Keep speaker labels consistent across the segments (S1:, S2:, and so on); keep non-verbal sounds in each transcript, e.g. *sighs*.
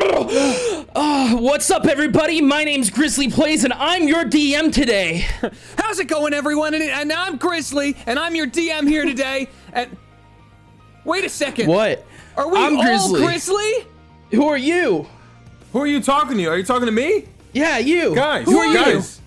S1: Ah, what's up, everybody? My name's Grizzly Plays, and I'm your DM today.
S2: How's it going, everyone? And, and I'm Grizzly, and I'm your DM here today. And wait a second.
S1: What?
S2: Are we
S1: I'm
S2: all
S1: Grizzly.
S2: Grizzly?
S1: Who are you?
S3: Who are you talking to? Are you talking to me?
S1: Yeah, you.
S3: Guys,
S1: who are you?
S3: guys.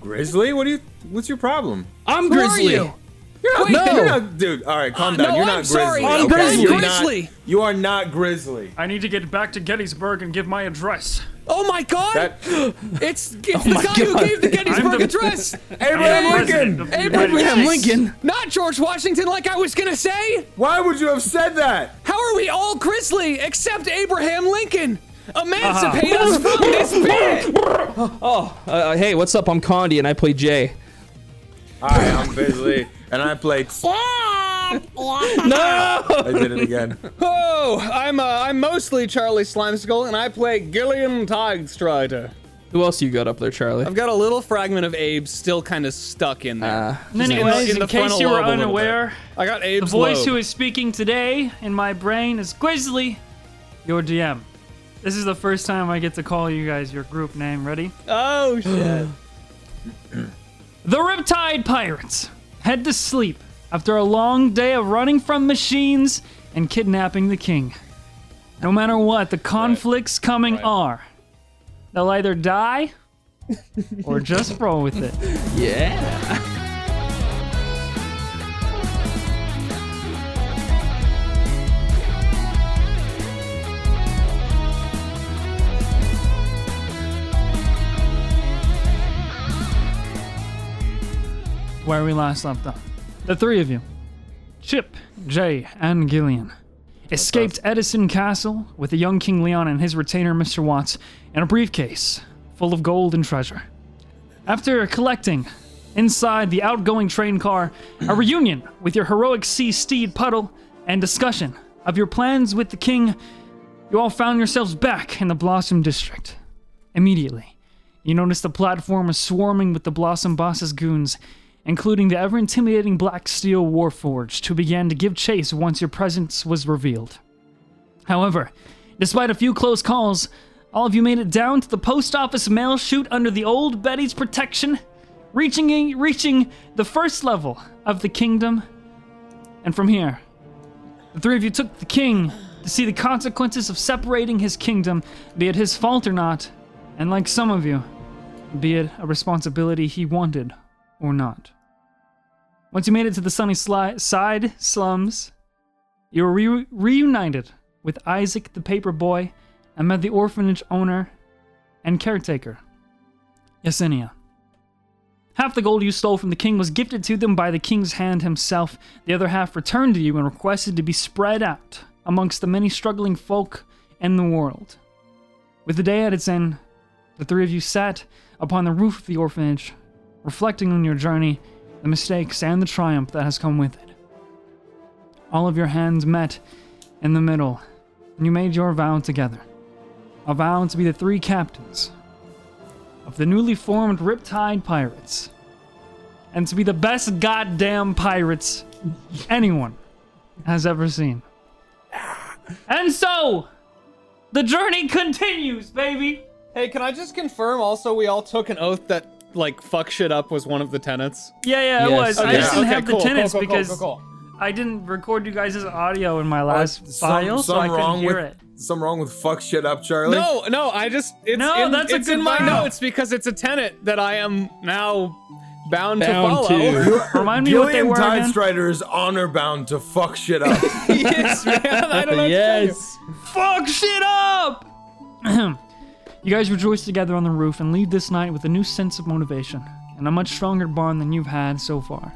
S3: Grizzly, what do you? What's your problem?
S1: I'm
S2: Who
S1: Grizzly.
S2: are you?
S3: You're
S1: Wait,
S3: not,
S1: no.
S3: you're not- dude. All right, calm
S2: Uh,
S3: down.
S2: no,
S3: you're
S2: I'm
S3: not Grizzly.
S2: sorry.
S1: I'm
S3: okay?
S1: Grizzly.
S3: You're not-
S2: Grizzly.
S3: you are not Grizzly.
S4: I need to get back to Gettysburg and give my address.
S2: Oh my God!
S3: That
S2: It's it's
S1: my
S2: the guy
S1: God.
S2: who gave the Gettysburg
S4: the- *laughs*
S2: Address,
S3: Abraham
S4: I'm the president of
S3: Lincoln.
S4: the
S2: Abraham
S4: United
S1: Abraham
S4: States.
S1: Lincoln.
S2: not George Washington, like I was gonna say.
S3: Why would you have said that?
S2: How are we all Grizzly except Abraham Lincoln? Emancipate us
S4: Uh-huh.
S2: from
S4: *laughs*
S2: this pit!
S1: Uh, hey, what's up? I'm Condi, and I play Jay.
S3: Hi, I'm Grizzly, and I play. *laughs*
S1: No!
S3: I did it
S4: *laughs*
S3: again.
S2: Oh, I'm uh, I'm mostly Charlie Slimeskull, and I play Gilliam Tigstrider.
S1: Who else you got up there, Charlie?
S2: I've got a little fragment of Abe's still kind of stuck in
S1: Uh,
S2: there.
S4: Anyways,
S2: in
S4: in,
S2: the
S4: case
S2: frontal
S4: you were
S2: lobe a little
S4: unaware,
S2: I got
S4: the
S2: Abe's
S4: voice
S2: lobe.
S4: who is speaking today in my brain is Grizzly, your DM. This is the first time I get to call you guys your group name. Ready?
S1: *gasps*
S2: Oh shit!
S4: The Riptide Pirates head to sleep after a long day of running from machines and kidnapping the king. No matter what, the conflicts coming are. They'll either die or just roll with it.
S1: yeah.
S4: where we last left off. The three of you, Chip, Jay, and Gillian, escaped Edison Castle with the young King Leon and his retainer, Mr. Watts, and a briefcase full of gold and treasure. After collecting inside the outgoing train car, a reunion with your heroic sea steed Puddle, and discussion of your plans with the King, you all found yourselves back in the Blossom District. Immediately, you noticed the platform was swarming with the Blossom Boss's goons, including the ever intimidating Black Steel Warforged, who began to give chase once your presence was revealed. However, despite a few close calls, all of you made it down to the post office mail chute under the old Betty's protection, reaching reaching the first level of the kingdom. And from here, the three of you took the king to see the consequences of separating his kingdom, be it his fault or not, and like some of you, be it a responsibility he wanted or not. Once you made it to the sunny sli- side slums, you were re- reunited with Isaac the paper boy and met the orphanage owner and caretaker, Yesenia. Half the gold you stole from the king was gifted to them by the king's hand himself. The other half returned to you and requested to be spread out amongst the many struggling folk in the world. With the day at its end, the three of you sat upon the roof of the orphanage, reflecting on your journey, the mistakes, and the triumph that has come with it. All of your hands met in the middle, and you made your vow together a vow to be the three captains of the newly formed Riptide Pirates, and to be the best goddamn pirates anyone has ever seen. And so, the journey continues, baby!
S2: Hey, can I just confirm? Also, we all took an oath that like fuck shit up was one of the tenets.
S4: Yeah, yeah, it
S1: Yes.
S4: was. I
S1: Okay.
S4: just didn't have the tenants
S2: cool, cool,
S4: because
S2: cool, cool, Uh,
S4: I didn't record you guys' audio in my last
S3: Some-
S4: file, so I
S3: some
S4: couldn't
S3: wrong
S4: hear
S3: with
S4: it.
S3: some wrong with fuck shit up, Charlie.
S2: No, no, I just it's
S4: No,
S2: in,
S4: that's a
S2: it's in
S4: good
S2: my
S4: vow.
S2: notes because it's a tenet that I am now bound,
S1: Bound
S2: to follow. *laughs*
S1: to.
S4: Remind me what they
S3: Gillian
S4: were again.
S3: Tidestrider is honor bound to fuck shit up.
S2: yes, man. I don't know. what to tell you.
S1: Yes.
S4: Fuck shit up! *clears throat* you guys rejoice together on the roof and leave this night with a new sense of motivation and a much stronger bond than you've had so far.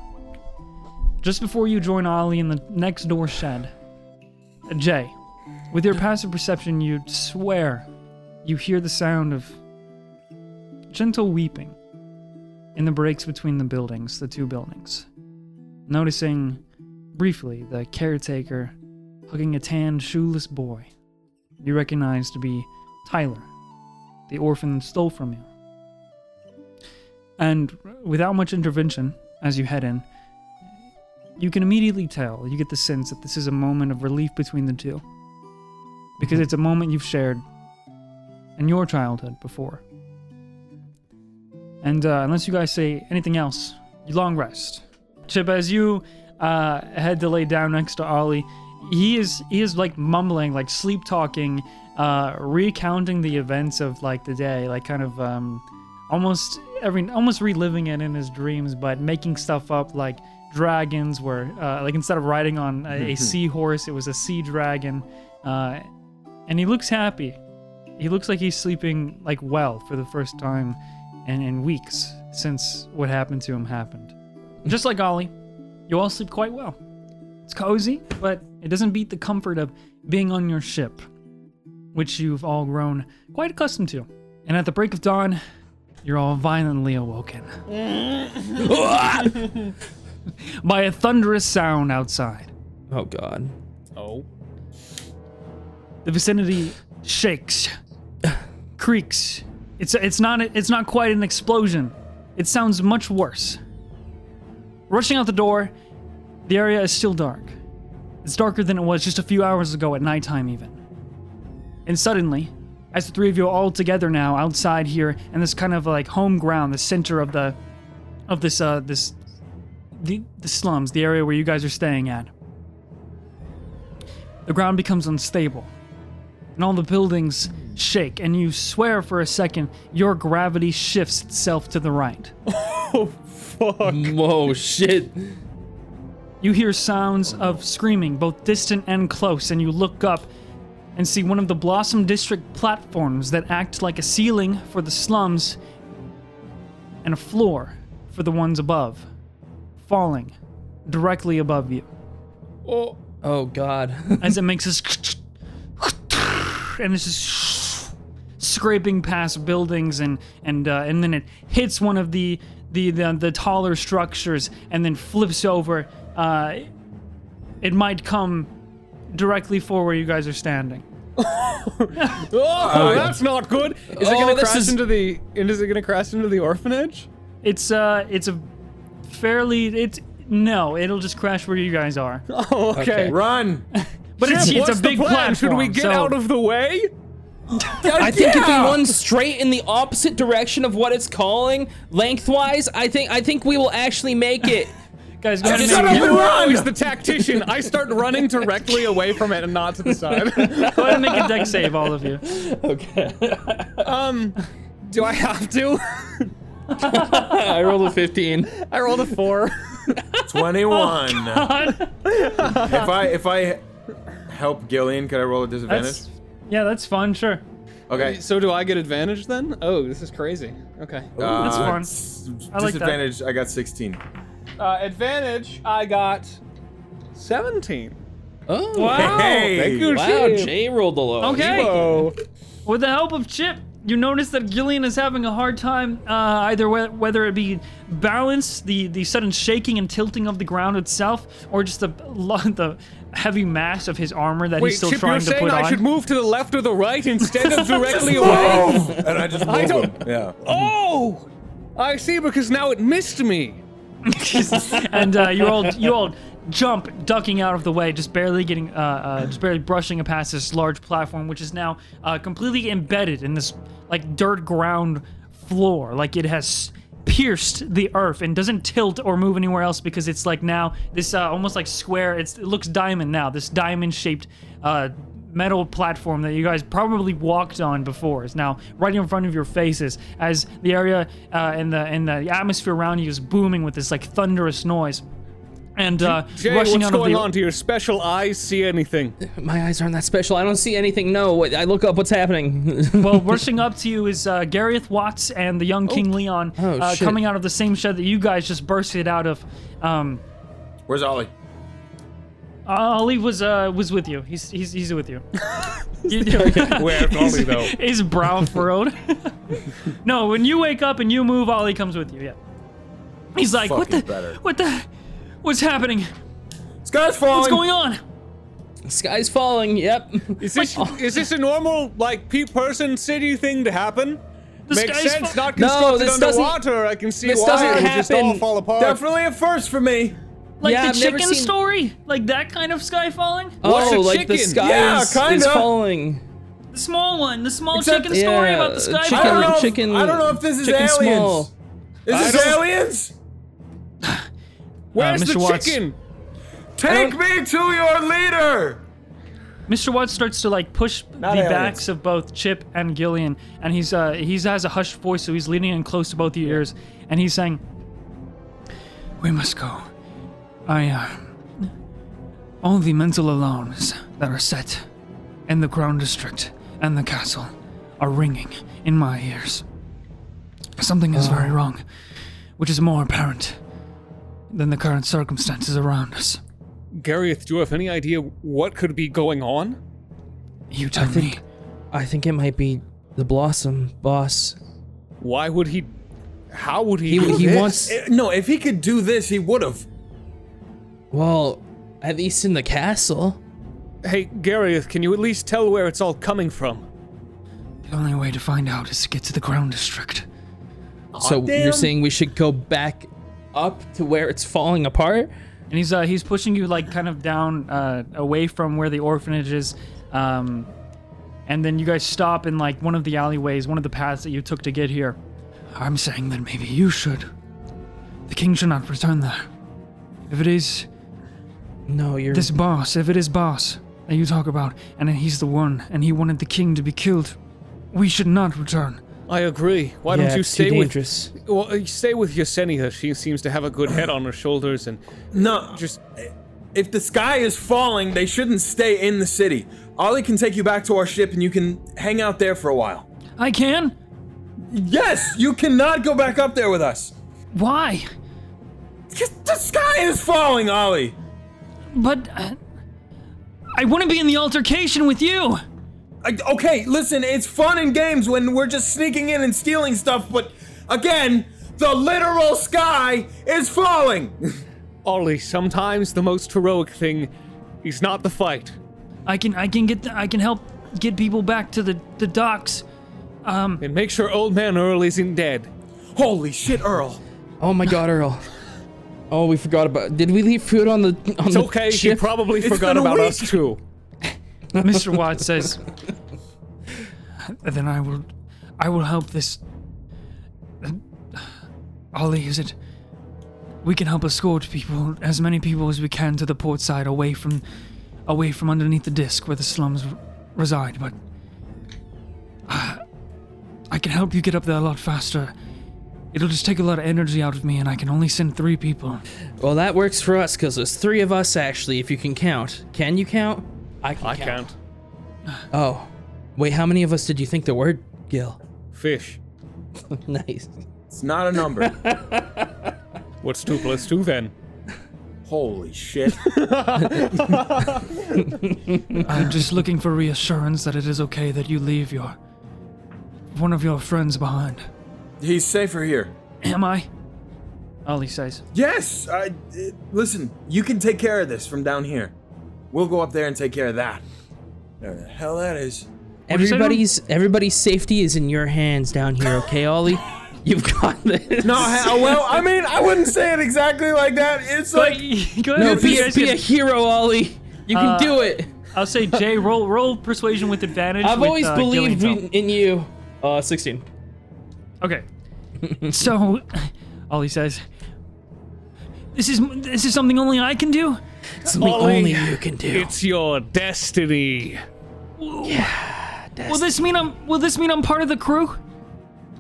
S4: Just before you join Ollie in the next door shed, uh, Jay, with your passive perception, you swear you hear the sound of gentle weeping in the breaks between the buildings, the two buildings. Noticing briefly the caretaker hugging a tan, shoeless boy you recognize to be Tyler, the orphan that stole from you. And without much intervention, as you head in, you can immediately tell, you get the sense that this is a moment of relief between the two. because it's a moment you've shared in your childhood before. And uh, unless you guys say anything else, you long rest. Chip, as you uh, head to lay down next to Ollie, he is he is like mumbling, like sleep talking, uh, recounting the events of like the day, like kind of um, almost every almost reliving it in his dreams, but making stuff up like dragons were uh, like instead of riding on a, a seahorse, it was a sea dragon, uh, and he looks happy. He looks like he's sleeping like well for the first time in, in weeks since what happened to him happened. Just like Ollie, you all sleep quite well. It's cozy, but it doesn't beat the comfort of being on your ship, which you've all grown quite accustomed to. And at the break of dawn, you're all violently awoken by a thunderous sound outside.
S1: Oh god.
S5: Oh.
S4: The vicinity shakes, creaks. It's it's not it's not quite an explosion. It sounds much worse. Rushing out the door, the area is still dark. It's darker than it was just a few hours ago at nighttime even. And suddenly, as the three of you are all together now outside here in this kind of like home ground, the center of the of this uh this the, the slums, the area where you guys are staying at. The ground becomes unstable, and all the buildings shake, and you swear for a second your gravity shifts itself to the right.
S5: Fuck.
S1: Whoa, shit.
S4: You hear sounds of screaming, both distant and close, and you look up and see one of the Blossom District platforms that act like a ceiling for the slums and a floor for the ones above, falling directly above you
S1: Oh, oh god.
S4: as it makes this and this is scraping past buildings and and uh, and then it hits one of the the, the the taller structures and then flips over. Uh, it might come directly for where you guys are standing.
S5: Oh, that's not good. Is it
S1: Oh,
S5: gonna
S1: this
S5: crash
S1: is-
S5: into the? and Is it gonna crash into the
S2: *laughs*
S5: orphanage?
S4: It's uh it's a fairly it's no it'll just crash where you guys are.
S5: Oh, okay.
S3: Run!
S4: But it's,
S5: Shit,
S4: it's
S5: what's
S4: a big
S5: the plan?
S4: platform.
S5: Should we get
S4: so-
S5: out of the way?
S1: I think if we run straight in the opposite direction of what it's calling, lengthwise, I think I think we will actually make it.
S4: guys? go ahead and
S1: Shut
S4: make-
S1: up and
S5: You were always the tactician. I start running directly away from it and not to the
S1: *laughs*
S5: side.
S4: go ahead and make a deck save, all of you.
S5: um, do I have to?
S1: *laughs* I rolled a 15.
S5: I rolled a four.
S3: 21. if I if I help Gillian, could I roll a disadvantage?
S4: That's, yeah, that's fun. Sure.
S3: okay.
S5: So do I get advantage then? Oh, this is crazy. Okay.
S4: that's fun. I like that.
S3: uh, disadvantage, I got 16.
S5: Uh, advantage. I got seventeen.
S1: Oh.
S4: Wow.
S3: Hey!
S5: thank you,
S1: Wow,
S5: Chip.
S1: Jay rolled a low.
S4: Okay.
S5: Whoa.
S4: With the help of Chip, you notice that Gillian is having a hard time, uh, either whe- whether it be balance, the, the sudden shaking and tilting of the ground itself, or just the *laughs* lo- the heavy mass of his armor that
S5: Wait,
S4: he's still
S5: Chip,
S4: trying
S5: you're
S4: to
S5: saying
S4: put
S5: I
S4: on.
S5: should move to the left or the right instead
S4: *laughs*
S5: of directly away?
S3: Oh, *laughs* and I just move
S5: don't-
S3: him. Yeah.
S5: Oh, I see. Because now it missed me.
S4: and uh, you all you all jump, ducking out of the way, just barely getting, uh, uh, just barely brushing past this large platform, which is now uh, completely embedded in this like dirt ground floor, like it has pierced the earth and doesn't tilt or move anywhere else because it's like now this uh, almost like square. It's, it looks diamond now. This diamond shaped. Uh, metal platform that you guys probably walked on before is now right in front of your faces as the area uh, and the and the atmosphere around you is booming with this like thunderous noise and uh,
S5: Jay,
S4: rushing
S5: what's
S4: out of
S5: going
S4: the
S5: on? Do your special eyes see anything?
S1: My eyes aren't that special. I don't see anything. No, wait, I look up what's happening. *laughs*
S4: well, rushing up to you is uh, Gareth Watts and the young King Leon
S1: Oh,
S4: uh,
S1: shit.
S4: coming out of the same shed that you guys just bursted out of. Um,
S3: Where's Ollie?
S4: Ali was uh, was with you. He's he's, he's with you. You-
S5: *laughs* Where Ollie though?
S4: *laughs*
S1: *laughs*
S4: His brow furrowed. *laughs* no, when you wake up and you move, Ollie comes with you. Yeah. He's like, what
S3: Fucking
S4: the,
S3: better.
S4: what the, what's happening?
S3: Sky's falling.
S1: Oh,
S4: What's going on?
S1: Sky's falling. Yep. *laughs*
S5: Is this is this a normal like pe- person city thing to happen?
S4: The
S5: Makes
S4: sky's
S5: sense.
S4: fu-
S5: Not
S1: No,
S5: constructed
S1: this doesn't-
S5: underwater. I can see
S1: this
S5: why
S1: doesn't
S5: it just all
S2: Oh.
S1: happen.
S5: fall apart.
S3: Definitely a first for me.
S4: Like
S1: Yeah,
S4: the
S1: I've never
S4: chicken
S1: seen-
S4: story? Like that kind of sky falling?
S1: oh,
S5: a
S1: like the
S5: chicken?
S1: sky
S3: Yeah,
S1: is, is
S3: kinda.
S1: falling.
S4: The small one, the small
S3: Except-
S4: chicken story
S1: Yeah,
S4: about the sky
S1: chicken- Uh,
S3: I don't
S4: falling.
S3: know.
S1: chicken-
S3: if, I don't know if this is
S1: chicken
S3: aliens.
S1: small.
S3: Is this
S5: I don't-
S3: aliens?
S5: Where's
S4: Uh, Mr.
S5: the
S4: Watts.
S5: chicken?
S3: Take me to your leader.
S4: Mr. Watts starts to like push the
S3: aliens.
S4: backs of both Chip and Gillian, and he's uh he's has a hushed voice, so he's leaning in close to both the ears, and he's saying, "We must go. I uh, all the mental alarms that are set in the Crown District and the castle are ringing in my ears. Something is very wrong, which is more apparent than the current circumstances around us.
S5: Gareth, do you have any idea what could be going on?
S4: You tell me."
S1: I think it might be the Blossom boss.
S5: Why would he? How would he?
S1: He,
S5: do
S1: he
S5: this?
S1: wants.
S3: Eh, No, if he could do this, he would have.
S1: Well, at least in the castle.
S5: Hey, Gareth, can you at least tell where it's all coming from?
S4: The only way to find out is to get to the Crown District.
S1: so you're
S3: damn.
S1: saying we should go back up to where it's falling apart?
S4: And he's uh, he's pushing you like kind of down uh, away from where the orphanage is, um, and then you guys stop in like one of the alleyways, one of the paths that you took to get here. I'm saying that maybe you should. The king should not return there. If it is
S1: No, you're.
S4: this boss, if it is boss that you talk about, and he's the one, and he wanted the king to be killed, we should not return.
S5: I agree. Why
S1: yeah,
S5: don't you
S1: it's too
S5: stay with?
S1: dangerous.
S5: Well, uh, stay with Yesenia. She seems to have a good head on her shoulders, and
S3: No,
S5: just
S3: if the sky is falling, they shouldn't stay in the city. Ollie can take you back to our ship, and you can hang out there for a while.
S4: I can.
S3: Yes, you cannot go back up there with us.
S4: Why?
S3: Just- The sky is falling, Ollie.
S4: But uh, I wouldn't be in the altercation with you.
S3: I, okay, listen, it's fun and games when we're just sneaking in and stealing stuff, but again, the literal sky is falling. *laughs*
S5: Ollie. Sometimes the most heroic thing is not the fight.
S4: I can I can get the, I can help get people back to the the docks.
S5: And make sure old man Earl isn't dead.
S3: Holy shit, Earl.
S1: Oh my God,
S5: *laughs*
S1: Earl. Oh, we forgot about. Did we leave food on the on
S5: It's
S1: the
S5: okay. She
S1: ship?
S5: probably
S3: It's
S5: forgot
S3: been a
S5: about
S3: week.
S5: us too.
S4: Mr. Watts says, "Then I will I will help this Ollie, is it? We can help escort people, as many people as we can, to the port side, away from, away from underneath the disc where the slums r- reside. But uh, I can help you get up there a lot faster. It'll just take a lot of energy out of me, and I can only send three people.
S1: Well, that works for us because there's three of us actually. If you can count, can you count? I can.
S5: I
S1: count.
S5: can't.
S1: Oh, wait. How many of us did you think there were, Gil? *laughs*
S5: Fish.
S1: nice.
S3: It's not a number.
S5: What's two plus two then?
S3: Holy shit.
S4: I'm just looking for reassurance that it is okay that you leave your one of your friends behind.
S3: He's safer here.
S4: Am I? Ollie says.
S3: Yes, I, uh, listen, you can take care of this from down here. We'll go up there and take care of that. There the hell that is.
S4: you say, Dom?
S1: Everybody's everybody's safety is in your hands down here, okay, Ollie? You've got this.
S3: No, I- Uh, well, I mean, I wouldn't say it exactly like that. It's like
S1: *laughs*
S4: go
S1: No,
S4: ahead.
S1: *laughs* be, a, be a hero, Ollie. You can
S4: Uh,
S1: do it.
S4: I'll say Jay, roll roll persuasion with advantage.
S1: I've
S4: with,
S1: always
S4: uh,
S1: believed
S4: Gillian's
S1: in, in you. Uh, 16.
S4: help. Okay. so, Ollie says, "This is this is something only I can do."
S1: Something
S5: Ollie,
S1: only you can do.
S5: It's your destiny.
S4: Will this mean I'm Will this mean I'm part of the crew?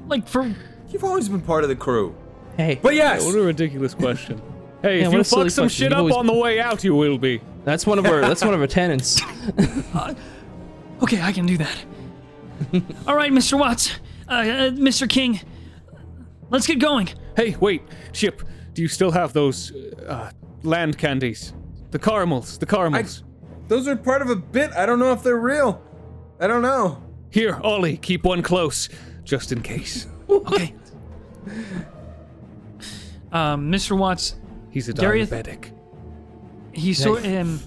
S4: Like for
S3: you've always been part of the crew.
S1: Hey,
S3: But yes,
S5: What a ridiculous question.
S1: *laughs*
S5: Hey,
S1: Yeah,
S5: if
S1: what
S5: you
S1: a silly
S5: fuck some
S1: question.
S5: shit
S1: You've
S5: up
S1: always-
S5: on the way out, you will be.
S1: that's one of our that's one of our tenants.
S4: Okay, I can do
S1: *laughs*
S4: that. All right, Mr. Watts, uh, uh, Mr. King, let's get going.
S5: Hey, wait, Chip, do you still have those uh, land candies? The caramels, the caramels.
S3: those are part of a bit. I don't know if they're real. I don't know.
S5: Here, Ollie, keep one close, just in case.
S4: Okay. um, Mr. Watts,
S5: He's a
S4: Darius-
S5: diabetic.
S4: he sort um,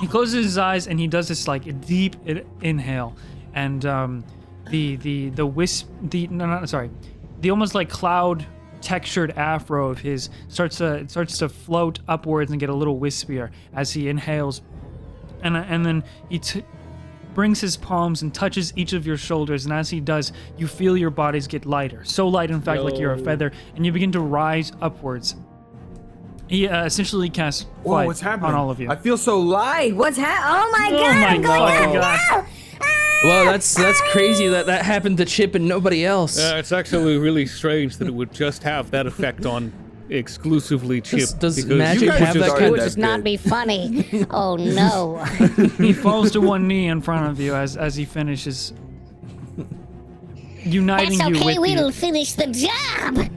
S4: he closes his eyes and he does this like deep in- inhale, and um, the the the wisp the no no sorry, the almost like cloud textured afro of his starts to it starts to float upwards and get a little wispier as he inhales, and uh, and then he t- brings his palms and touches each of your shoulders and as he does you feel your bodies get lighter so light in fact like you're a feather and you begin to rise upwards he uh, essentially casts
S3: Whoa,
S4: flight
S3: what's happening?
S4: on all of you
S3: I feel so light.
S6: What's happening? Oh my
S4: Oh
S6: god!
S4: my
S6: I'm going
S4: fucking
S6: up
S4: God.
S6: now. Ah.
S1: Well, that's that's crazy that that happened to Chip and nobody else.
S5: Uh, it's actually really strange that it would just have that effect on exclusively Chip.
S1: Does- does
S5: because
S1: magic
S5: you could
S1: have
S5: just-
S1: that
S6: It
S1: kind
S6: would
S1: That's
S6: just not be funny. *laughs* Oh no.
S4: he falls
S3: *laughs*
S4: to one knee in front of you as as he finishes uniting
S6: That's
S4: you
S6: okay,
S4: with
S6: we'll
S4: the,
S6: finish the job.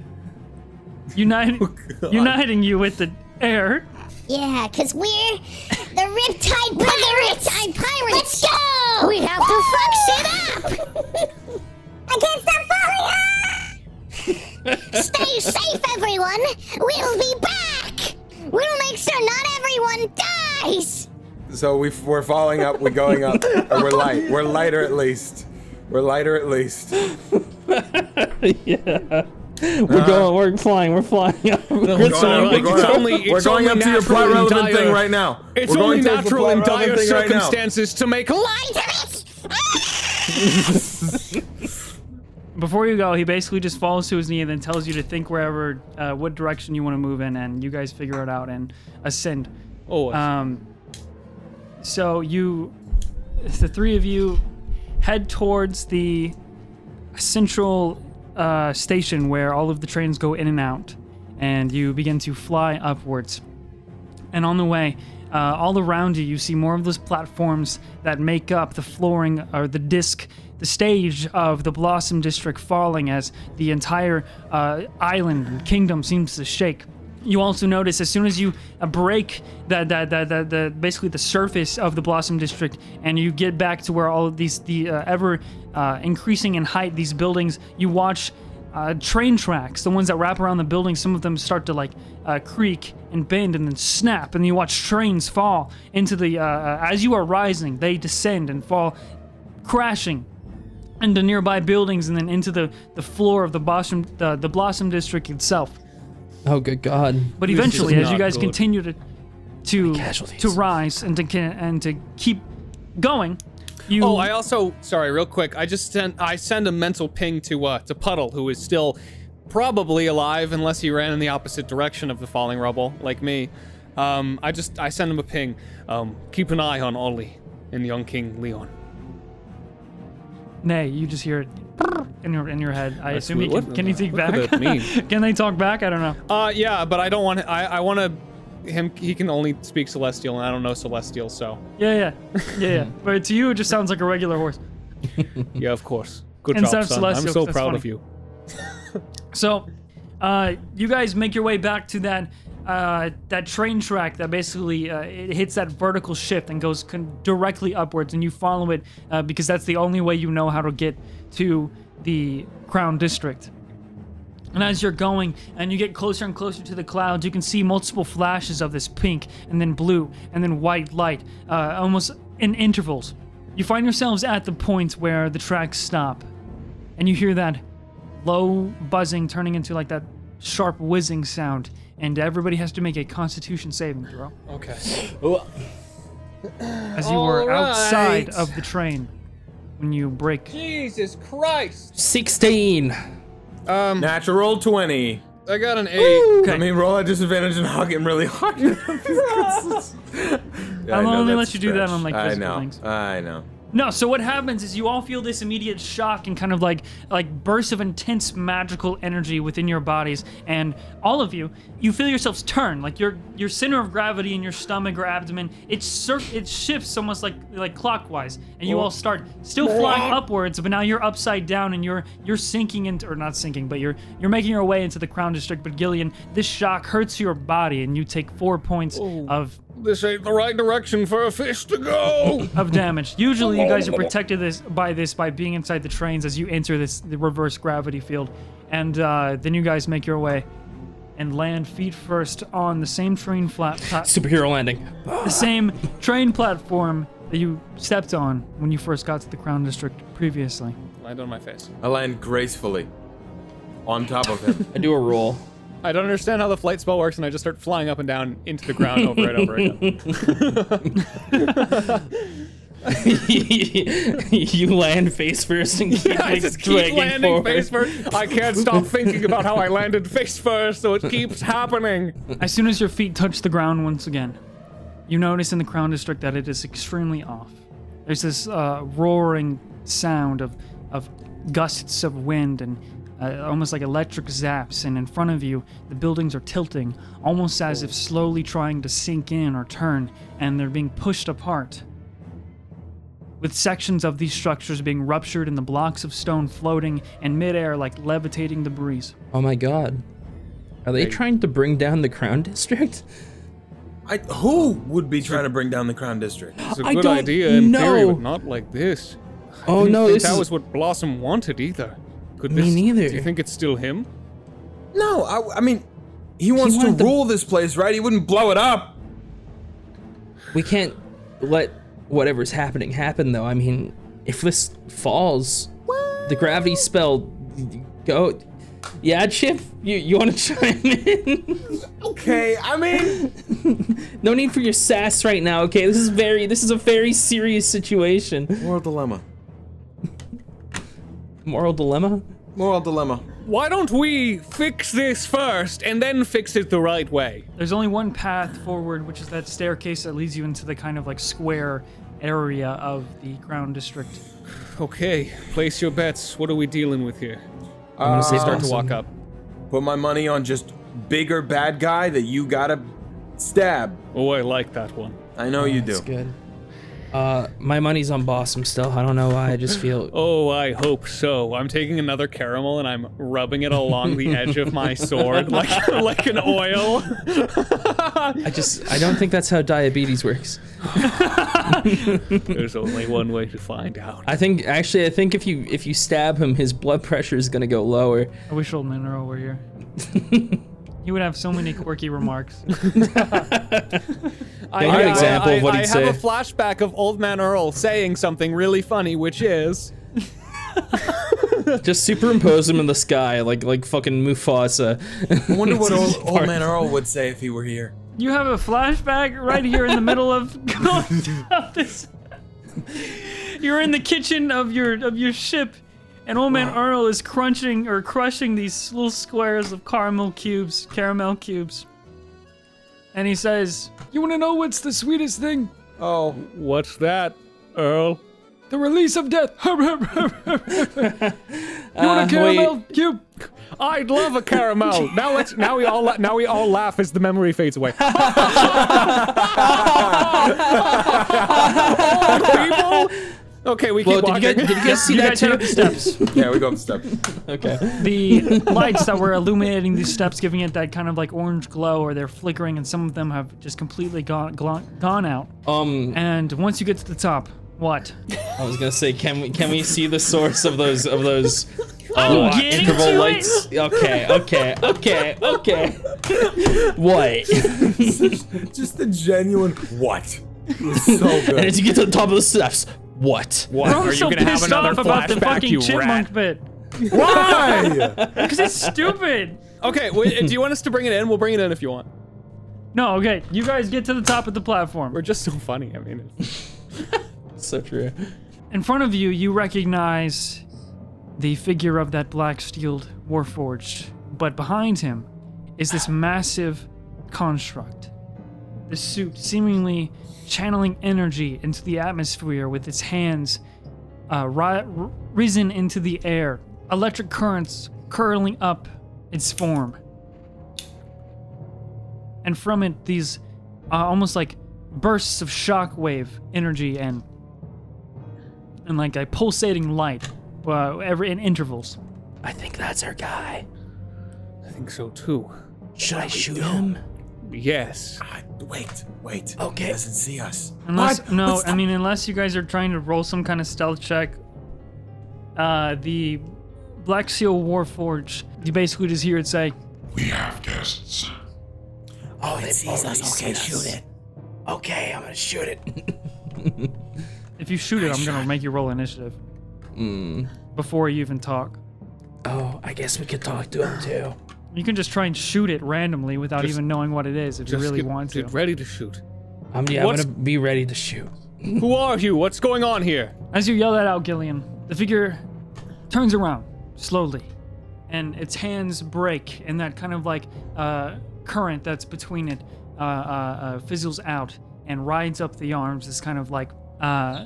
S4: uniting
S3: Oh,
S4: uniting you with the air
S6: Yeah, because we're the Riptide Pirates! Riptide Pirates! Let's go! We have to fuck shit up! *laughs* I can't stop falling! Ah! *laughs* Stay safe, everyone! We'll be back! We'll make sure not everyone dies!
S3: So we, we're falling up, we're going up, or we're light. We're lighter at least. We're lighter at least.
S1: we're going, we're flying, we're flying. *laughs* up.
S5: It's
S3: Going up, we're
S5: only-
S3: going
S5: it's
S3: up.
S5: only-
S3: We're
S5: it's
S3: going
S5: only
S3: up to your
S5: natural
S3: plot
S5: and
S3: relevant
S5: dire-
S3: thing right now.
S5: It's
S3: We're
S5: only
S3: going to the
S5: natural
S3: plot
S5: in dire
S3: relevant thing right now.
S5: circumstances to make a light.
S6: *laughs* Ah.
S4: before you go he basically just falls to his knee and then tells you to think wherever uh, what direction you want to move in and you guys figure it out and ascend
S5: Oh,
S4: Um, so you, the three of you, head towards the central uh, station where all of the trains go in and out, and you begin to fly upwards. And on the way, uh, all around you, you see more of those platforms that make up the flooring or the disc, the stage of the Blossom District falling as the entire uh, island and kingdom seems to shake. You also notice as soon as you uh, break that that that the, the basically the surface of the Blossom District, and you get back to where all of these the uh, ever uh, increasing in height these buildings, you watch uh, train tracks, the ones that wrap around the building, some of them start to like uh, creak and bend and then snap, and you watch trains fall into the. Uh, uh, as you are rising, they descend and fall, crashing into nearby buildings and then into the, the floor of the Blossom the, the Blossom District itself.
S1: oh, good God.
S4: But
S5: This is
S4: eventually, as you
S5: not
S4: guys
S5: good.
S4: continue to to
S1: casualties.
S4: to rise and to ca- and to keep going, you
S5: Oh, I also sorry, real quick. I just sent I send a mental ping to uh to Puddle, who is still probably alive unless he ran in the opposite direction of the falling rubble, like me. Um, I just I send him a ping. Um, keep an eye on Ollie and young King Leon.
S4: nay, you just hear it in your in your head. I assume he
S5: what-
S4: can, can he speak
S5: what could
S4: back?
S5: that mean?
S4: *laughs* can they talk back? I don't know.
S5: Uh, yeah, but I don't want I I want to him. He can only speak Celestial, and I don't know Celestial, so
S4: Yeah, yeah, yeah, yeah. But to you, it just sounds like a regular horse.
S5: yeah, of course. Good
S4: Instead
S5: job,
S4: of
S5: son. I'm
S4: Celestial,
S5: so
S4: that's
S5: proud of
S4: funny.
S5: you.
S4: So, uh, you guys make your way back to that uh, that train track that basically uh, it hits that vertical shift and goes con- directly upwards, and you follow it uh, because that's the only way you know how to get to the Crown District. And as you're going and you get closer and closer to the clouds, you can see multiple flashes of this pink and then blue and then white light, uh, almost in intervals. You find yourselves at the point where the tracks stop, and you hear that low buzzing turning into like that sharp whizzing sound, and everybody has to make a Constitution saving throw.
S5: Okay.
S4: As you were
S5: All right.
S4: outside of the train when you break.
S5: Jesus Christ.
S1: 16.
S5: Um,
S3: Natural 20.
S5: I got an eight.
S4: Okay.
S3: I mean, roll at disadvantage and hug him really *laughs* hard.
S4: I'll
S3: know
S4: only
S3: that's
S4: let you do that
S3: stretch.
S4: on, like,
S3: I
S4: physical
S3: know.
S4: things.
S3: I know.
S4: No, so what happens is you all feel this immediate shock and kind of like like bursts of intense magical energy within your bodies, and all of you, you feel yourselves turn like your your center of gravity in your stomach or abdomen it cir- it shifts almost like like clockwise, and you all start still flying upwards, but now you're upside down and you're you're sinking into or not sinking, but you're you're making your way into the crown district. But Gillian, this shock hurts your body, and you take four points of
S5: This ain't the right direction for a fish
S3: *laughs*
S5: to go.
S4: of damage. Usually, you guys are protected this by this by being inside the trains as you enter this the reverse gravity field, and uh, then you guys make your way and land feet first on the same train flat
S1: Superhero landing.
S4: the same train platform that you stepped on when you first got to the Crown District previously.
S5: Land on my face.
S3: I land gracefully. on top of him.
S1: I do a roll. *laughs*
S2: I don't understand how the flight spell works, and I just start flying up and down into the ground over and over
S1: *laughs*
S2: again.
S1: you land face first
S2: *laughs*
S1: and keep,
S2: I
S1: like,
S2: just keep
S1: dragging
S2: landing
S1: forward.
S2: face first. I can't stop thinking about how I landed face first, so it keeps happening.
S4: As soon as your feet touch the ground once again, you notice in the Crown District that it is extremely off. There's this uh, roaring sound of, of gusts of wind and uh, almost like electric zaps, and in front of you, the buildings are tilting, almost as if slowly trying to sink in or turn, and they're being pushed apart. With sections of these structures being ruptured and the blocks of stone floating in midair like levitating debris.
S1: Oh my god. Are they trying to bring down the Crown
S2: *laughs*
S1: District?
S3: *laughs* I, who would be trying to bring down the Crown District?
S2: It's a
S1: I
S2: good
S1: don't
S2: idea in theory,
S1: know.
S2: but not like this.
S1: Oh
S2: Didn't
S1: no,
S2: think
S1: this
S2: that
S1: is
S2: was what Blossom wanted either. Could
S1: Me
S2: this,
S1: neither.
S2: Do you think it's still him?
S3: No, I, I mean, he wants to
S1: wanted the-
S3: rule this place, right? He wouldn't blow it up.
S1: we can't let whatever's happening happen though. I mean, if this falls, the gravity spell go Yeah, Chip, you you want to *laughs* chime in?
S3: Okay, I mean,
S1: no need for your sass right now, okay? This is very this is a very serious situation.
S3: moral dilemma.
S1: Moral dilemma?
S3: Moral dilemma.
S2: Why don't we fix this first and then fix it the right way?
S4: There's only one path forward, which is that staircase that leads you into the kind of like square area of the Crown District.
S2: Okay, place your bets. What are we dealing with here?
S1: I'm going to say
S2: Start to
S1: Blossom.
S2: walk up.
S3: Put my money on just bigger bad guy that you gotta stab.
S2: Oh, I like that one.
S3: I know you do.
S1: That's good. Uh, my money's on Bossum still. I don't know why. I just feel.
S2: Oh, I hope so. I'm taking another caramel and I'm rubbing it along the edge of *laughs* my sword like like an oil.
S1: I just. I don't think that's how diabetes works.
S2: There's only one way to find out.
S1: I think actually, I think if you if you stab him, his blood pressure is gonna go lower.
S4: I wish old Monroe were here. he would have so many quirky remarks.
S2: I,
S1: Give an example of what
S2: I,
S1: he'd
S2: I
S1: say.
S2: have a flashback of Old Man Earl saying something really funny, which is
S1: Just superimpose him in the sky, like like fucking Mufasa.
S3: I wonder *laughs* what old, old man Earl would say if he were here.
S4: You have a flashback right here in the middle of *laughs* going down this. You're in the kitchen of your of your ship, and old man Earl is crunching or crushing these little squares of caramel cubes, caramel cubes. And he says, "You want to know what's the sweetest thing?
S2: Oh, what's that, Earl?
S4: The release of death. *laughs* you want
S1: Uh,
S4: a caramel cube?
S2: I'd love a caramel. now let's now we all la- now we all laugh as the memory fades away. Old people. Okay, we keep
S1: Well, did you guys,
S2: walking.
S1: did you *laughs* guys see that
S4: guys head up the
S1: too?
S4: steps.
S3: Yeah, we go up the steps.
S1: *laughs* okay.
S4: the *laughs* lights that were illuminating these steps, giving it that kind of like orange glow, or they're flickering, and some of them have just completely gone gone, gone out.
S1: Um,
S4: And once you get to the top, what?
S1: I was gonna say, can we can we see the source of those of those? uh,
S4: I'm getting
S1: interval
S4: to it.
S1: lights. Okay, okay, okay, okay. *laughs* what?
S3: Just the genuine what? It was *laughs* so
S1: And
S3: good.
S1: as you get to the top of the steps, what?
S2: What?
S4: I'm so pissed off about the fucking chipmunk bit
S3: Why?
S4: because it's stupid.
S2: Okay, wait, do you want us to bring it in? We'll bring it in if you want.
S4: No, okay, you guys get to the top of the platform.
S2: We're just so funny. I mean, it's-
S1: So true.
S4: In front of you, you recognize the figure of that black steeled warforged, but behind him is this massive construct. The suit seemingly channeling energy into the atmosphere with its hands uh, ri- r- risen into the air, electric currents curling up its form. And from it, these uh, almost like bursts of shockwave energy and and like a pulsating light uh, every in intervals.
S1: I think that's our guy.
S2: I think so too.
S1: Should I shoot him?
S2: Yes.
S3: I- wait, wait.
S1: Okay.
S3: He doesn't see us.
S4: Unless
S3: What?
S4: no,
S3: Let's
S4: I mean unless you guys are trying to roll some kind of stealth check. Uh, the Black Seal Warforge. You basically just hear it say,
S7: We have guests.
S3: Oh, it sees us. Okay, shoot it.
S1: Okay, I'm gonna shoot it.
S2: Hmm.
S4: "If you shoot it, I'm gonna make you roll initiative." Before you even talk.
S1: Oh, I guess we could talk to him too.
S4: You can just try and shoot it randomly without even knowing what it is if you
S2: Just
S4: really
S2: get-
S4: want to.
S2: get ready to shoot.
S1: I'm, yeah, I'm
S2: What's-
S1: gonna be ready to shoot.
S2: Who are you? What's going on here?
S4: As you yell that out, Gillian, the figure turns around slowly, and its hands break, and that kind of like uh, current that's between it uh, uh, uh, fizzles out and rides up the arms. It's kind of like, uh,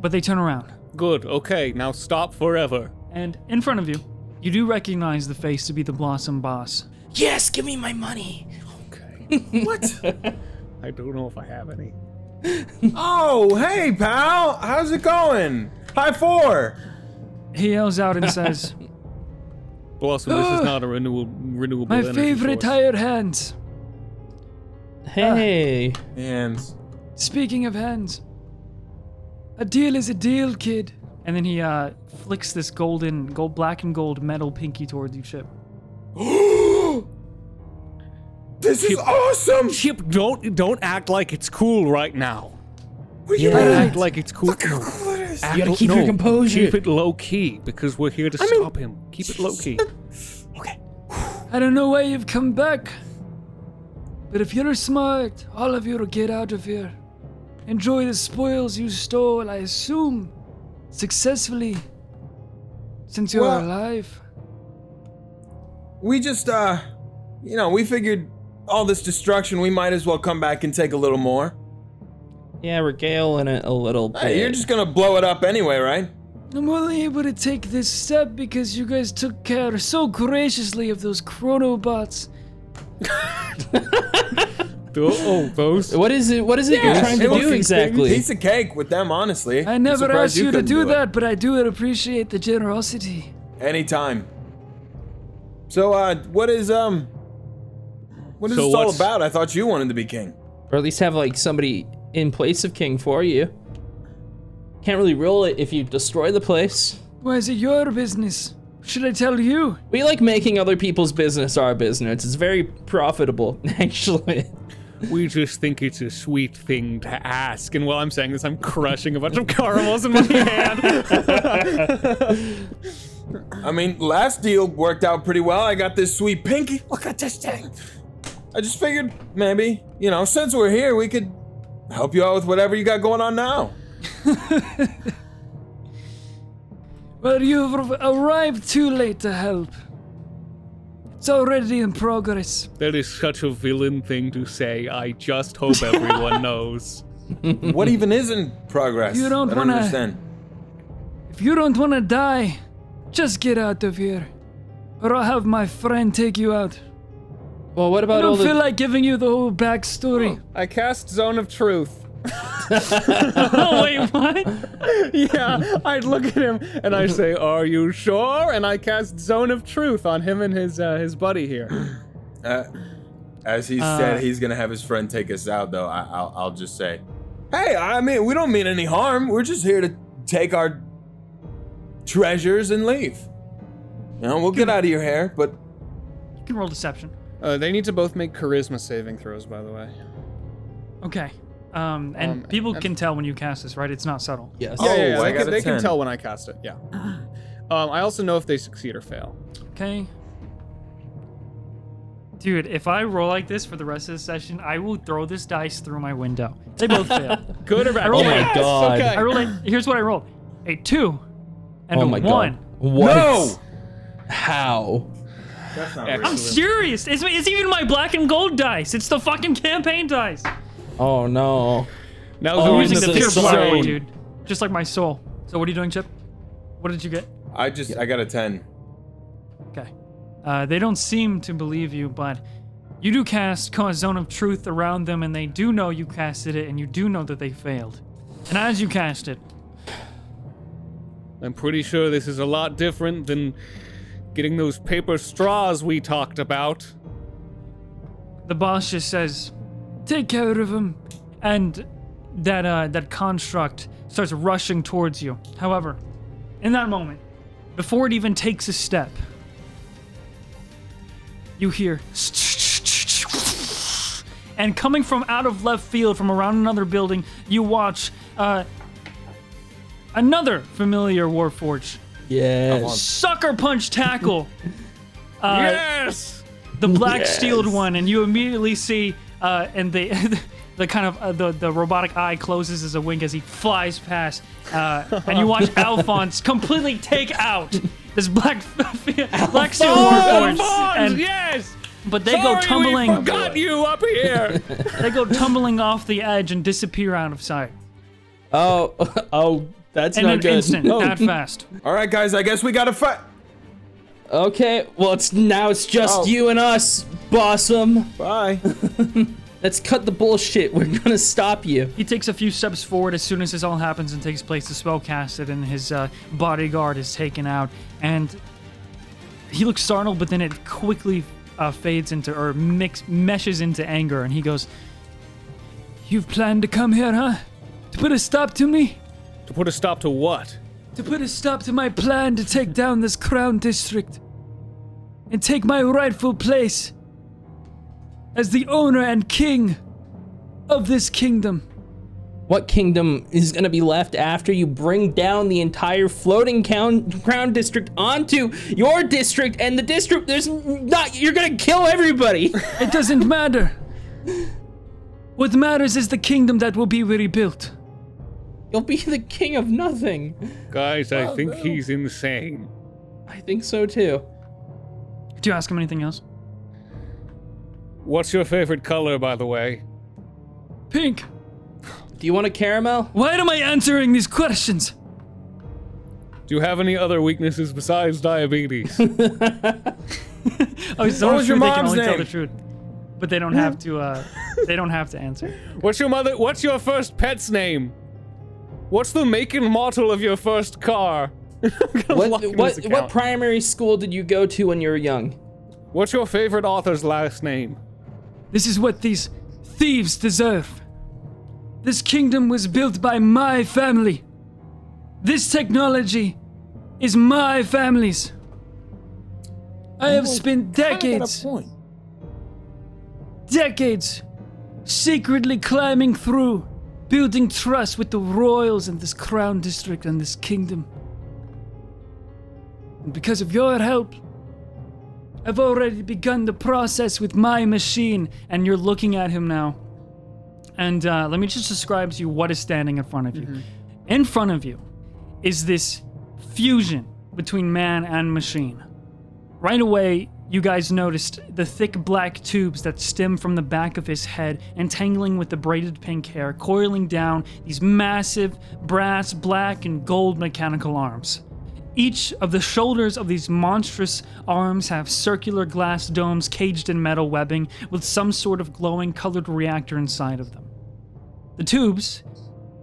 S4: but they turn around,
S2: Good. Okay. Now stop forever.
S4: and in front of you, you do recognize the face to be the Blossom Boss.
S1: Yes, give me my money.
S2: Okay.
S3: *laughs*
S2: what? I don't know if I have any.
S3: Oh, hey, pal. How's it going? High four.
S4: He yells out and says,
S2: Blossom, this is not a renewal, renewable
S4: "My
S2: energy
S4: favorite
S2: source.
S4: hired hands."
S1: Hey,
S3: And *gasps*
S4: Speaking of hands, a deal is a deal, kid. And then he uh, flicks this golden, gold, black and gold metal pinky towards you, Chip.
S3: this is awesome.
S2: Chip, don't don't act like it's cool right now.
S3: Will you
S1: Yeah.
S2: Don't
S3: let
S2: act like it's cool. No.
S3: cool it is?
S2: Act
S1: gotta
S2: l-
S1: keep your
S2: no,
S1: composure.
S2: Keep it low key because we're here to stop him. Keep it low *laughs* key.
S4: I don't know why you've come back, but if you're smart, all of you will get out of here. Enjoy the spoils you stole, I assume, successfully, since you're
S3: Well-
S4: alive.
S3: We just, uh, you know, we figured all this destruction, we might as well come back and take a little more.
S1: yeah, regale in it a little bit.
S3: Hey, you're just gonna blow it up anyway, right?
S4: I'm only able to take this step because you guys took care so graciously of those chronobots.
S2: oh, those.
S1: What is it? What is it you're trying
S3: It
S1: to
S3: was
S1: do
S3: a
S1: exactly?
S3: Piece of cake with them, honestly.
S4: I
S3: I'm
S4: never
S3: surprised
S4: asked you, to
S3: couldn't
S4: do,
S3: it.
S4: that, but I do appreciate the generosity.
S3: Anytime. So, uh, what is, um, what is
S2: So
S3: this all
S2: what's-
S3: about? I thought you wanted to be king.
S1: or at least have like somebody in place of King for you. Can't really roll it if you destroy the place.
S4: Why is it your business? Should I tell you?
S1: We like making other people's business our business. It's very profitable, *laughs* actually.
S2: We just think it's a sweet thing to ask. And while I'm saying this, I'm crushing a bunch of caramels *laughs* in my hand.
S3: I mean, last deal worked out pretty well. I got this sweet pinky. Look at this thing. I just figured maybe, you know, since we're here, we could help you out with whatever you got going on *laughs* now.
S4: Well, you've ar- arrived too late to help. It's already in progress.
S2: That is such a villain thing to say. I just hope *laughs* everyone knows.
S3: what even is in progress?
S4: You don't
S3: I
S4: wanna-
S3: understand.
S4: If you don't want to die, just get out of here. Or I'll have my friend take you out.
S1: Well, what about
S4: I
S1: all
S4: don't
S1: the?
S4: feel like giving you the whole backstory.
S2: I cast Zone of Truth. *laughs*
S4: oh, *laughs* *laughs* wait, what?
S2: yeah, I'd look at him and I say, "Are you sure?" And I cast Zone of Truth on him and his uh, his buddy here.
S3: Uh, as he said, he's gonna have his friend take us out. Though I, I'll, I'll just say, hey, I mean, we don't mean any harm. We're just here to take our treasures and leave. You know, we'll get out of your hair, but
S4: You can roll deception.
S2: Uh, they need to both make charisma saving throws, by the way.
S4: Okay. Um,
S2: and Um, people and- can
S4: tell when you cast this, right? It's not subtle.
S1: yes.
S3: Oh, I
S2: they,
S3: got
S2: can,
S3: a
S2: they can
S3: 10.
S2: tell when I cast it. Yeah. Um, I also know if they succeed or fail.
S4: Okay. Dude, if I roll like this for the rest of the session, I will throw this dice through my window. They both fail.
S2: Good or bad?
S4: rolled a-
S2: Yes!
S1: God.
S2: Okay.
S4: I rolled a, here's what I rolled. A two and
S1: Oh
S4: a
S1: my
S4: one.
S1: god. What?
S3: No!
S1: How?
S3: that's not
S2: Excellent.
S4: I'm serious. It's, it's even my black and gold dice. It's the fucking campaign dice.
S1: Oh no.
S2: Now
S1: Oh,
S2: we're
S1: I'm
S2: in
S1: using
S2: the
S1: the
S2: fifth
S1: pure blood,
S2: zone.
S4: dude. Just like my soul. So what are you doing, Chip? What did you get?
S3: I just I got a ten.
S4: Okay. Uh, they don't seem to believe you, but you do cast cause zone of truth around them, and they do know you casted it, and you do know that they failed. And as you cast it,
S2: I'm pretty sure this is a lot different than getting those paper straws we talked about.
S4: the boss just says, "Take care of him," and that uh, that construct starts rushing towards you. However, in that moment, before it even takes a step, you hear *laughs* and coming from out of left field from around another building you watch uh, another familiar warforge
S1: Yes.
S4: Sucker punch tackle.
S5: *laughs*
S4: Uh,
S5: Yes.
S4: the black
S1: Yes.
S4: steeled one, and you immediately see, uh, and the *laughs* the kind of uh, the the robotic eye closes as a wink as he flies past, uh, and you
S5: *laughs*
S4: watch Alphonse completely take out this black *laughs* black steeled
S5: Alphonse,
S4: workhorse, and
S5: yes.
S4: but they
S5: Sorry,
S4: go tumbling,
S5: We forgot you
S3: *laughs*
S5: up here.
S4: they go tumbling off the edge and disappear out of sight
S1: Oh, *laughs* oh, that's
S4: in
S1: not
S4: an
S1: good.
S4: instant,
S1: Oh,
S4: that fast.
S3: All right, guys. I guess we gotta fight.
S1: Okay, well, it's now it's just
S3: Oh.
S1: you and us, bossum.
S3: Bye.
S1: Let's cut the bullshit. *laughs* We're gonna stop you.
S4: He takes a few steps forward as soon as this all happens and takes place. The spell casted and his uh, bodyguard is taken out, and he looks startled, but then it quickly uh, fades into or mix, meshes into anger, and he goes, "You've planned to come here, huh? To put a stop to me?
S5: to put a stop to what?
S4: To put a stop to my plan to take down this crown district and take my rightful place as the owner and king of this kingdom."
S1: What kingdom is gonna be left after you bring down the entire floating crown, crown district onto your district and the district? There's not. You're gonna kill everybody. *laughs*
S4: It doesn't matter. What matters is the kingdom that will be rebuilt.
S1: You'll be the king of nothing.
S5: Guys,
S3: Oh,
S5: I think he's insane.
S1: I think so too.
S4: Did you ask him anything else?
S5: What's your favorite color, by the way?
S4: Pink,
S1: Do you want a caramel?
S4: why am I answering these questions?
S5: Do you have any other weaknesses besides diabetes?
S4: Oh, it's so
S3: was your
S4: true, they can
S3: mom's
S4: only tell
S3: name?
S4: the truth. But they don't have to uh they don't have to answer.
S5: what's your mother? What's your first pet's name? What's the make and model of your first car? I'm gonna
S1: *laughs*
S5: lock
S1: What
S5: in
S1: what
S5: this
S1: what
S5: account.
S1: primary school did you go to when you were young?
S5: what's your favorite author's last name?
S4: This is what these thieves deserve. This kingdom was built by my family. This technology is my family's. I have spent decades decades secretly climbing through, building trust with the royals and this crown district and this kingdom. And because of your help, I've already begun the process with my machine, and you're looking at him now. And uh, let me just describe to you what is standing in front of you. In front of you is this fusion between man and machine. Right away, you guys noticed the thick black tubes that stem from the back of his head, entangling with the braided pink hair, coiling down these massive brass, black, and gold mechanical arms. Each of the shoulders of these monstrous arms have circular glass domes caged in metal webbing with some sort of glowing colored reactor inside of them. The tubes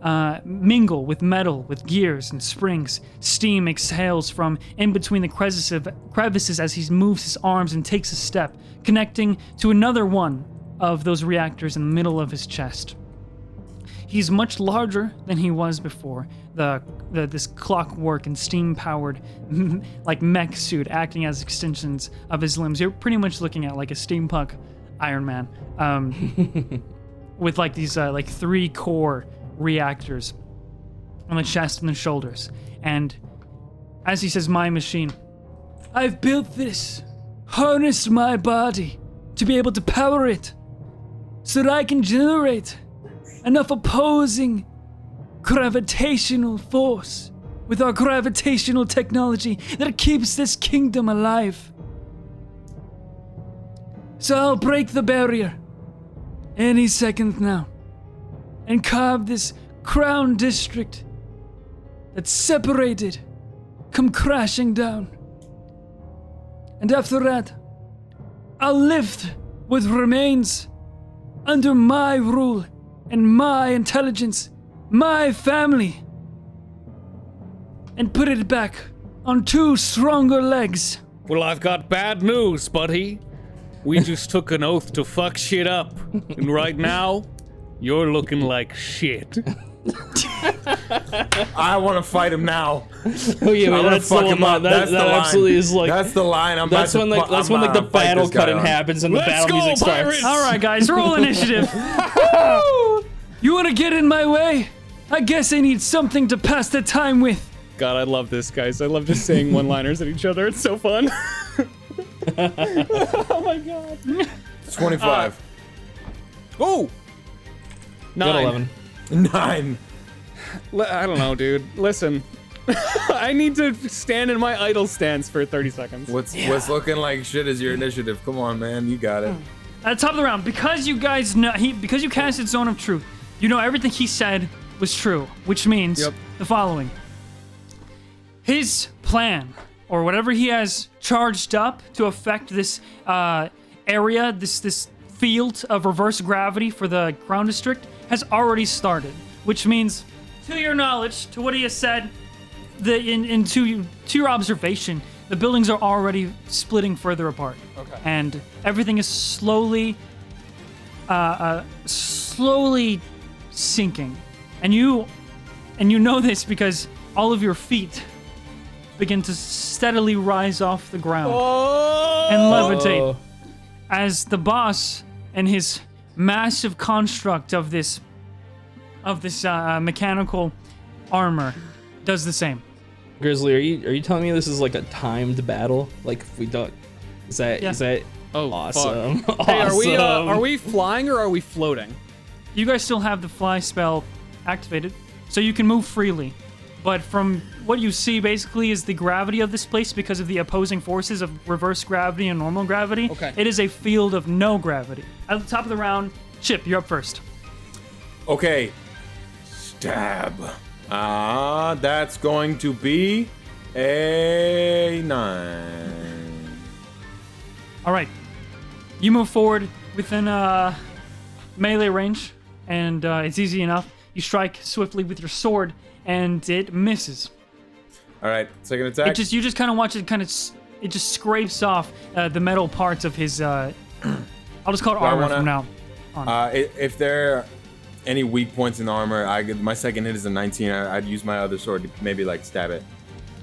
S4: uh, mingle with metal, with gears and springs. Steam exhales from in between the crevices, of, crevices as he moves his arms and takes a step, connecting to another one of those reactors in the middle of his chest. He's much larger than he was before. The, the this clockwork and steam-powered, *laughs* like mech suit, acting as extensions of his limbs. You're pretty much looking at like a steampunk Iron Man. Um, with like these uh, like three core reactors on the chest and the shoulders. And as he says, "My machine, I've built this, harnessed my body to be able to power it, so that I can generate enough opposing gravitational force." With our gravitational technology that keeps this kingdom alive. So I'll break the barrier any second now and carve this crown district that's separated come crashing down. And after that, I'll lift what remains under my rule and my intelligence, my family, and put it back on two stronger legs.
S5: Well, I've got bad news, buddy.
S1: *laughs*
S5: We just took an oath to fuck shit up, and right now, you're looking
S1: *laughs*
S5: like shit.
S3: *laughs* I want to fight him now.
S1: Oh yeah, wait,
S3: I want to
S1: that's the
S3: fuck
S1: one.
S3: him
S1: That,
S3: up.
S1: that,
S3: that's the line.
S1: absolutely is like
S3: that's the line. I'm
S1: that's
S3: about
S1: when
S3: to
S1: like
S3: fu-
S1: that's
S3: I'm
S1: when like the
S3: about to fight
S1: battle
S3: this guy
S1: cutting
S3: on.
S1: happens and the
S5: Let's
S1: battle
S5: go,
S1: music starts.
S5: pirates!
S4: All right, guys, roll *laughs* initiative. you want to get in my way? I guess I need something to pass the time with.
S5: God, I love this, guys. I love just saying one-liners at each other. It's so fun. oh my god.
S3: 25.
S5: Oh.
S1: Got
S5: *laughs* Nine.
S1: 11.
S3: Nine.
S5: L- I don't know, dude. Listen, *laughs* I need to stand in my idle stance for 30 seconds.
S3: What's what's looking like shit is your initiative. Come on, man. You got it.
S1: Hmm.
S4: At the top of the round, because you guys know he because you casted Zone of Truth, you know everything he said was true, which means
S5: Yep.
S4: the following. His plan, or whatever he has charged up to affect this uh, area, this this field of reverse gravity for the ground district, has already started. Which means, to your knowledge, to what he has said, the in, in to, to your observation, the buildings are already splitting further apart. Okay. And everything is slowly, uh, uh, slowly sinking. And you, and you know this because all of your feet begin to steadily rise off the ground and levitate
S1: Oh,
S4: as the boss and his massive construct of this of this uh, mechanical armor does the same.
S1: Grizzly, are you are you telling me this is like a timed battle? Like if we duck, is that is
S4: Yeah.
S1: that
S5: Oh,
S1: awesome? awesome.
S5: *laughs* Hey, are we uh, are we flying or are we floating?
S4: You guys still have the fly spell activated, so you can move freely. But from what you see, basically, is the gravity of this place because of the opposing forces of reverse gravity and normal gravity.
S5: Okay.
S4: It is a field of no gravity. At the top of the round, Chip, you're up first.
S3: Okay. Stab. Ah, that's going to be a nine.
S4: All right. You move forward within uh, melee range, and uh, it's easy enough. You strike swiftly with your sword, and it misses.
S3: All right, second
S4: It
S3: attack.
S4: just you just kind of watch it kind of it just scrapes off uh, the metal parts of his. Uh, *clears throat* I'll just call it
S3: I
S4: armor
S3: wanna-
S4: from now.
S3: Uh, i- if there are any weak points in the armor, I could, my second hit is a 19. I, I'd use my other sword to maybe like stab it.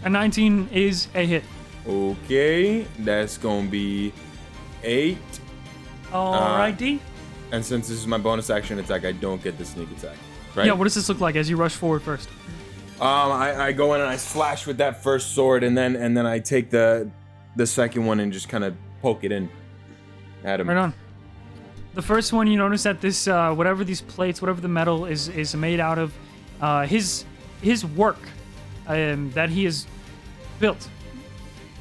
S4: A 19 is a hit.
S3: Okay, that's gonna be eight. Uh,
S4: Alrighty.
S3: And since this is my bonus action attack, I don't get the sneak attack. Right?
S4: yeah. What does this look like as you rush forward first?
S3: Um, I, I go in and I slash with that first sword, and then and then I take the the second one and just kind of poke it in at him.
S4: Right on. The first one you notice that this uh, whatever these plates, whatever the metal is is made out of, uh, his his work um, that he has built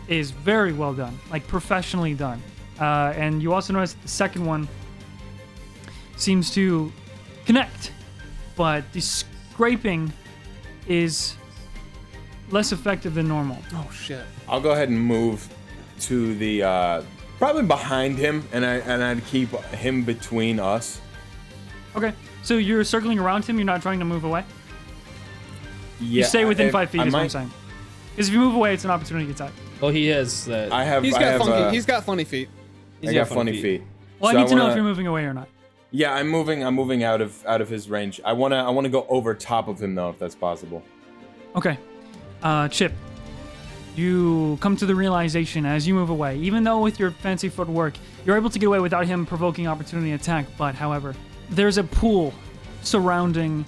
S4: is very well done, like professionally done. Uh, and you also notice that the second one seems to connect, but the scraping is less effective than normal.
S5: Oh shit.
S3: I'll go ahead and move to the uh, probably behind him, and I and I'd keep him between us.
S4: Okay, so you're circling around him. You're not trying to move away.
S3: Yeah,
S4: You stay within
S3: I-
S4: five feet,
S3: I
S4: is what I'm
S3: might-
S4: saying. Because if you move away, it's an opportunity attack.
S1: Oh, he has that.
S3: I have.
S5: He's
S3: I
S5: got
S3: have,
S5: funky.
S3: uh,
S5: he's got funny feet.
S1: he's
S3: I got funny feet.
S4: Well,
S3: So
S4: I need to know
S3: wanna-
S4: if you're moving away or not.
S3: Yeah, I'm moving. I'm moving out of out of his range. I wanna I wanna go over top of him though, if that's possible.
S4: Okay. Uh, Chip, you come to the realization as you move away, even though with your fancy footwork, you're able to get away without him provoking opportunity attack. But, however, there's a pool surrounding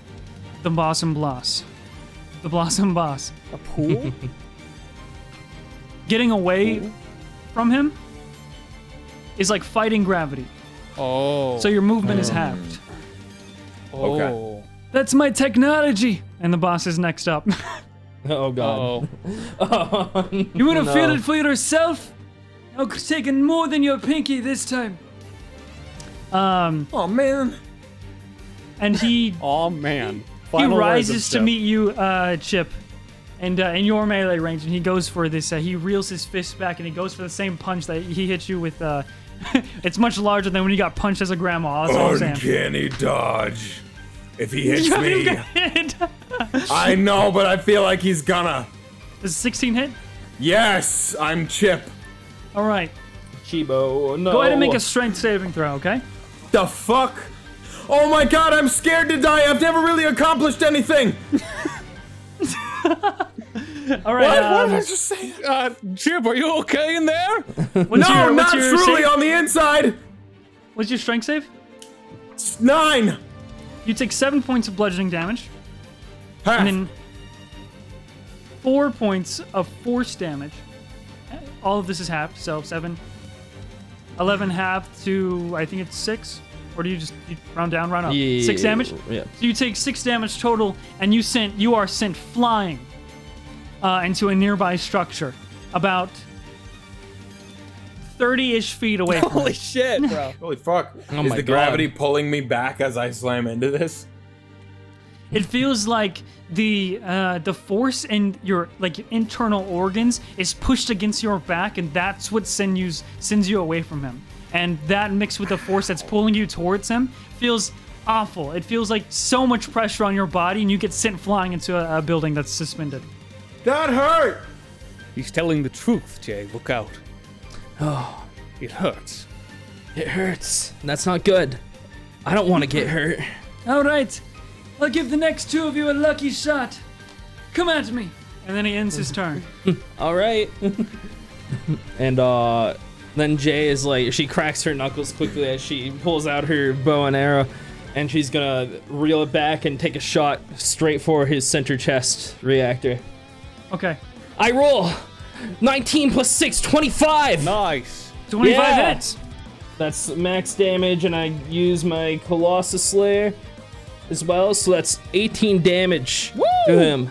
S4: the Blossom Bloss. The Blossom Boss.
S5: A pool?
S4: *laughs* Getting away from him is like fighting gravity.
S5: oh. Hmm.
S4: So your movement is halved.
S5: oh.
S3: okay.
S4: That's my technology! And the boss is next up. *laughs*
S1: Oh god. Oh,
S5: Oh.
S1: *laughs*
S4: You would have
S1: No.
S4: feel it for yourself. I've taken more than your pinky this time.
S3: Oh man.
S4: And he
S5: *laughs* Oh man.
S4: he
S5: Final words of
S4: rises to
S5: Seth.
S4: meet you, uh, Chip, and uh, in your melee range, and he goes for this. Uh, he reels his fist back, and he goes for the same punch that he hit you with. Uh, *laughs* it's much larger than when you got punched as a grandma. That's all I'm saying.
S3: Uncanny dodge. If he hits
S4: *laughs* You haven't
S3: me,
S4: even got hit. *laughs*
S3: I know, but I feel like he's gonna.
S4: Does 16 hit?
S3: Yes, I'm Chip.
S4: All right.
S1: Chibo, no.
S4: Go ahead and
S3: Oh.
S4: make a strength saving throw, okay?
S3: The fuck? Oh my god, I'm scared to die. I've never really accomplished anything.
S4: All right. um,
S3: just saying?
S5: Uh, Jib, are you okay in there?
S4: what's
S3: No,
S4: your,
S3: not
S4: what's your
S3: truly
S4: save-
S3: on the inside.
S4: What's your strength save?
S3: It's nine.
S4: You take seven points of bludgeoning damage,
S3: Half.
S4: and then four points of force damage. All of this is halved, so seven. 11 halved to, I think it's six. Or do you just you round down, round up?
S1: Yeah,
S4: six damage?
S1: yeah.
S4: So you take six damage total, and you sent you are sent flying uh, into a nearby structure, about 30-ish feet
S1: *laughs*
S4: away from
S5: Holy shit, *laughs* bro.
S3: Holy fuck. Is
S1: my
S3: the
S1: God.
S3: gravity pulling me back as I slam into this?
S4: It feels like the uh, the force in your like your internal organs is pushed against your back, and that's what sends you sends you away from him. And that mixed with the force that's pulling you towards him feels awful. It feels like so much pressure on your body, and you get sent flying into a, a building that's suspended.
S3: That hurt!
S5: He's telling the truth, Jay. Look out. Oh, it hurts.
S1: It hurts. That's not good. I don't want to get hurt.
S4: All right, I'll give the next two of you a lucky shot. Come at me. And then he ends his turn.
S1: All right. *laughs* and uh, then Jay is like, she cracks her knuckles quickly as she pulls out her bow and arrow, and she's gonna reel it back and take a shot straight for his center chest reactor.
S4: Okay,
S1: I roll 19 plus 6, 25.
S5: Nice.
S4: 25
S1: Yeah.
S4: hits.
S1: That's max damage, and I use my Colossus Slayer as well, so that's 18 damage to him.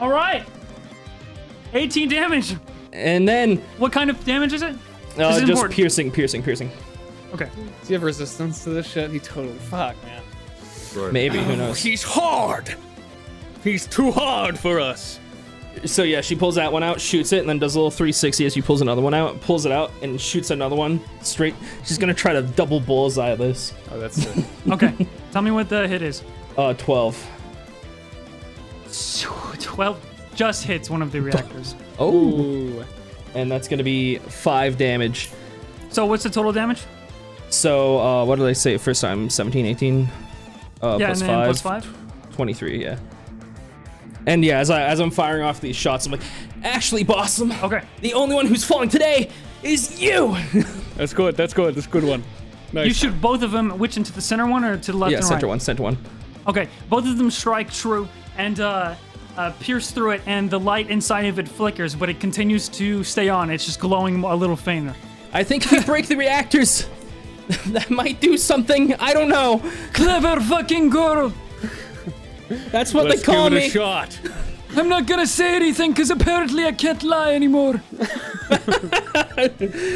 S4: All right, 18 damage.
S1: And then
S4: What kind of damage is it?
S1: uh,
S4: This is
S1: just
S4: important.
S1: piercing, piercing, piercing.
S4: Okay.
S5: Do you have resistance to this shit? He totally. Fuck, man.
S1: Maybe who knows?
S5: He's hard. He's too hard for us.
S1: So yeah, she pulls that one out, shoots it, and then does a little 360 as she pulls another one out, pulls it out, and shoots another one straight. She's gonna try to double bullseye this.
S5: Oh, that's sick.
S4: Okay.
S1: *laughs*
S4: Tell me what the hit is.
S1: Uh, 12.
S4: 12 just hits one of the reactors.
S1: Oh. And that's gonna be five damage.
S4: So what's the total damage?
S1: So uh, what did I say first time? 17, 18. Uh,
S4: yeah,
S1: plus
S4: and then
S1: five.
S4: plus 5.
S1: 23. Yeah. And yeah, as I as I'm firing off these shots, I'm like, Ashley Blossom.
S4: Okay.
S1: The only one who's falling today is
S4: *laughs*
S1: you.
S5: That's good. That's good. That's a good one. Nice.
S4: You shoot both of them, which into the center one or to the left
S1: yeah,
S4: and
S1: center
S4: right?
S1: one, center one.
S4: Okay, both of them strike true and uh, uh, pierce through it, and the light inside of it flickers, but it continues to stay on. It's just glowing a little fainter.
S1: I think if
S4: *laughs*
S1: we break the reactors, *laughs* that might do something. I don't know.
S4: Clever fucking girl!
S1: That's what
S5: Let's
S1: they call
S5: give it
S1: me.
S5: a shot.
S4: I'm not gonna say anything because apparently I can't lie *laughs* anymore.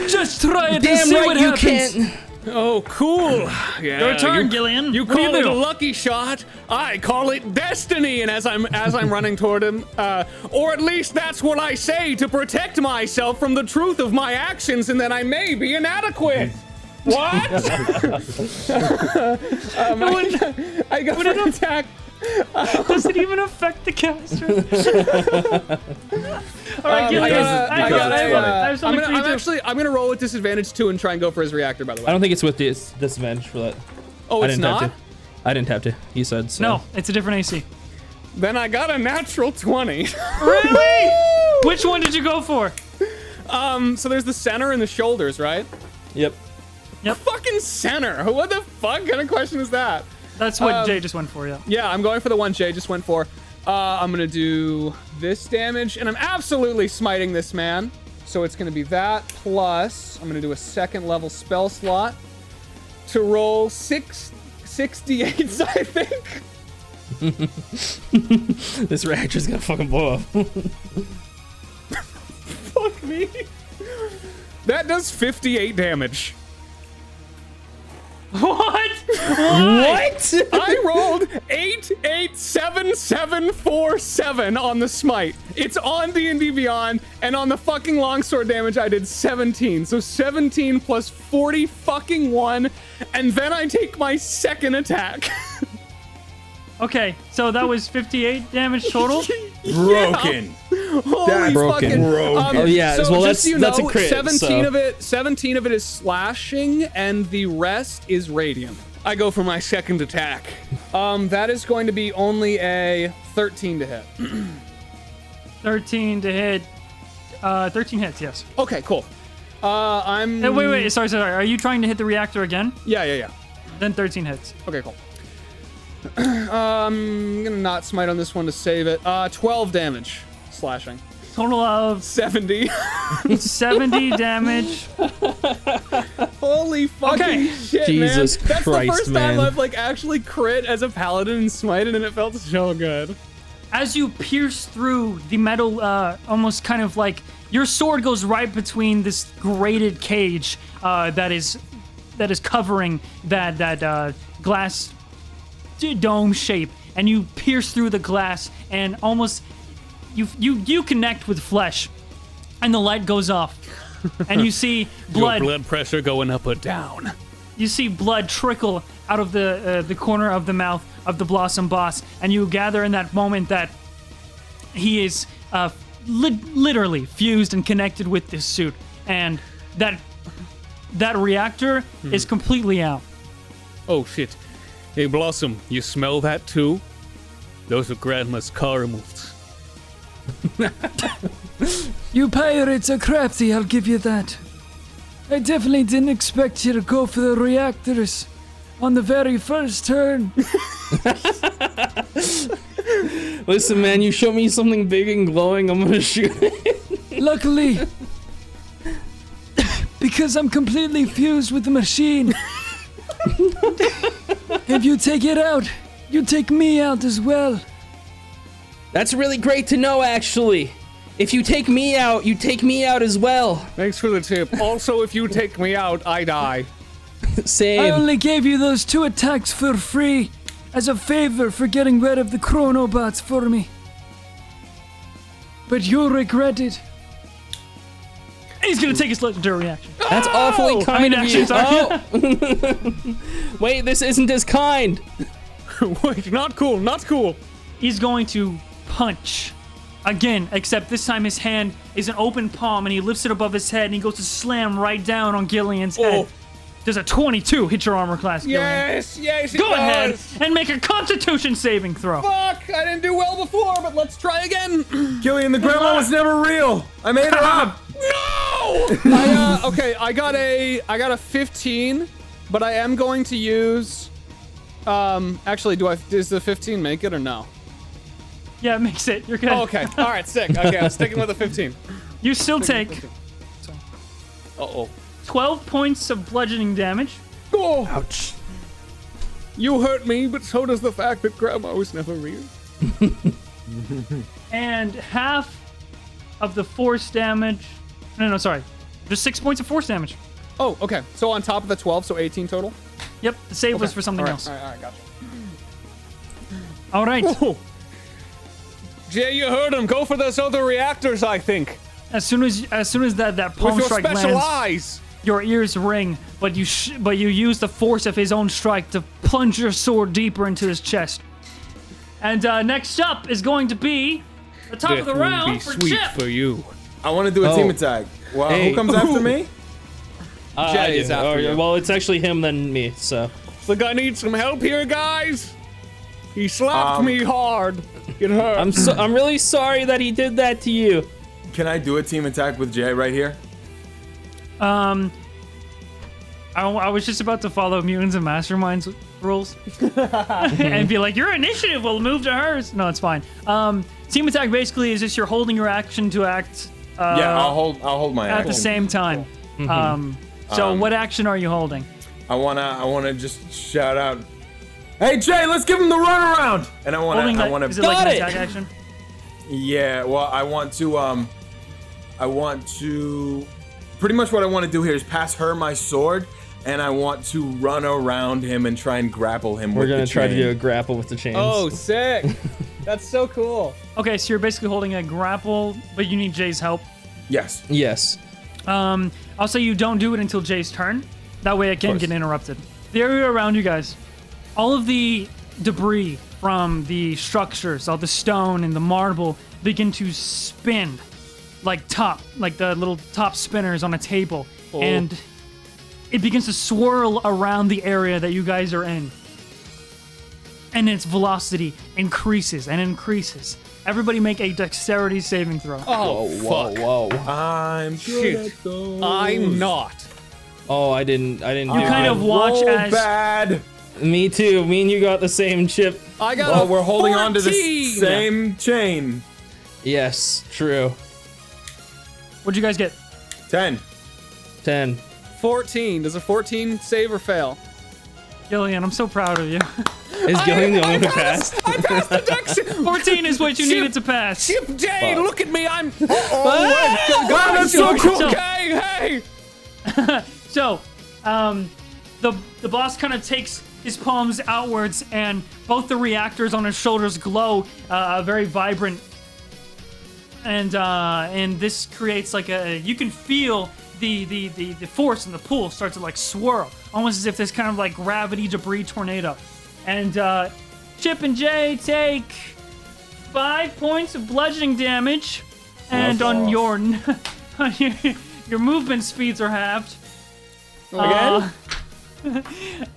S4: just try it and
S1: Damn
S4: see
S1: right
S4: what
S1: you
S4: happens.
S1: can't.
S5: Oh, cool. *sighs* Yeah,
S4: Your turn,
S5: you-
S4: Gillian.
S5: You
S4: What do
S5: call
S4: you
S5: it
S4: do?
S5: a lucky shot. I call it destiny. And as I'm as I'm running toward him, uh, or at least that's what I say to protect myself from the truth of my actions, and that I may be inadequate. What? um, I, *laughs* I got an attack.
S4: Does it even affect the
S1: *laughs*
S4: caster?
S1: Uh,
S4: All right,
S5: Um, I
S4: Gillian.
S5: got-
S4: I
S5: I got-
S4: got- I have- I have
S5: I, uh, I'm
S4: something
S5: gonna-
S4: for you
S5: I'm
S4: too.
S5: actually I'm gonna roll with disadvantage too and try and go for his reactor. By the way,
S1: I don't think it's with dis- disadvantage for that.
S5: oh,
S1: I
S5: it's
S1: didn't
S5: not.
S1: have to. I didn't have to. You said so.
S4: No, it's a different AC.
S5: Then I got a natural twenty.
S4: *laughs*
S5: *laughs*
S4: Which one did you go for?
S5: um, so there's the center and the shoulders, right?
S1: Yep.
S5: fucking center. What the fuck kind of question is that?
S4: That's what
S5: Um,
S4: Jay just went for, yeah.
S5: Yeah, I'm going for the one Jay just went for. Uh, I'm gonna do this damage, and I'm absolutely smiting this man. So it's gonna be that plus. I'm gonna do a second level spell slot to roll six 68s, *laughs* I think.
S1: This reactor's gonna fucking blow up.
S5: Fuck me. That does 58 damage.
S4: What?
S1: *laughs* what?
S5: I rolled 887747 on the smite. It's on D&D Beyond and on the fucking longsword damage I did 17. So 17 plus 40 fucking 1 and then I take my second attack. *laughs*
S4: Okay, so that was 58 damage
S1: *laughs*
S4: total.
S3: Broken.
S5: Holy
S3: That broken.
S5: fucking um,
S3: Broken.
S1: Oh, yeah,
S5: So
S1: well, that's-
S5: just so you
S1: that's a
S5: know,
S1: crit,
S5: 17
S1: so-
S5: of it 17 of it is slashing and the rest is radiant. I go for my second attack. Um that is going to be only a 13 to hit.
S4: 13 to hit. Uh, 13 hits, yes.
S5: Okay, cool. Uh, I'm.
S4: Uh, Wait,
S1: Mm.
S4: wait, sorry, sorry. Are you trying to hit the reactor again?
S5: Yeah, yeah, yeah.
S4: Then 13 hits.
S5: Okay, cool. *clears throat* um, I'm gonna not smite on this one to save it. Uh, 12 damage. slashing.
S4: Total of
S5: 70.
S4: 70 damage.
S5: *laughs* Holy fucking
S4: Okay.
S5: shit,
S1: Jesus
S5: man. That's
S1: Christ,
S5: the first
S1: man.
S5: time I've like actually crit as a paladin and smited and it felt so good.
S4: As you pierce through the metal, uh, almost kind of like your sword goes right between this grated cage uh, that is that is covering that that uh, glass d- dome shape, and you pierce through the glass and almost you you you connect with flesh, and the light goes off, and you see blood
S5: pressure going up or down.
S4: you see blood trickle out of the uh, the corner of the mouth of the blossom boss and you gather in that moment that he is uh, lit literally fused and connected with this suit and that that reactor
S2: Hmm.
S4: is completely out
S5: Oh shit. Hey Blossom, you smell that too? Those are grandma's caramels.
S2: You pirates are crafty, I'll give you that. I definitely didn't expect you to go for the reactors on the very first turn.
S1: Listen, man, you show me something big and glowing, I'm gonna shoot it.
S2: Luckily, because I'm completely fused with the machine. if you take it out, you take me out as well.
S1: *laughs* That's really great to know, actually. If you take me out, you take me out as well.
S5: Thanks for the *laughs* tip. Also, if you take me out, I die. *laughs*
S2: I
S1: Same.
S2: only gave you those two attacks for free as a favor for getting rid of the chronobots for me. But you'll regret it.
S4: And he's gonna take his legendary reaction
S1: That's awfully
S4: I mean,
S1: kind of
S4: actually,
S1: you.
S4: sorry.
S1: Oh. *laughs* Wait, this isn't as kind.
S5: Wait, not cool, not cool.
S4: he's going to punch again, except this time his hand is an open palm and he lifts it above his head and he goes to slam right down on Gillian's head.
S5: Oh.
S4: Does a 22 hit your armor class, Gillian?
S5: Yes, yes, it
S4: Go ahead
S5: does.
S4: and make a constitution saving throw.
S5: Fuck, I didn't do well before, but let's try again.
S3: Gillian, the grandma was never real. I made her up.
S5: I, uh, okay, I got a I got a 15, but I am going to use. Um, actually, do I does the 15 make it or no?
S4: Yeah, it makes it. You're good.
S5: Oh, okay, all right, sick. Okay, I'm sticking with the 15.
S4: You still take
S5: Uh oh.
S4: 12 points of bludgeoning damage.
S5: Oh. Ouch. You hurt me, but so does the fact that Grandma was never real.
S4: and half of the force damage. No, no, sorry. Just six points of force damage.
S5: Oh, okay. So on top of the 12, so 18 total.
S4: Yep, the save was
S5: Okay.
S4: for something
S5: All right,
S4: else.
S5: All right, all right, gotcha.
S4: All right.
S5: Jay, you heard him. Go for those other reactors. I think
S4: As soon as as soon as that that palm
S5: with your
S4: strike
S5: special
S4: lands,
S5: eyes.
S4: your ears ring, but you sh- but you use the force of his own strike to plunge your sword deeper into his chest. And uh, next up is going to be the top of the round for Chip.
S5: you.
S3: *laughs* I want to do a
S1: Oh.
S3: team attack. Well,
S1: Hey.
S3: who comes after me?
S5: Jag is
S1: Uh,
S5: after
S1: yeah,
S5: you.
S1: Well, it's actually him then me. So
S5: Look, I need some help here, guys. He slapped
S3: Um,
S5: me hard. It hurt.
S1: I'm so, I'm really sorry that he did that to you.
S3: Can I do a team attack with Jay right here?
S4: Um, I, I was just about to follow mutants and masterminds rules and be like, your initiative will move to hers. No, it's fine. Um, team attack basically is just you're holding your action to act uh,
S3: yeah, I'll hold. I'll hold Mm-hmm. my
S4: at
S3: action.
S4: the same time. Um, so what action are you holding?
S3: I wanna. I wanna just shout out. Hey Jay, let's give him the runaround. And I wanna.
S4: Holding
S3: I
S4: like-
S3: wanna.
S4: is it like
S1: Got
S4: an
S1: it!
S4: attack action?
S3: Yeah, well, I want to um I want to pretty much what I want to do here is pass her my sword and I want to run around him and try and grapple him
S1: We're
S3: with
S1: gonna
S3: the
S1: try to
S3: chain.
S1: do a grapple with the chains.
S5: oh, sick. *laughs* That's so cool.
S4: Okay, so you're basically holding a grapple, but you need Jay's help.
S3: Yes.
S1: yes.
S4: Um, I'll say you don't do it until Jay's turn. That way it can
S3: course.
S4: get interrupted. The area around you guys, all of the debris from the structures, all the stone and the marble begin to spin like top, like the little top spinners on a table. And it begins to swirl around the area that you guys are in. And its velocity increases and increases. Everybody make a dexterity saving throw.
S5: Oh, fuck.
S1: Whoa, whoa.
S3: I'm good
S5: Shit.
S3: at those.
S5: I'm not.
S1: Oh, I didn't. I didn't. do
S4: kind of
S1: good.
S4: watch
S3: Roll
S4: as
S3: bad.
S1: Me too. Me and you got the same chip.
S5: I got.
S3: Oh,
S5: a
S3: we're holding on to the
S5: 14.
S3: same chain.
S1: Yes, true.
S4: What'd you guys get?
S3: 10.
S1: 10.
S5: 14. Does a 14 save or fail?
S4: Gillian, I'm so proud of you.
S1: Is Gillian the only one who passed?
S5: I
S4: *laughs*
S5: passed deduction.
S4: 14 is what you
S5: Shoot.
S4: needed to pass.
S5: Chip Jay, look at me. *laughs* I'm. Oh,
S3: God, that's so cool.
S5: Okay, hey.
S4: So, um, the the boss kind of takes his palms outwards, and both the reactors on his shoulders glow uh, very vibrant, and uh, and this creates like a you can feel the the the, the force in the pool start to like swirl, almost as if this kind of like gravity debris tornado, and uh, Chip and Jay take five points of bludgeoning damage, and on your, *laughs* on your your movement speeds are halved. Uh,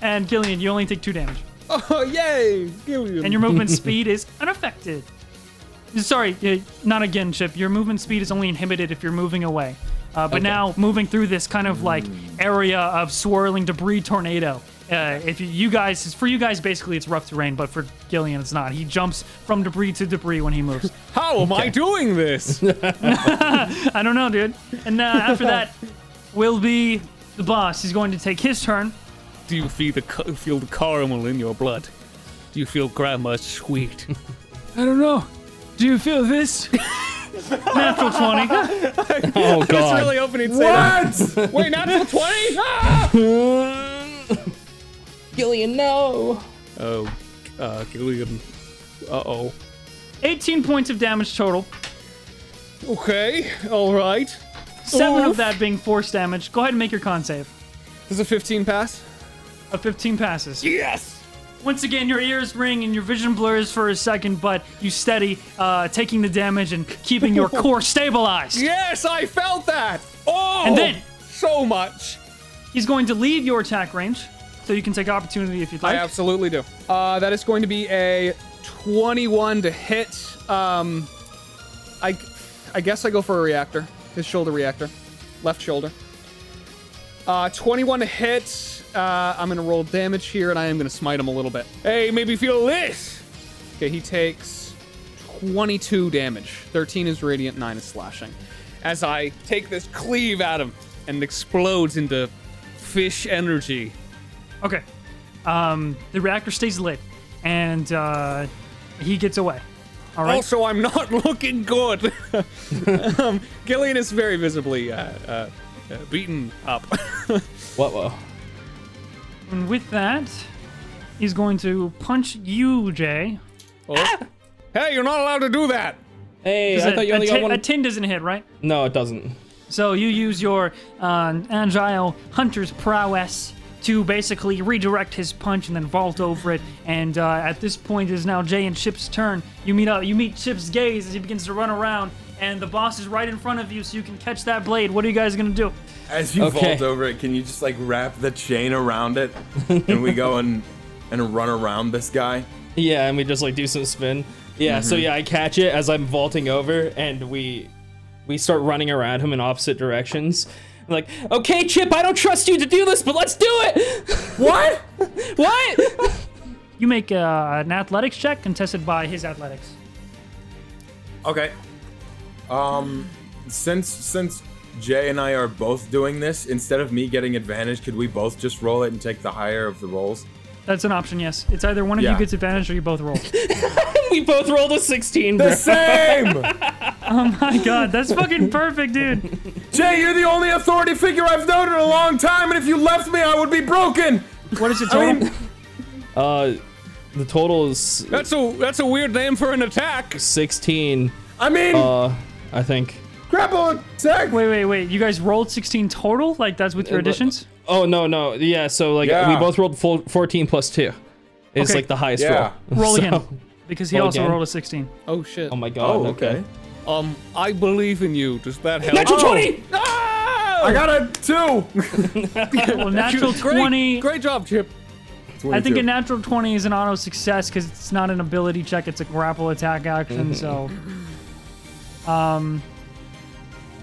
S4: and Gillian, you only take two damage,
S5: Oh, yay. Gillian.
S4: and your movement speed is unaffected. Sorry, uh, not again, Chip. Your movement speed is only inhibited if you're moving away. Uh, but now moving through this kind of like area of swirling debris tornado. Uh, if you, you guys, for you guys, basically it's rough terrain, but for Gillian, it's not. He jumps from debris to debris when he moves.
S5: How am I doing *laughs* this?
S4: I don't know, dude. And uh, after that, will be the boss. He's going to take his turn.
S5: Do you feel the ca- feel the caramel in your blood? Do you feel
S4: *laughs*
S5: grandma's sweet?
S2: I don't know. Do you feel this?
S4: Natural 20. *laughs*
S1: Oh,
S5: It's
S1: God.
S5: really hoping he'd say that. *laughs* Wait, Ah! not till 20?
S1: Gillian, no.
S5: Oh, uh, Gilliam. Uh oh.
S4: 18 points of damage total.
S5: Okay, alright.
S4: Seven
S5: Oof.
S4: of that being force damage. Go ahead and make your con save.
S5: Does a 15 pass?
S4: A 15 passes.
S5: Yes!
S4: Once again, your ears ring and your vision blurs for a second, but you steady, uh, taking the damage and keeping your core stabilized.
S5: Yes, I felt that! Oh!
S4: And then-
S5: So much!
S4: He's going to leave your attack range, so you can take opportunity if you'd
S5: I
S4: like.
S5: absolutely do. Uh, that is going to be a 21 to hit. Um, I, I guess I go for a reactor. His shoulder reactor. Left shoulder. Uh, 21 to hit. Uh, I'm going to roll damage here, and I am going to smite him a little bit. Hey, maybe feel this! Okay, he takes 22 damage. 13 is radiant, 9 is slashing. As I take this cleave at him and explodes into fish energy.
S4: Okay. Um, the reactor stays lit, and uh, he gets away. All right.
S5: Also, I'm not *laughs* looking good. um, Gillian is very visibly uh, uh, uh, beaten up. *laughs*
S1: What? Whoa.
S4: and with that, he's going to punch you, Jay.
S5: hey, you're not allowed to do that.
S1: Hey,
S4: Does
S1: I
S4: a-
S1: thought you
S4: a
S1: only
S4: ti-
S1: got one.
S4: a 10 doesn't hit, right?
S1: no, it doesn't.
S4: So you use your uh, agile hunter's prowess to basically redirect his punch and then vault over it. And uh, at this point, it is now Jay and Chip's turn. You meet up. You meet Chip's gaze as he begins to run around, and the boss is right in front of you, so you can catch that blade. What are you guys gonna do?
S3: As you
S1: Okay.
S3: vault over it, can you just like wrap the chain around it? and we go and, and run around this guy?
S1: Yeah, and we just like do some spin. Yeah, so yeah, I catch it as I'm vaulting over, and we we start running around him in opposite directions. I'm like, okay, Chip, I don't trust you to do this, but let's do it. *laughs* What? what? *laughs*
S4: You make uh, an athletics check contested by his athletics.
S3: Okay. Um, since since Jay and I are both doing this, instead of me getting advantage, could we both just roll it and take the higher of the rolls?
S4: That's an option. Yes, it's either one of you
S3: Yeah.
S4: gets advantage or you both roll. *laughs*
S1: we both rolled a 16, bro.
S3: *laughs* Same.
S4: My God, that's fucking perfect, dude.
S3: Jay, you're the only authority figure I've known in a long time, and if you left me, I would be broken.
S4: What is it total?
S3: I mean,
S1: Uh, the total is
S5: That's a that's a weird name for an attack.
S1: 16.
S3: I mean,
S1: Uh, I think.
S3: grapple attack.
S4: Wait, wait, wait. You guys rolled 16 total? Like that's with your
S1: Uh, but- *laughs*
S4: additions?
S1: Oh no, no, yeah. So like
S3: Yeah.
S1: we both rolled full 14 plus two. It's
S4: Okay.
S1: like the highest
S3: Yeah.
S1: roll.
S4: Roll
S1: So-
S4: again. Because he
S1: Roll
S4: also
S1: again.
S4: rolled a 16.
S5: Oh shit.
S1: Oh my god.
S3: Oh,
S1: okay.
S3: okay. Oh.
S5: Um, I believe in you. Does that
S1: *laughs*
S5: help?
S1: Natural 20!
S3: I got a two.
S4: Well, natural 20.
S5: Great, Great job, Chip.
S4: I think
S3: 22.
S4: a natural 20 is an auto success because it's not an ability check, it's a grapple attack action. So, um,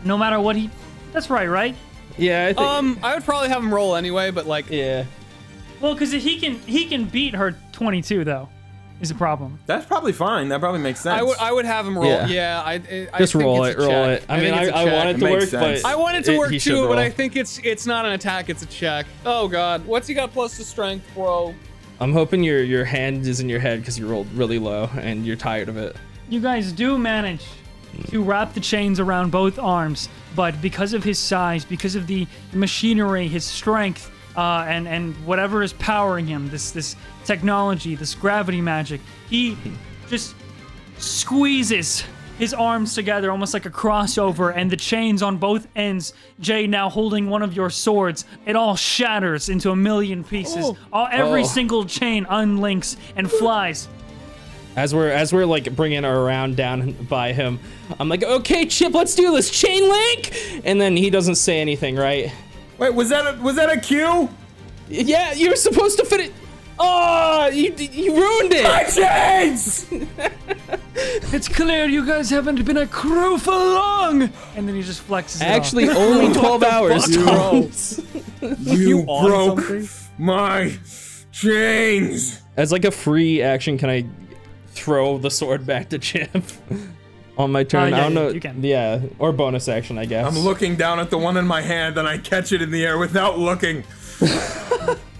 S4: no matter what he. That's right, right?
S1: Yeah, I think.
S5: Um, I would probably have him roll anyway, but like,
S1: yeah.
S4: Well, because he can he can beat her 22 though. is a problem.
S3: That's probably fine. That probably makes sense.
S5: I would I would have him roll.
S1: Yeah.
S5: Yeah, I, I I
S1: Just
S5: think
S1: roll
S5: it's
S1: it,
S5: a
S1: roll
S5: check.
S1: it. I mean,
S5: think
S1: I,
S5: it's a
S1: I
S5: check.
S1: want it
S3: It
S1: to
S3: makes
S1: work,
S3: sense.
S1: but
S5: I want it to
S1: it-
S5: work
S1: he should
S5: too, but
S1: roll.
S5: I think it's it's not an attack. It's a check. Oh god, what's he got plus to strength, bro?
S1: I'm hoping your your hand is in your head because you rolled really low and you're tired of it.
S4: You guys do manage to wrap the chains around both arms, but because of his size, because of the machinery, his strength, uh, and and whatever is powering him, this this technology, this gravity magic, he just squeezes his arms together almost like a crossover and the chains on both ends jay now holding one of your swords it all shatters into a million pieces all, every
S1: Oh.
S4: single chain unlinks and flies
S1: As we're as we're like bringing our round down by him, I'm like, okay, Chip, let's do this chain link. And then he doesn't say anything, right?
S3: Wait, was that a, was that a cue?
S1: Yeah, you were supposed to fit it. Oh, you you ruined it.
S3: Chains!
S4: It's clear you guys haven't been a crew for long. And then he just flexes. It
S1: Actually, *laughs* only 12 hours. Toms.
S3: *laughs* You, broke my chains.
S1: As like a free action, can I throw the sword back to Chip *laughs* on my turn?
S4: yeah,
S1: I don't
S4: yeah,
S1: know.
S4: you can.
S1: Yeah, or bonus action, I guess.
S3: I'm looking down at the one in my hand and I catch it in the air without looking. *laughs*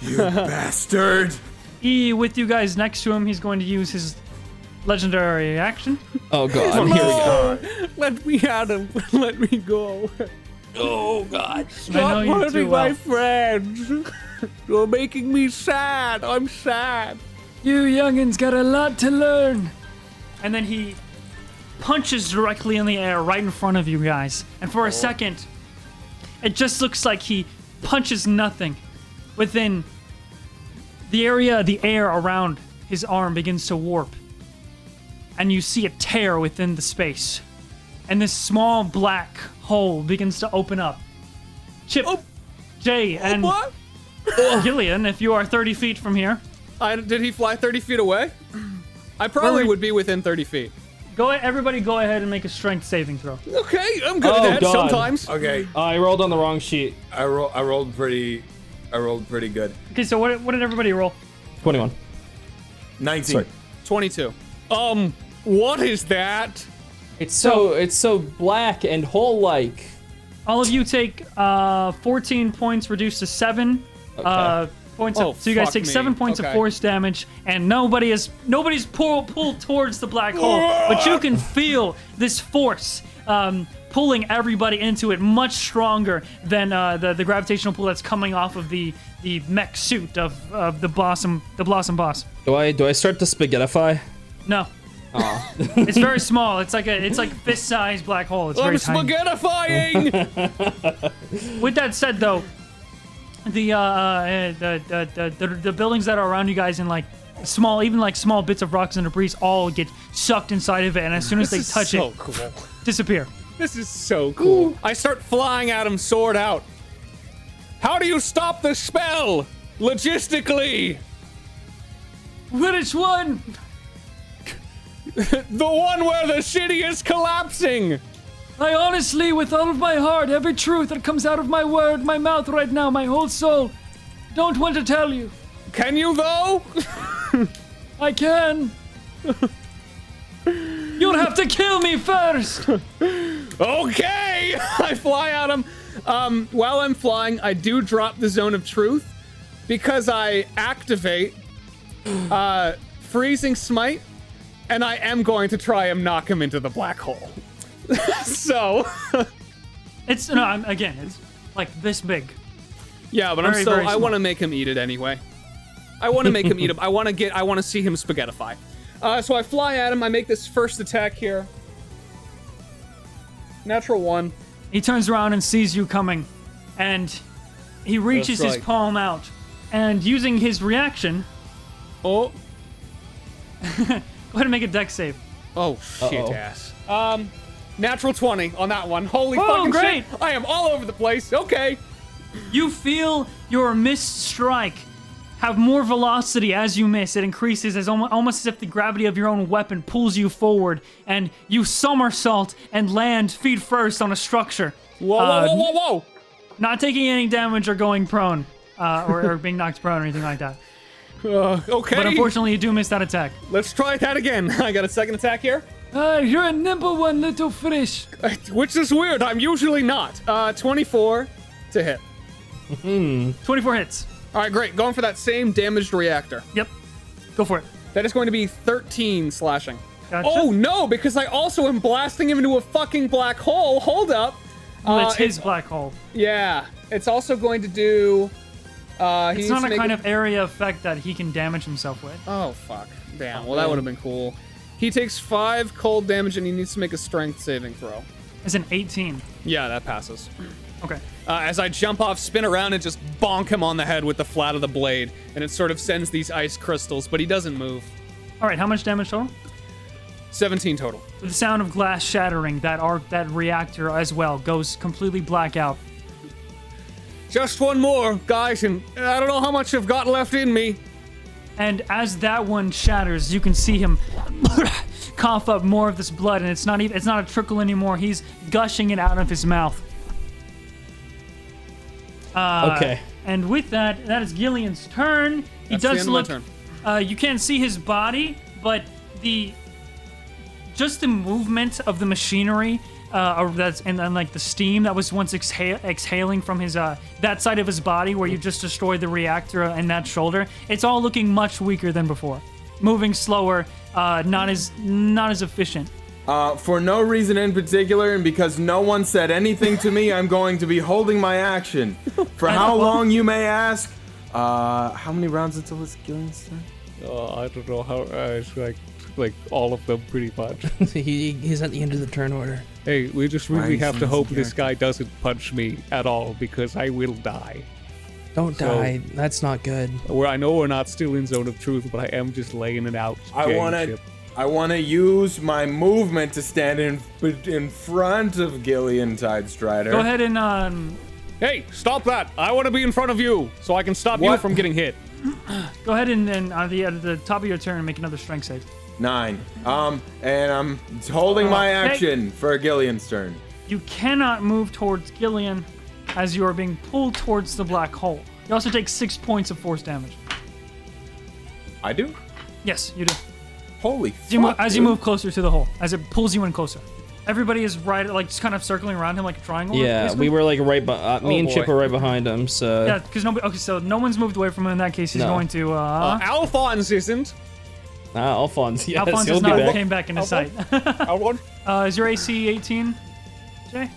S3: you bastard.
S4: he with you guys next to him. He's going to use his legendary action.
S1: Oh
S3: *laughs*
S1: god.
S5: Let me out
S1: *laughs*
S5: of let me go.
S1: Oh god.
S4: I know you too well.
S5: friends. You're making me sad. I'm sad.
S4: You youngins got a lot to learn. And then he punches directly in the air right in front of you guys. And for a second, it just looks like he punches nothing. Within the area, the air around his arm begins to warp. And you see a tear within the space. And this small black hole begins to open up. Chip, Jay, and
S5: What?
S4: Gillian, if you are 30 feet from here,
S5: I, did he fly 30 feet away? I probably
S4: Where-
S5: would be within 30 feet.
S4: Go ahead, everybody. Go ahead and make a strength saving throw.
S5: Okay, I'm good
S1: Oh,
S5: at that
S1: God.
S5: sometimes. Uh,
S3: Okay,
S1: I rolled on the wrong sheet.
S3: I roll I rolled pretty I rolled pretty good.
S4: Okay, so what, what did everybody roll?
S1: 21.
S3: 19.
S5: 22. Um, what is that?
S1: It's so it's so black and hole like.
S4: All of you take uh, 14 points, reduced to seven uh, points.
S5: Oh,
S4: of, so you guys
S5: fuck
S4: take
S5: me.
S4: seven points of
S5: Okay.
S4: force damage, and nobody is nobody's pull, pulled towards the black hole, but you can feel this force um, pulling everybody into it, much stronger than uh, the the gravitational pull that's coming off of the the mech suit of, of the blossom the blossom boss.
S1: Do I do I start to spaghettify?
S4: No. *laughs* it's very small. It's like a it's like fist sized black hole. It's
S5: I'm
S4: very tiny. *laughs*
S5: spaghettifying!
S4: With that said, though, the uh, uh, the, the, the the the buildings that are around you guys in like small, even like small bits of rocks and debris, all get sucked inside of it, and as soon as
S5: this is
S4: they touch
S5: so
S4: it,
S5: cool.
S4: disappear.
S5: This is so cool. I start flying at him, sword out. How do you stop the spell? Logistically,
S4: Which one?
S5: the one where the city is collapsing.
S4: I honestly, with all of my heart, every truth that comes out of my word, my mouth right now, my whole soul, don't want to tell you.
S5: Can you though?
S4: I
S5: *laughs*
S4: can. You'll have to kill me first.
S5: Okay! *laughs* I fly at him. Um, while I'm flying, I do drop the zone of truth because I activate uh, freezing smite, and I am going to try and knock him into the black hole. *laughs* so,
S4: It's no, I'm, again, it's like this big.
S5: yeah, but I'm
S4: Very,
S5: still.
S4: very
S5: I want
S4: small.
S5: to make him eat it anyway. I want to make him eat him. I want to get. I want to see him spaghettify. Uh, so I fly at him. I make this first attack here. Natural one.
S4: He turns around and sees you coming, and he reaches
S5: That's
S4: his
S5: right.
S4: palm out, and using his reaction,
S5: Oh,
S4: *laughs* go ahead and make a deck save.
S5: Oh shit,
S1: Uh-oh.
S5: ass. Um, natural twenty on that one. Holy
S4: Oh,
S5: fucking
S4: great.
S5: shit! I am all over the place. Okay.
S4: You feel your missed strike have more velocity as you miss. It increases as almost, almost as if the gravity of your own weapon pulls you forward, and you somersault and land feet first on a structure,
S5: Whoa,
S4: Uh,
S5: whoa, whoa, whoa, whoa!
S4: not taking any damage or going prone, uh, or, or being knocked prone or anything like that.
S5: Uh, okay.
S4: But unfortunately, you do miss that attack.
S5: Let's try that again. *laughs* I got a second attack here. *laughs*
S2: Ah, you're a nimble one, little fish.
S5: Which is weird. I'm usually not. Uh, 24 to hit.
S4: 24 hits.
S5: All right, great. Going for that same damaged reactor.
S4: Yep. Go for it.
S5: That is going to be 13 slashing.
S4: Gotcha.
S5: Oh no, because I also am blasting him into a fucking black hole. Hold up.
S4: Well,
S5: Uh,
S4: it's his black hole.
S5: Yeah, it's also going to do. Uh, he
S4: It's
S5: needs
S4: not
S5: to
S4: a
S5: make
S4: kind
S5: it-
S4: of area effect that he can damage himself with.
S5: Oh fuck! Damn. Well, that would have been cool. He takes five cold damage and he needs to make a strength saving throw.
S4: It's an 18.
S5: Yeah, that passes.
S4: Okay.
S5: Uh, as I jump off, spin around, and just bonk him on the head with the flat of the blade, and it sort of sends these ice crystals, but he doesn't move.
S4: All right. How much damage total?
S5: 17 total.
S4: With the sound of glass shattering, that arc, that reactor as well goes completely black out.
S5: Just one more, guys, and I don't know how much I've got left in me.
S4: And as that one shatters, you can see him *laughs* cough up more of this blood, and it's not even—it's not a trickle anymore. He's gushing it out of his mouth.
S1: okay.
S4: And with that, that is Gillian's turn. He
S5: That's the
S4: does
S5: end of my
S4: look.
S5: turn.
S4: Uh, you can't see his body, but the just the movement of the machinery uh, or that's and, and like the steam that was once exha- exhaling from his uh, that side of his body where you just destroyed the reactor and that shoulder. It's all looking much weaker than before, moving slower, uh, not as not as efficient.
S3: Uh, for no reason in particular, and because no one said anything to me, I'm going to be holding my
S4: *laughs*
S3: action. For how long, you may ask? Uh, how many rounds until it's Gillian's turn?
S8: Oh, I don't know how. Uh, it's like, like all of them pretty much.
S1: he, he's at the end of the turn order.
S8: hey, we just really
S3: Ryan
S8: have to
S3: Johnson
S8: hope this guy
S3: character.
S8: doesn't punch me at all because I will die.
S1: Don't die. That's not good.
S8: Where I know we're not still in zone of truth, but I am just laying it out.
S3: I
S8: gang
S3: want to.
S8: ship.
S3: I want to use my movement to stand in in front of Gillian Tidestrider.
S4: Go ahead and um,
S5: Hey, stop that! I want to be in front of you so I can stop you
S3: What?
S5: from getting hit.
S4: go ahead and, and on the at the top of your turn, make another strength save.
S3: Nine. Um, and I'm holding my
S4: Uh, hey.
S3: action for Gillian's turn.
S4: You cannot move towards Gillian as you are being pulled towards the black hole. You also take six points of force damage.
S3: I do.
S4: Yes, you do.
S3: Holy.
S4: As you, move,
S3: fuck,
S4: as you
S3: dude.
S4: move closer to the hole, as it pulls you in closer. Everybody is right, like just kind of circling around him like a triangle.
S1: Yeah,
S4: basically.
S1: we were like right by. Uh, me
S5: Oh,
S1: and Chip
S5: boy.
S1: were right behind him, so.
S4: Yeah, because nobody. Okay, so no one's moved away from him. In that case, he's
S1: No.
S4: going to. Uh,
S5: Uh,
S3: *laughs*
S5: Alphonse isn't.
S1: Ah, Alphonse. *laughs* Yes,
S4: Alphonse
S1: he'll
S4: is
S1: be
S4: not
S1: back.
S4: came back into sight. *laughs*
S5: I want.
S4: Uh, is your AC 18? Jay,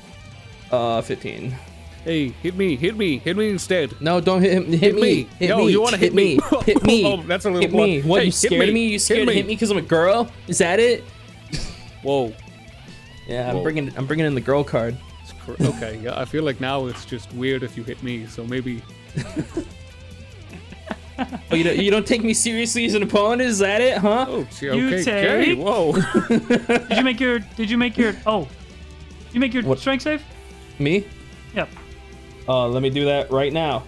S1: Uh, 15.
S8: Hey, hit me, hit me, hit me instead.
S1: No, don't hit him. Hit,
S8: Hit
S1: me.
S8: me.
S1: Hit
S8: Yo,
S1: me.
S8: you wanna hit me.
S1: *laughs* Hit me.
S8: Oh, that's a little
S1: Hit
S8: blunt.
S1: me. What,
S8: Hey,
S1: you
S8: hit
S1: scared
S8: me.
S1: of me? You
S8: Hit
S1: scared to
S8: me.
S1: hit me because I'm a girl? Is that it?
S8: Whoa.
S1: Yeah, I'm
S8: Whoa.
S1: bringing I'm bringing in the girl card.
S8: It's cr- okay, yeah, I feel like now it's just weird if you hit me, so maybe.
S1: Oh, you don't, you don't take me seriously as an opponent? Is that it, huh?
S8: Oh, gee,
S4: You
S8: okay,
S4: take-
S8: Jay,
S1: *laughs*
S8: whoa.
S4: did you make your? Did you make your? Oh, did you make your
S1: What?
S4: strength save?
S1: Me?
S4: Yep.
S1: Uh, let me do that right now.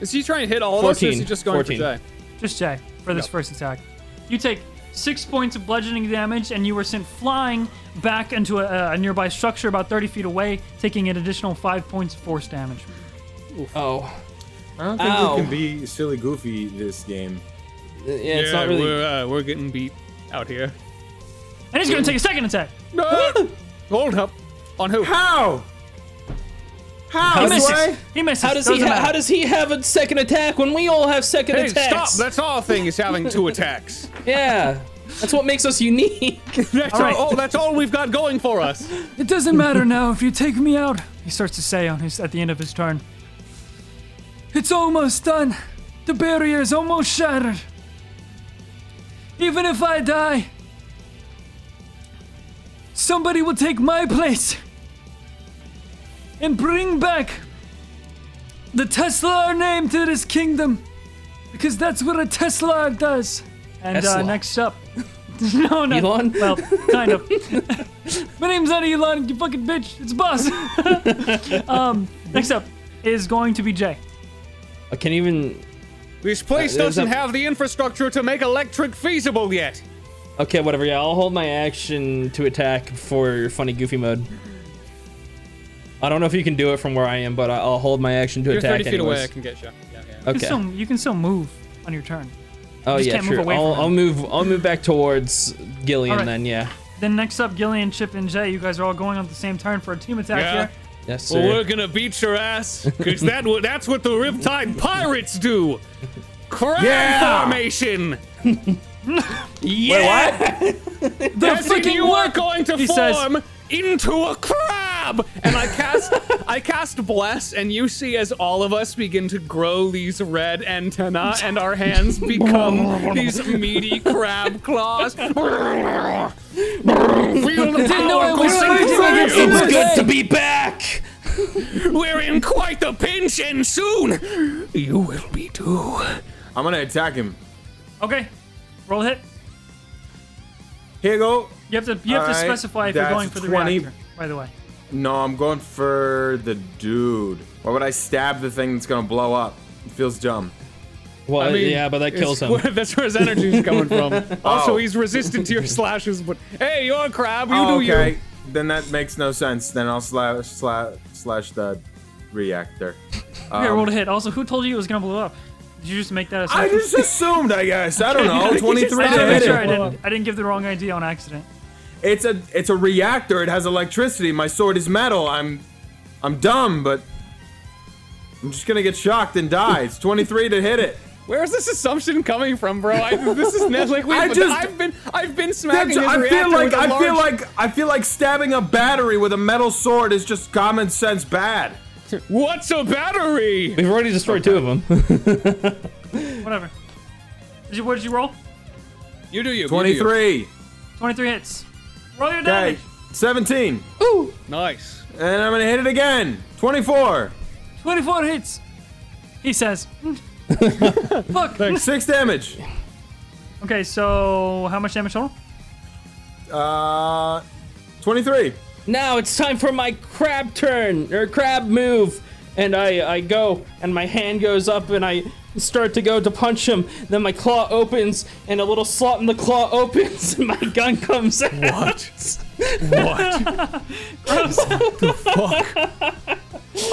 S5: Is he trying to hit all of us or is
S1: 14.
S5: he just going for
S1: 14.
S5: Jay?
S4: Just Jay for this first attack. You take six points of bludgeoning damage, and you were sent flying back into a, a nearby structure about 30 feet away, taking an additional five points of force damage.
S1: Oh.
S3: I don't think
S1: Ow.
S3: you can be silly goofy this game.
S1: Yeah,
S8: Yeah,
S1: it's not really.
S8: we're, uh, we're getting beat out here.
S4: And he's going to take a second attack.
S5: No! Hold up. On who?
S3: How? How?
S4: He
S1: does-
S4: misses. He misses.
S1: How does he?
S4: Doesn't
S1: Ha-
S4: matter.
S1: how does he have a second attack when we all have second
S5: Hey, stop!
S1: attacks?
S5: That's our thing is having
S1: *laughs*
S5: two attacks.
S1: Yeah, that's what makes us
S3: *laughs*
S1: unique.
S5: That's all,
S4: right.
S5: oh, that's all we've got going for us.
S2: It doesn't matter now if you take me out.
S4: He starts to say on his at the end of his turn.
S2: It's almost done. The barrier is almost shattered. Even if I die, somebody will take my place and bring back the Tesla name to this kingdom because that's what a Tesla does.
S4: And uh,
S1: Tesla.
S2: *laughs*
S4: next up, no, no,
S1: Elon? Uh,
S4: well, kind of. *laughs* My name's not Elon. You fucking bitch. It's Boss. um, *laughs* next up is going to be Jay.
S1: I can't even.
S5: This place
S1: Uh, there's
S5: doesn't
S1: a-
S5: have the infrastructure to make electric feasible yet.
S1: Okay, whatever. Yeah, I'll hold my action to attack for funny goofy mode. I don't know if you can do it from where I am, but I- I'll hold my action to
S5: You're
S1: attack.
S5: 30 feet away. I
S1: anyways.
S5: can get you. Yeah, yeah.
S4: You can
S1: Okay.
S4: still, you can still move. on your turn.
S1: Oh
S4: just
S1: yeah,
S4: can't move
S1: sure.
S4: away from
S1: I'll,
S4: him.
S1: I'll move. I'll move back towards Gillian
S4: Alright.
S1: then. Yeah.
S4: Then next up, Gillian, Chip, and Jay. You guys are all going on the same turn for a team attack
S5: Yeah.
S4: here.
S1: Yes,
S5: Well,
S1: sir.
S5: we're gonna beat your ass, cause that wa- that's what the Riptide Pirates do. Crab
S3: Yeah! *laughs*
S5: formation.
S3: Wait, what?
S4: The
S5: As if you were going to
S4: He says-
S5: form into a crab. And I cast *laughs* I cast bless, and you see as all of us begin to grow these red antennae, and our hands *laughs* become these meaty crab claws. Feel the power
S4: was
S5: coursing
S4: fighting against
S5: through you.
S4: it.
S1: it's
S4: Jay!
S1: good to be back.
S5: *laughs* We're in quite the pinch, and soon you will be too.
S3: I'm gonna attack him.
S4: Okay, roll a hit.
S3: Here you go.
S4: You have to you have to
S3: Alright,
S4: specify if you're
S3: that's
S4: going for the
S3: 20.
S4: reactor. By the way,
S3: No, I'm going for the dude. Why would I stab the thing that's gonna blow up? It feels dumb.
S1: Well,
S5: mean,
S1: yeah, but that kills
S5: It's
S1: him.
S5: where- that's where his energy's coming from. Also,
S3: Oh.
S5: he's resistant to your slashes, but hey, you're a crab. You
S3: Oh,
S5: do
S3: okay.
S5: you.
S3: Then that makes no sense. Then I'll slash slash slash the reactor. Um,
S4: okay, roll a hit. Also, who told you it was gonna blow up? Did you just make that
S3: I
S4: assumption?
S3: just assumed, I guess. I don't
S4: *laughs*
S3: know. Twenty-three
S4: I
S3: to
S4: wanna make
S3: hit
S4: sure I
S3: it.
S4: didn't I didn't give the wrong idea on accident.
S3: It's a it's a reactor. It has electricity. My sword is metal. I'm I'm dumb, but I'm just gonna get shocked and die. It's twenty-three to hit it.
S5: Where's this assumption coming from, bro? I, this is not like we.
S3: I just-
S5: I've been, I've been smacking
S3: That's- I
S5: his reactor
S3: feel like
S5: with a
S3: I feel
S5: large-
S3: like I feel like stabbing a battery with a metal sword is just common sense bad.
S5: What's a battery?
S1: We've already destroyed two of them. *laughs*
S4: Whatever. Did you, what did you roll?
S5: You do you. you do you.
S3: Twenty-three.
S4: 23 hits. Roll your
S3: Okay.
S4: damage.
S3: Seventeen.
S5: Nice.
S3: And I'm gonna hit it again. Twenty-four.
S4: 24 hits. He says. "Mm." Fuck.
S3: Six damage.
S4: Okay, so how much damage total?
S3: Uh, twenty-three.
S1: now it's time for my crab turn or crab move, and I I go and my hand goes up and I start to go to punch him. Then my claw opens and a little slot in the claw *laughs* opens and my gun comes out.
S8: What? What?
S4: Okay.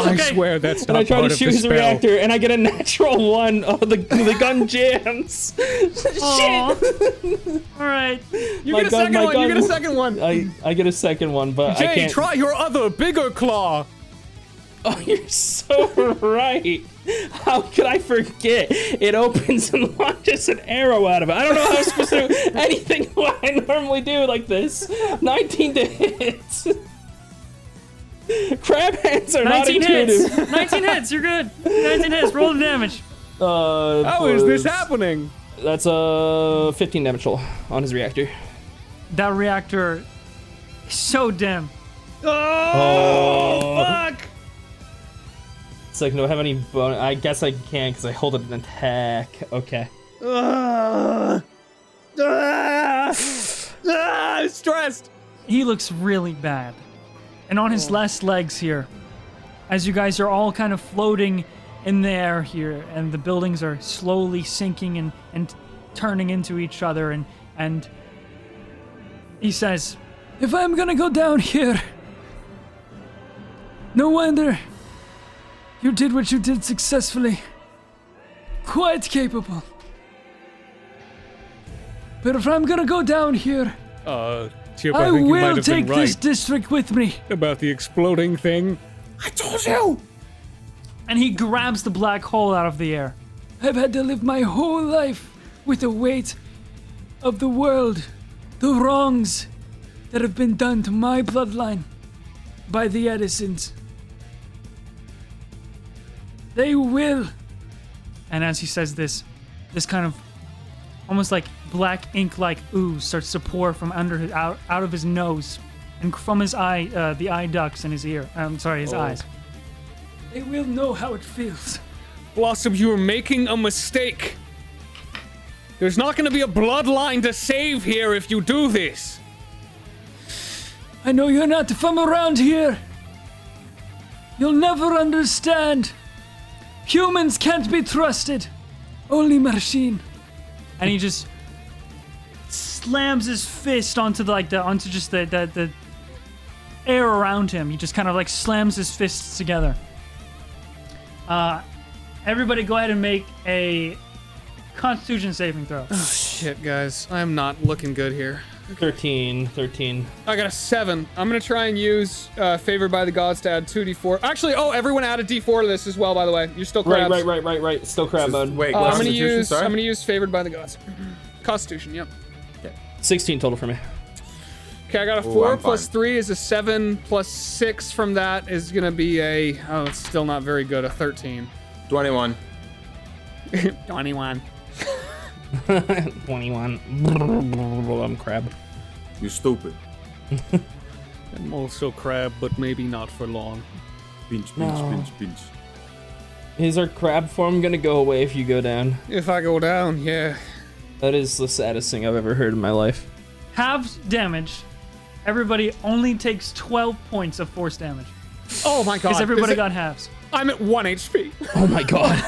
S8: I swear that's not
S1: And I try to
S8: part of
S1: shoot
S8: the
S1: his
S8: spell.
S1: reactor, and I get a natural one. Oh, the, the gun jams. *laughs* Shit!
S4: All right.
S5: You
S1: My
S5: get a
S1: gun,
S5: second
S1: my
S5: one. You
S1: gun.
S5: get a second one.
S1: I, I get a second one, but I
S5: Jay,
S1: can't.
S5: try your other bigger claw.
S1: oh, *laughs* you're so right. How could I forget? It opens and *laughs* launches an arrow out of it. I don't know how I'm supposed to
S5: *laughs*
S1: do anything *laughs* what I normally do like this. 19 to hit. Crab hands are not
S4: 19
S1: intuitive.
S4: hits. *laughs* 19 hits. You're good. 19 hits. Roll the damage.
S1: Uh,
S5: How Oh, is this
S1: plus-
S5: happening?
S1: That's uh, 15 damage total on his reactor.
S4: That reactor is so dim.
S5: Oh, fuck!
S1: It's like, do I have any bonus? I guess I can't because I hold it an attack. Okay.
S5: Ah, ah, ah, I'm stressed.
S4: He looks really bad. And on his last legs here, as you guys are all kind of floating in the air here, and the buildings are slowly sinking and, and turning into each other, and, and he says,
S2: If I'm gonna go down here, no wonder you did what you did successfully. Quite capable. But if I'm gonna go down here,
S8: Uh, Chip, I,
S2: I,
S8: think you might
S2: will
S8: have been
S2: take
S8: right
S2: this district with me.
S8: about the exploding thing.
S4: and he grabs the black hole out of the air.
S2: I've had to live my whole life with the weight of the world, the wrongs that have been done to my bloodline by the Edisons. They will.
S4: And as he says this, this kind of almost like black ink like ooze starts to pour from under his, out, out of his nose and from his eye, uh, the eye ducts in his ear. I'm sorry, his eyes.
S2: Oh. They will know how it feels.
S5: Blossom, you are making a mistake. There's not going to be a bloodline to save here if you do this.
S2: I know you're not from around here. You'll never understand. Humans can't be trusted. Only machine.
S4: And he just slams his fist onto the, like the onto just the, the the air around him. He just kind of like slams his fists together. Uh, everybody, go ahead and make a Constitution saving throw.
S5: Shit, guys, I'm not looking good here.
S1: 13, 13.
S5: I got a seven. I'm gonna try and use uh, favored by the gods to add two d4. Actually, oh, everyone add a d4 to this as well. By the way, you're still
S1: Right,
S5: crabs.
S1: right, right, right, right. Still crab mode.
S3: Wait,
S5: Uh, I'm gonna
S3: Constitution,
S5: use.
S3: sorry?
S5: I'm gonna use favored by the gods. Constitution. Yep.
S1: 16 total for me.
S5: Okay, I got a
S3: Ooh,
S5: four
S3: I'm
S5: plus
S3: fine.
S5: three is a seven plus six from that is gonna be a. Oh, it's still not very good. A thirteen.
S3: 21.
S5: Twenty-one.
S1: 21. I'm crab.
S3: You stupid.
S5: I'm also crab, but maybe not for long.
S3: Pinch, pinch, pinch, pinch.
S1: Is our crab form gonna go away if you go down?
S5: If I go down, yeah.
S1: That is the saddest thing I've ever heard in my life. *laughs*
S4: Halves damage. Everybody only takes 12 points of force damage.
S5: Oh my god.
S4: Because everybody
S5: Is it-
S4: got halves.
S5: I'm at one HP.
S1: Oh my
S5: *laughs*
S1: god.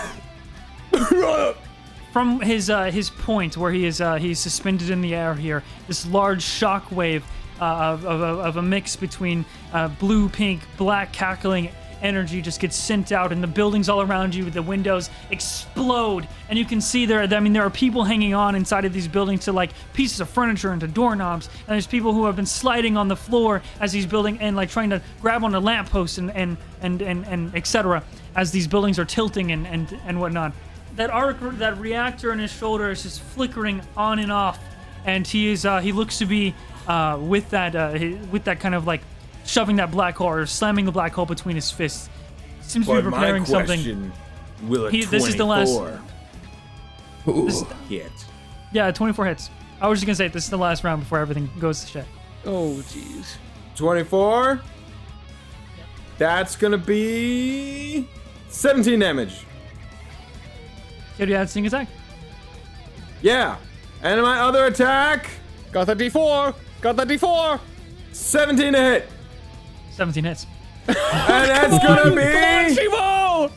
S4: From his uh, his point where he is uh, he's suspended in the air here, this large shock wave uh, of, of, of of a mix between uh, blue, pink, black, cackling energy just gets sent out, and the buildings all around you, the windows explode, and you can see there. I mean, there are people hanging on inside of these buildings to like pieces of furniture and to doorknobs, and there's people who have been sliding on the floor as these building and like trying to grab on a lamppost and and and and, and etc. As these buildings are tilting and and and whatnot. That arc, that reactor in his shoulder is just flickering on and off and he is uh, he looks to be uh, with that uh, hi- with that kind of like shoving that black hole or slamming the black hole between his fists. Seems to
S3: But
S4: be
S3: my
S4: preparing
S3: question,
S4: something.
S3: will a
S4: He-
S3: 24
S4: this is the last-
S3: hit?
S4: Yeah, 24 hits. I was just gonna say this is the last round before everything goes to shit.
S5: Oh jeez.
S3: 24? That's gonna be 17 damage.
S4: Did you add sneak attack?
S3: Yeah. And my other attack,
S5: Got the D4. Got the D4.
S3: 17 to hit.
S4: 17 hits.
S3: And that's gonna be
S5: Chivo.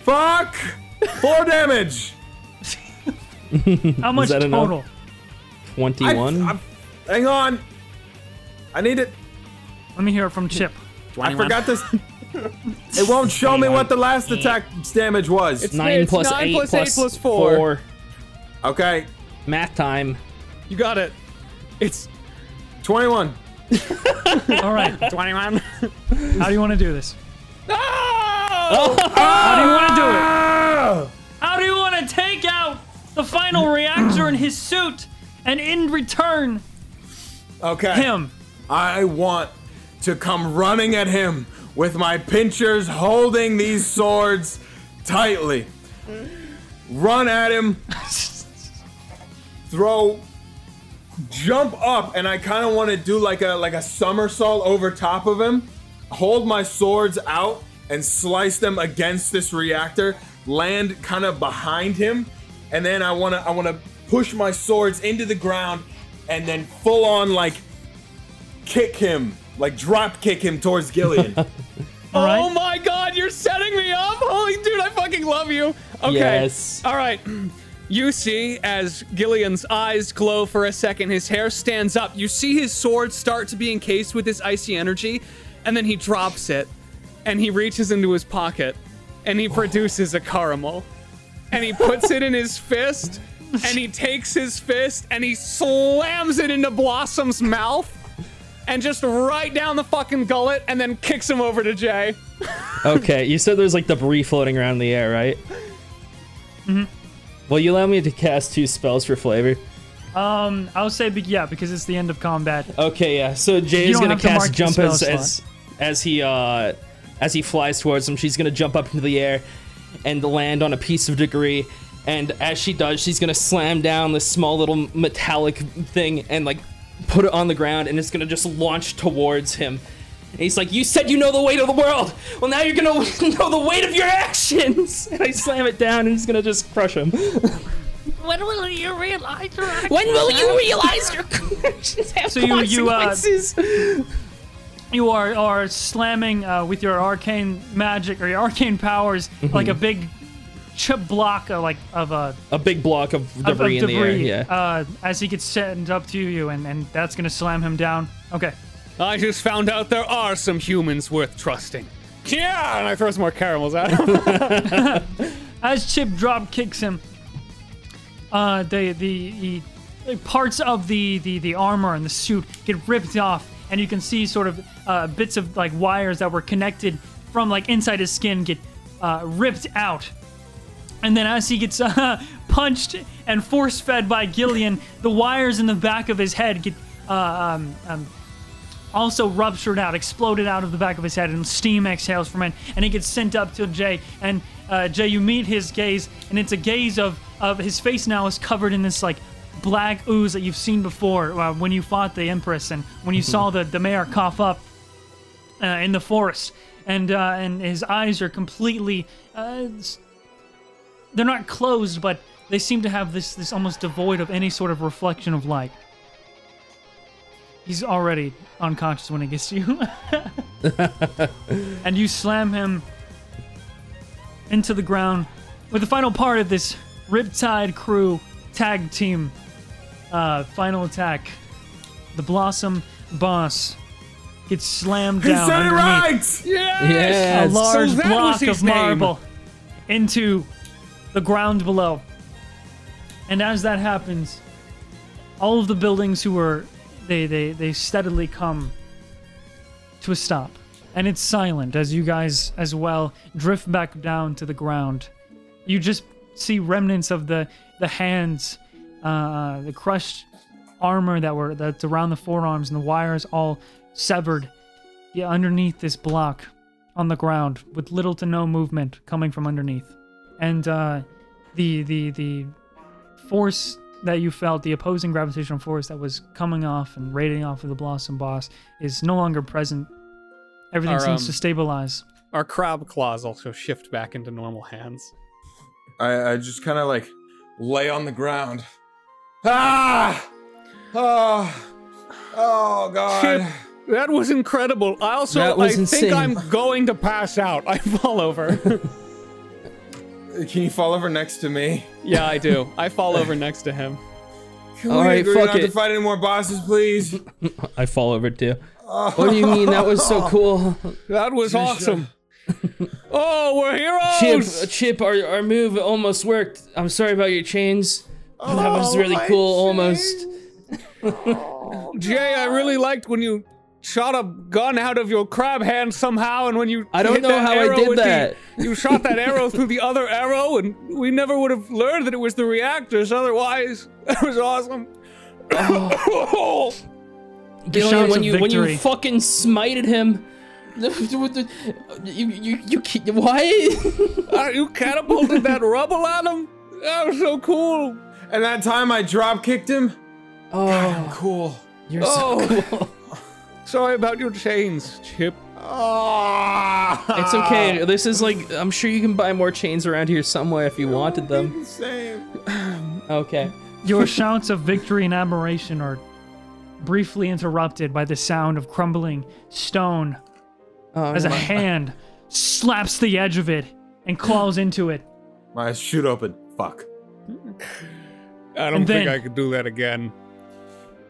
S3: fuck 4 damage.
S4: How much
S1: that enough?
S4: total?
S1: 21?
S3: I, I, hang on. I need it.
S4: Let me hear it from Chip.
S3: I forgot this. It won't show me what the last attack damage was.
S1: 9
S5: It's
S1: plus
S5: nine
S1: 8
S5: plus eight
S1: plus
S5: plus four.
S3: Okay,
S1: Math time.
S5: You got it. It's
S3: 21.
S4: All right,
S5: 21.
S4: how do you want to do this?
S3: Oh!
S4: How do you want to take out the final reactor in his suit and in return
S3: Okay.
S4: him?
S3: I want to come running at him with my pinchers holding these swords tightly. Run at him. Throw jump up and I kind of want to do like a like a somersault over top of him. Hold my swords out and slice them against this reactor. Land kind of behind him and then I want to I want to push my swords into the ground and then full on like kick him, like drop kick him towards
S5: *laughs*
S3: Gillian.
S4: All right.
S5: Oh my god, you're setting me up! Holy dude, I fucking love you. Okay.
S1: Yes.
S5: All right. *clears throat* You see, as Gillian's eyes glow for a second, his hair stands up. You see his sword start to be encased with this icy energy, and then he drops it, and he reaches into his pocket, and he produces a caramel, and he puts it in his fist, and he takes his fist and he slams it into Blossom's mouth, and just right down the fucking gullet, and then kicks him over to Jay.
S1: Okay, you said there's like debris floating around in the air, right? Mm-hmm.
S4: Mm-hmm.
S1: Will you allow me to cast two spells for flavor?
S4: Um, I would say big yeah because it's the end of combat.
S1: Okay, yeah. So Jay
S4: You
S1: is
S4: don't
S1: gonna
S4: have to
S1: cast
S4: mark the
S1: jump
S4: spell
S1: as
S4: slot.
S1: as, as he uh as he flies towards him. She's gonna jump up into the air and land on a piece of debris. And as she does, she's gonna slam down this small little metallic thing and like put it on the ground, and it's gonna just launch towards him. And he's like, "You said you know the weight of the world. Well, now you're gonna *laughs* know the weight of your actions." *laughs* And I slam it down, and he's gonna just crush him. *laughs*
S4: When will you realize your
S1: When will you realize your
S4: *laughs*
S1: actions have
S4: So you- you, uh,
S1: consequences?
S4: you are are slamming uh, with your arcane magic or your arcane powers
S1: Mm-hmm.
S4: like a big chip block of like of a
S1: a big block of
S4: of-
S1: debris,
S4: of, debris
S1: in the air. Yeah.
S4: uh, as he gets sent up to you and and that's gonna slam him down. Okay,
S5: I just found out there are some humans worth trusting.
S8: Yeah, and I throw some more caramels at him.
S4: as Chip drop kicks him, uh, the, the the parts of the, the the armor and the suit get ripped off, and you can see sort of uh, bits of like wires that were connected from like inside his skin get uh, ripped out. And then as he gets *laughs* uh, punched and force fed by Gillian, the wires in the back of his head get uh, um, um, also ruptured out, exploded out of the back of his head, and steam exhales from it. And he gets sent up to Jay. And uh, Jay, you meet his gaze, and it's a gaze of, of his face now is covered in this like black ooze that you've seen before uh, when you fought the Empress and when you saw the, the mayor cough up uh, in the forest. And, uh, and his eyes are completely uh, s- they're not closed, but they seem to have this this almost devoid of any sort of reflection of light. He's already unconscious when he gets to you, *laughs* and you slam him into the ground with the final part of this Riptide Crew tag team uh, final attack. The Blossom Boss gets slammed
S3: He
S4: down.
S3: said it right!
S4: underneath
S1: Yeah.
S4: a large
S5: that was
S4: block
S5: his
S4: of marble into the ground below. And as that happens, all of the buildings who were they they they steadily come to a stop. And it's silent as you guys as well drift back down to the ground. You just see remnants of the the hands, uh, the crushed armor that were that's around the forearms and the wires all severed. Yeah, underneath this block on the ground with little to no movement coming from underneath. And uh, the the the force that you felt, the opposing gravitational force that was coming off and raiding off of the Blossom Boss, is no longer present. Everything
S5: Our,
S4: seems
S5: um,
S4: to stabilize.
S5: Our crab claws also shift back into normal hands.
S3: I, I just kind of like lay on the ground. Ah! Oh, oh God.
S5: Chip, that was incredible. I also
S1: That was
S5: I think
S1: insane.
S5: I'm going to pass out. I fall over.
S3: Can you fall over next to me?
S5: yeah, I do. I fall over next to him.
S3: Can
S1: All
S3: we
S1: right,
S3: agree
S1: fuck
S3: not to
S1: it.
S3: fight any more bosses, please?
S1: I fall over too.
S4: Oh.
S1: What do you mean? That was
S4: *laughs*
S1: so cool.
S5: That was awesome. oh, we're
S1: Chip,
S4: Oh.
S5: heroes.
S1: Chip, our, our move almost worked. I'm sorry about your chains. that was
S3: Oh,
S1: really
S3: my
S1: cool, almost.
S5: Jay, I really liked when you shot a gun out of your crab hand somehow, and when you
S1: I don't
S5: hit
S1: know
S5: that
S1: how I
S5: arrow
S1: did
S5: with the-
S1: that.
S5: you shot that arrow
S1: *laughs*
S5: through the other arrow, and we never would have learned that it was the reactors. Otherwise, *laughs* that was
S1: *coughs*
S5: awesome. *coughs*
S1: Gillian,
S4: shouts
S1: when
S4: of
S1: you when you
S4: victory.
S1: fucking smited him, *laughs* you you you, you why? *laughs*
S5: Uh, you catapulted that rubble at him. *laughs* That was so cool.
S3: And that time I drop kicked him?
S1: Oh,
S3: Cool.
S1: you're so cool.
S5: Ah. Sorry about your chains, Chip.
S3: Ah! *laughs*
S1: It's okay. This is like I'm sure you can buy more chains around here somewhere if you wanted them.
S3: Same.
S1: Okay.
S4: Your shouts of victory and admiration are briefly interrupted by the sound of crumbling stone
S1: Oh,
S4: as a
S1: my-
S4: hand slaps the edge of it and claws into it.
S3: My eyes shoot open. Fuck.
S8: I
S4: And
S8: don't
S4: then-
S8: think I could do that again.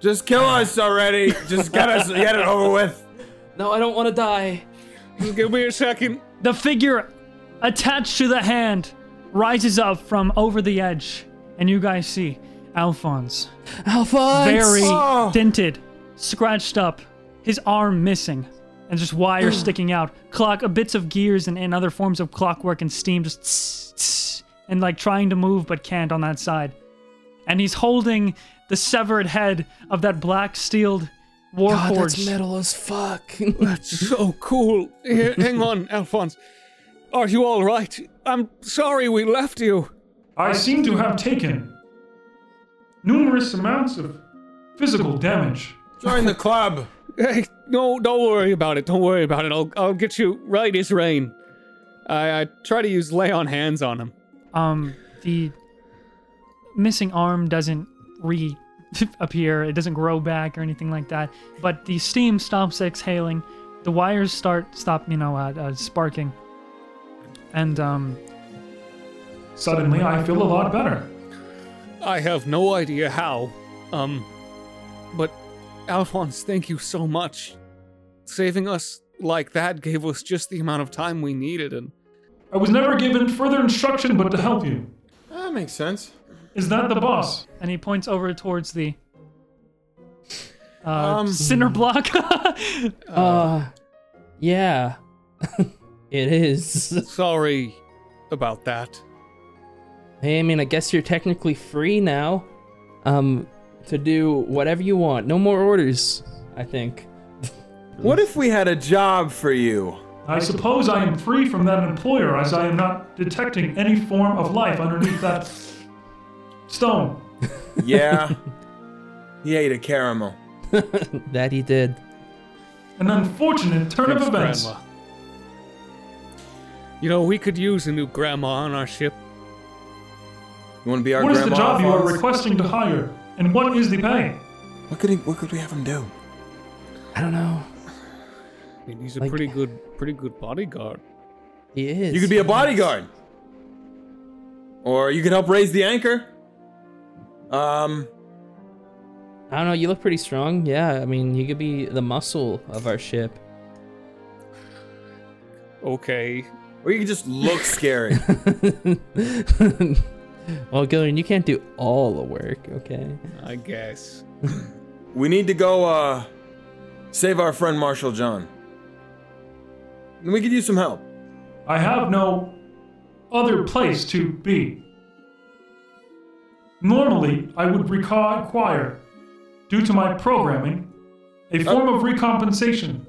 S3: Just kill us already. Just get us, get it over with.
S1: no, I don't want to die.
S8: Just give me a second.
S4: The figure attached to the hand rises up from over the edge, and you guys see Alphonse,
S1: Alphonse.
S4: very
S3: Oh.
S4: dented, scratched up, his arm missing, and just wires
S1: Mm.
S4: sticking out, clock, bits of gears and, and other forms of clockwork and steam, just tss, tss, and like trying to move but can't on that side. And he's holding the severed head of that black steeled
S1: God,
S4: warforged.
S1: that's metal as fuck.
S5: So cool. Here, hang on, Alphonse. Are you all right? I'm sorry we left you.
S9: I seem to have taken numerous amounts of physical damage.
S3: Join the club.
S5: Hey, no, don't worry about it. Don't worry about it. I'll, I'll get you right as rain. I, I try to use lay on hands on him.
S4: um the missing arm doesn't re appear it doesn't grow back or anything like that but the steam stops exhaling the wires start stop you know uh, uh, sparking and um
S9: Suddenly, I feel a lot better.
S5: I have no idea how. Um, but Alphonse, thank you so much. Saving us like that gave us just the amount of time we needed, and
S9: I was never given further instruction but to help you.
S3: That makes sense.
S9: is not the boss.
S4: and he points over towards the uh,
S5: Um,
S4: cinder block.
S1: *laughs*
S4: *laughs*
S1: Uh, yeah. *laughs* it is. *laughs*
S5: Sorry about that.
S1: Hey, I mean, I guess you're technically free now, um, to do whatever you want. No more orders, I think.
S3: What if we had a job for you?
S9: I suppose I am free from that employer as I am not detecting any form of life underneath that stone.
S3: *laughs* Yeah. he ate a caramel.
S1: That he did.
S9: An unfortunate turn of events.
S5: Grandma. You know, we could use a new grandma on our ship.
S3: You want to be our
S9: What is
S3: grandma?
S9: the job you are
S3: Alphonse?
S9: requesting to hire? And what is the pay?
S3: What could he, what could we have him do?
S1: I don't know.
S5: I mean, he's a
S1: Like-
S5: pretty good, pretty good bodyguard.
S1: He is.
S3: You could be a bodyguard. Or you could help raise the anchor. Um
S1: I don't know. You look pretty strong. Yeah, I mean, you could be the muscle of our ship.
S5: Okay.
S3: or you could just look *laughs* scary.
S1: well, Gillian, you can't do all the work, okay? *laughs*
S5: I guess.
S3: we need to go uh save our friend Marshall John. And we could use some help.
S9: I have no other place to be. Normally, I would reca- require, due to my programming, a form of recompensation.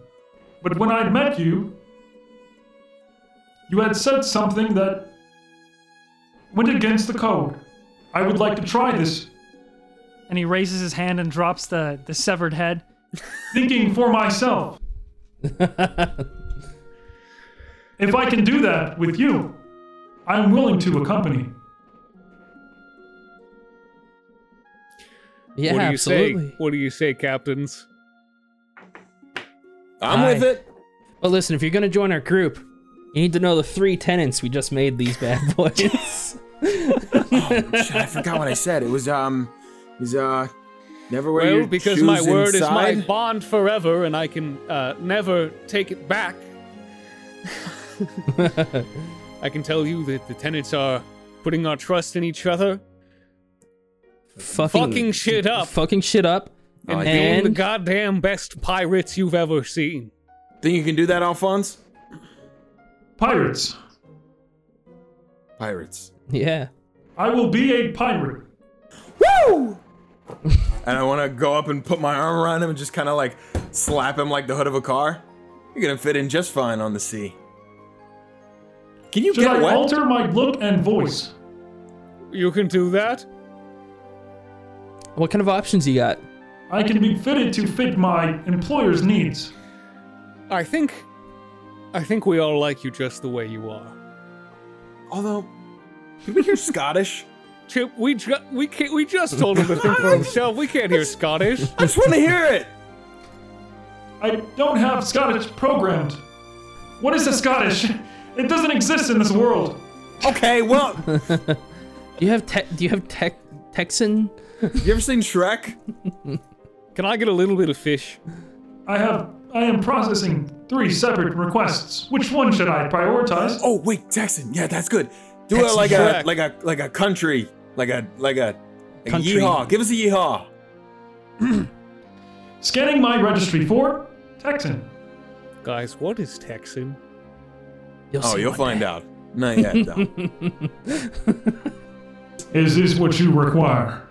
S9: But when I met you, you had said something that went against the code. I would like to try this,
S4: and he raises his hand and drops the, the severed head.
S9: *laughs* thinking for myself. if I can do that with you, I'm willing to accompany.
S1: Yeah,
S5: what do you
S1: absolutely.
S5: say? What do you say, captains?
S3: I'm
S1: Aye.
S3: with it.
S1: Well, listen, if you're gonna join our group, you need to know the three tenants we just made these bad *laughs* boys.
S3: Shit, I forgot what I said. It was um it was uh never wear
S5: Well,
S3: your
S5: because
S3: shoes
S5: my word is my
S3: inside.
S5: bond forever, and I can uh, never take it back. I can tell you that the tenants are putting our trust in each other,
S1: fucking,
S5: fucking shit up,
S1: fucking shit up.
S5: and
S1: yeah.
S5: being the
S1: And-
S5: goddamn best pirates you've ever seen.
S3: Think you can do that, Alphonse?
S9: Pirates.
S3: Pirates.
S1: Yeah.
S9: I will be a pirate.
S3: *laughs* And I wanna go up and put my arm around him and just kinda like slap him like the hood of a car. You're gonna fit in just fine on the sea. Can you
S9: Should
S3: get
S9: I
S3: wet?
S9: alter my look and voice?
S5: You can do that.
S1: What kind of options you got?
S9: I can be fitted to fit my employer's needs.
S5: I think, I think we all like you just the way you are.
S3: Although, did we hear
S9: *laughs*
S3: Scottish?
S5: Chip, we ju- we can't, we just told him to think for himself. We can't hear Scottish.
S3: I just want to hear it.
S9: I don't have Scottish programmed. What is a Scottish? It doesn't exist in this world.
S3: Okay, well,
S1: Do you have te- do you have tech Texan?
S3: you ever seen Shrek?
S5: Can I get a little bit of fish?
S9: I have. I am processing three separate requests. Which one should I prioritize?
S3: Oh wait, Texan. Yeah, that's good. Do
S5: Texan
S3: it like
S5: Shrek.
S3: a like a like a country, like a like a, like a
S1: Country.
S3: yeehaw. Give us a yeehaw.
S9: Scanning my registry for Texan.
S5: Guys, what is Texan?
S1: You'll
S3: Oh,
S1: see
S3: you'll
S1: one
S3: find
S1: day.
S3: out.
S1: *laughs*
S3: Not yet, though.
S9: Is this what you require?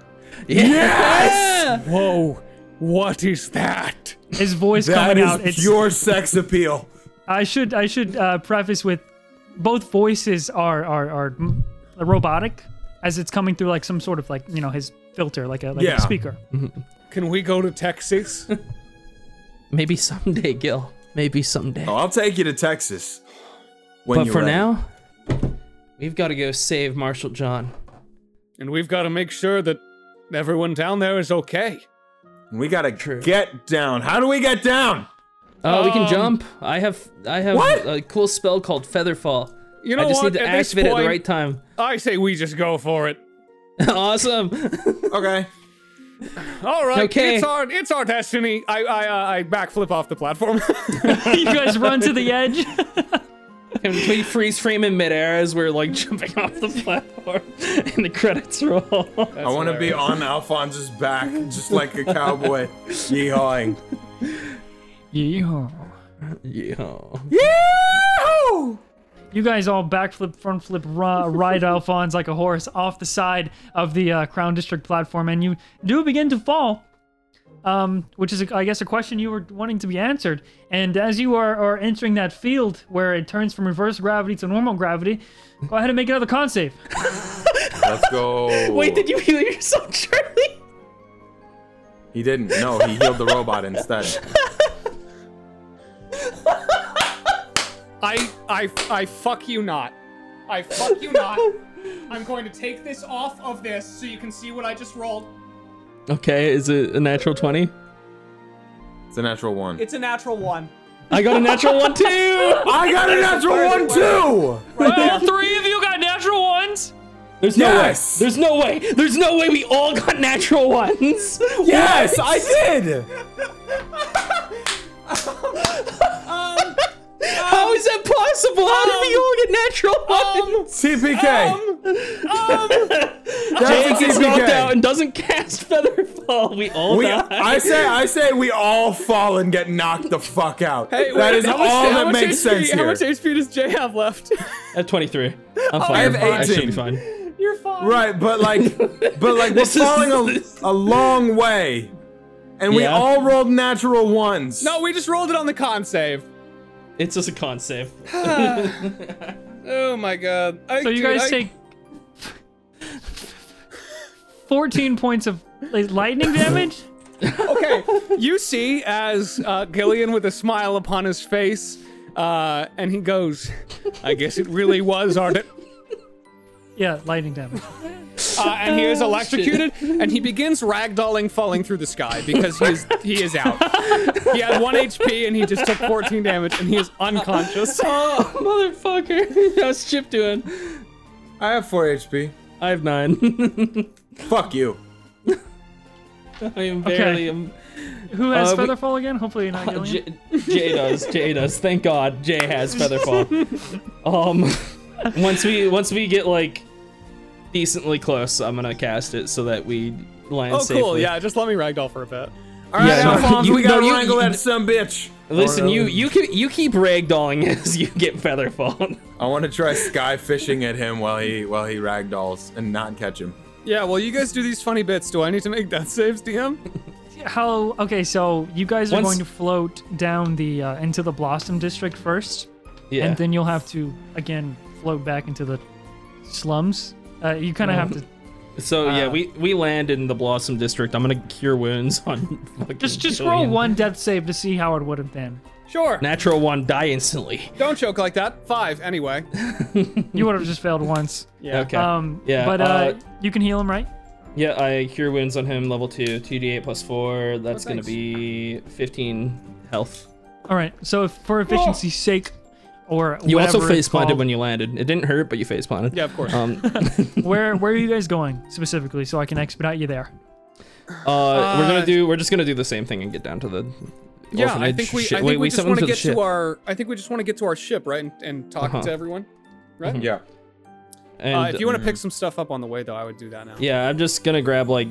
S3: yes,
S5: Whoa, what is that?
S4: His voice
S3: that
S4: coming out.
S3: is
S4: It's
S3: your sex appeal.
S4: I should I should uh, preface with both voices are are are mm, robotic as it's coming through like some sort of like you know his filter like a like
S3: Yeah.
S4: a speaker.
S5: Can we go to *laughs* Texas?
S1: *laughs* Maybe someday, Gil. Maybe someday.
S3: Oh, I'll take you to Texas. When
S1: but
S3: you're
S1: for
S3: ready.
S1: now, we've got to go save Marshall John.
S5: and we've got to make sure that everyone down there is okay.
S3: we gotta get down. How do we get down?
S1: Oh, we can
S5: Um,
S1: jump. I have I have
S3: What?
S1: a cool spell called Featherfall.
S5: You know
S1: I just
S5: what?
S1: need to
S5: At this
S1: activate it at the
S5: point-
S1: right time. *laughs*
S5: I say we just go for it.
S1: awesome. *laughs*
S3: Okay.
S5: All right,
S1: Okay.
S5: it's our it's our destiny. I I uh, I backflip off the platform.
S4: you guys run to the edge.
S1: Complete freeze frame in midair as we're like *laughs* jumping off the platform *laughs* and the credits roll. *laughs*
S3: I want to be on Alphonse's back, just like
S1: *laughs*
S3: a cowboy, yeehawing.
S4: Yeehaw.
S1: yeah.
S5: *laughs*
S4: You guys all backflip, front flip, ra- ride Alphonse like a horse off the side of the uh, Crown District platform, and you do begin to fall. Um, which is, I guess, a question you were wanting to be answered. And as you are, are entering that field where it turns from reverse gravity to normal gravity, go ahead and make another con save.
S3: Let's go.
S1: Wait, did you heal yourself, Charlie?
S3: He didn't. No, he healed the robot instead.
S5: *laughs* I, I, I fuck you not. I fuck you *laughs* not. I'm going to take this off of this so you can see what I just rolled.
S1: Okay, is it a natural 20?
S3: It's a natural one.
S5: It's a natural one.
S1: I got a natural one
S5: *laughs*
S1: too!
S3: I got a natural one too.
S4: all three of you got natural ones.
S1: There's no
S3: Yes!
S1: way. There's no way. There's no way we all got natural ones.
S3: Yes, I did.
S1: How is that possible? How did we all get natural ones?
S3: CPK.
S1: Jake
S3: That's a
S1: gets knocked out
S3: CPK.
S1: and doesn't cast Featherfall. We all
S3: We,
S1: die.
S3: I say, I say, we all fall and get knocked the fuck out. that is all that makes sense
S5: How
S3: here.
S5: much HP does Jay have left?
S1: At 23. I'm fine.
S3: have
S1: Oh, I should be
S3: 18.
S1: fine.
S5: You're fine.
S3: Right, but like, but like, we're
S1: This is-
S3: falling
S1: this-
S3: a, a long way, and we
S1: Yeah.
S3: all rolled natural ones.
S5: No, we just rolled it on the con save.
S1: It's just a con save.
S5: Oh my god. I,
S4: So you
S5: dude,
S4: guys
S5: I-
S4: take 14 points of like, lightning damage.
S5: Okay, you see as uh, Gillian with a smile upon his face, uh, and he goes, "I guess it really was art." Uh,
S4: Yeah, lightning damage.
S5: and he is electrocuted, and he begins ragdolling, falling through the sky because he is he is out. He had one HP, and he just took 14 damage, and he is unconscious.
S1: Oh, *laughs* motherfucker. *laughs* How's Chip doing?
S3: I have four HP.
S1: I have nine. *laughs*
S3: Fuck you.
S1: I am barely. am-
S4: Who has
S1: Uh, we- Uh,
S4: Featherfall again? Hopefully you're not Gillian.
S1: J- Jay does. Jay does. Thank God, Jay has *laughs* Featherfall. Um, *laughs* once we once we get like decently close, I'm gonna cast it so that we land
S5: Oh,
S1: safely.
S5: cool. Yeah, *laughs* just let me ragdoll for a bit.
S3: All right,
S1: Yeah, no,
S3: Alphonse,
S1: you-
S3: we gotta
S1: no, you-
S3: wrangle
S1: you-
S3: that some bitch.
S1: Listen, you you can you keep ragdolling *laughs* as you get Featherfall.
S3: I want to try sky fishing at him while he while he ragdolls and not catch him.
S5: Yeah, well, you guys do these funny bits. Do I need to make death saves, DM?
S4: How? Okay, so you guys are
S1: Once-
S4: going to float down the uh, into the Blossom District first,
S1: Yeah.
S4: and then you'll have to again float back into the slums. Uh, you kind of have to
S1: so yeah, we we land in the Blossom District. I'm gonna cure wounds on. *laughs* fucking
S4: just just roll
S1: Killian.
S4: one death save to see how it would have been.
S5: Sure.
S1: natural one, die instantly.
S5: Don't choke like that. Five, anyway.
S4: You would have just failed once.
S5: Yeah.
S1: Okay.
S4: Um,
S1: Yeah,
S4: But uh,
S1: uh,
S4: you can heal him, right?
S1: Yeah, I cure wounds on him, level two, two d8 plus four. That's gonna
S5: thanks.
S1: be fifteen health.
S4: All right. So if, for efficiency's sake, or
S1: You also
S4: whatever
S1: face
S4: it's
S1: planted
S4: called-
S1: when you landed. It didn't hurt, but you face planted.
S5: Yeah, of course.
S1: Um,
S4: where where are you guys going specifically, so I can expedite you there?
S1: uh, we're gonna do. We're just gonna do the same thing and get down to the.
S5: Yeah, I
S1: orphanage
S5: think we.
S1: ship.
S5: I think
S1: Wait,
S5: we just
S1: sent them
S5: want to
S1: the
S5: get
S1: ship.
S5: to our. uh, I think we just want to get to our ship, right, and, and talk
S1: Uh-huh.
S5: to everyone.
S3: Yeah.
S1: And, mm.
S5: Uh, if you want to pick some stuff up on the way, though, I would do that now.
S1: yeah, I'm just gonna grab like. I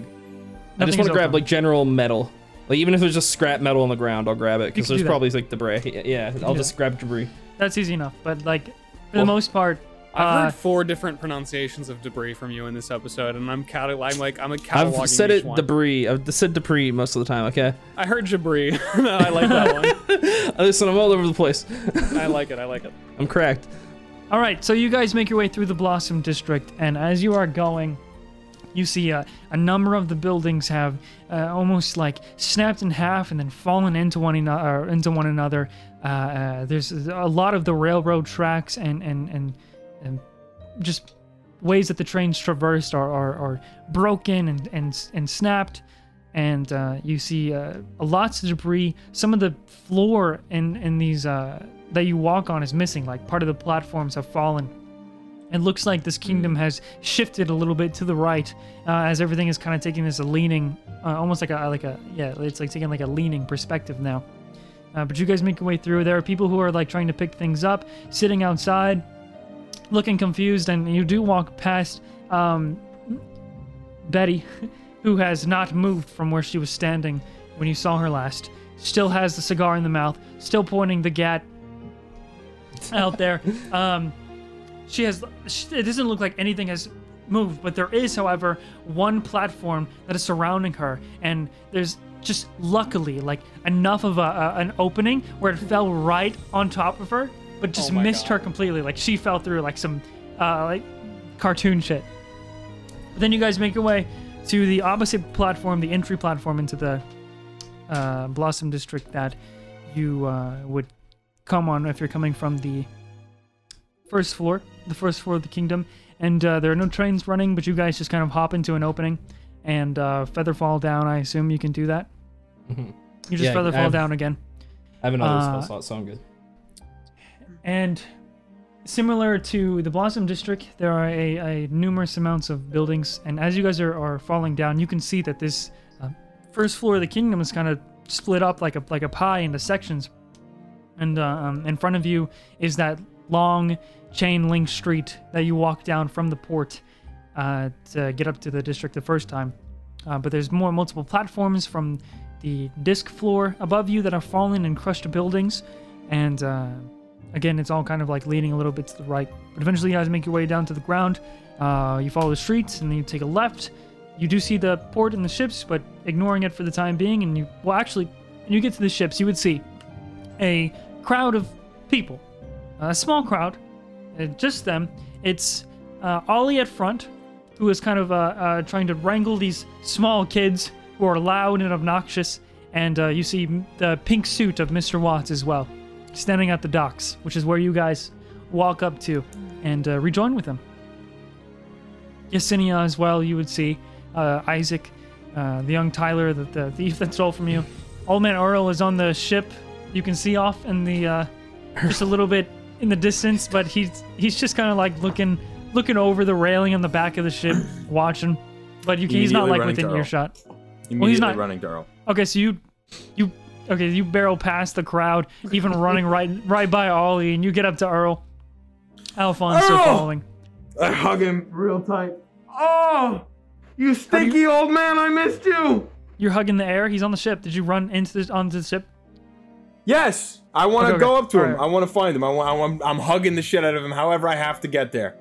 S4: Nothing's
S1: just want to grab
S4: open.
S1: like general metal. Like even if there's just scrap metal on the ground, I'll grab it
S4: You
S1: because
S4: can
S1: there's
S4: do that.
S1: probably like debris. *laughs* Yeah, yeah, I'll
S4: do
S1: just grab debris.
S4: That's easy enough. But like for
S1: Well-
S4: the most part,
S5: I've
S4: uh,
S5: heard four different pronunciations of debris from you in this episode, and I'm catal- I'm like I'm a cataloging
S1: I've said
S5: each
S1: it
S5: one.
S1: debris. I've said debris most of the time. Okay. *laughs*
S5: I heard debris. *laughs* no, I like that one.
S1: Listen, I'm all over the place. *laughs*
S5: I like it. I like it.
S1: I'm cracked.
S4: all right. So you guys make your way through the Blossom District, and as you are going, you see uh, a number of the buildings have uh, almost like snapped in half and then fallen into one another. Into one another. Uh, uh, there's a lot of the railroad tracks and and and, and just ways that the trains traversed are, are, are broken and, and, and snapped. And uh, you see uh, lots of debris. Some of the floor in, in these uh, that you walk on is missing. Like part of the platforms have fallen. It looks like this kingdom has shifted a little bit to the right, uh, as everything is kind of taking this leaning, uh, almost like a like a yeah, it's like taking like a leaning perspective now. Uh, but you guys make your way through. There are people who are like trying to pick things up, sitting outside, looking confused, and you do walk past um, Betty, *laughs* who has not moved from where she was standing when you saw her last. Still has the cigar in the mouth, still pointing the gat out there. Um, she has. sh it doesn't look like anything has moved, but there is, however, one platform that is surrounding her, and there's just luckily like enough of a, a, an opening where it fell right on top of her, but just missed her completely. Like she fell through like some uh, like cartoon shit. Then you guys make your way to the opposite platform, the entry platform into the uh, Blossom District that you uh, would come on if you're coming from the first floor, the first floor of the kingdom. And uh, there are no trains running, but you guys just kind of hop into an opening and uh, feather fall down. I assume you can do that. You just
S1: Yeah,
S4: feather
S1: I
S4: fall
S1: have-
S4: down again.
S1: I have another
S4: Uh,
S1: spell slot, so I'm good.
S4: And similar to the Blossom District, there are a, a numerous amounts of buildings. And as you guys are, are falling down, you can see that this uh, first floor of the kingdom is kind of split up like a like a pie into sections. And uh, um, in front of you is that long chain link street that you walk down from the port uh, to get up to the district the first time. Uh, but there's more multiple platforms from the disc floor above you that are fallen and crushed to buildings. And uh, Again, it's all kind of like leaning a little bit to the right, but eventually you guys make your way down to the ground. Uh, you follow the streets and then you take a left. You do see the port and the ships, but ignoring it for the time being, and you well actually, when you get to the ships, you would see a crowd of people, a small crowd, uh, just them. It's uh, Ollie at front, who is kind of uh, uh, trying to wrangle these small kids who are loud and obnoxious, and uh, you see m- the pink suit of Mr. Watts as well standing at the docks, which is where you guys walk up to and uh, rejoin with them. Yesenia as well, you would see. Uh, Isaac, uh, the young Tyler, the, the thief that stole from you. Old Man Earl is on the ship. You can see off in the, uh, just a little bit in the distance, but he's he's just kind of like looking looking over the railing on the back of the ship, watching. But you can, he's not
S3: Immediately
S4: like
S3: running to
S4: within
S3: Earl.
S4: earshot.
S3: Immediately
S4: he's not-
S3: running to Earl.
S4: Okay, so you, you, okay, you barrel past the crowd, even running right, right by Ollie, and you get up to Earl. Alphonse still
S3: Earl!
S4: following.
S3: I hug him real tight. Oh, you stinky old man! I missed you.
S4: You're hugging the air. He's on the ship. Did you run into the, onto the ship?
S3: Yes, I want to
S4: Okay, okay.
S3: go up to him.
S4: Alright.
S3: I want to find him. I want, I want. I'm hugging the shit out of him. However, I have to get there.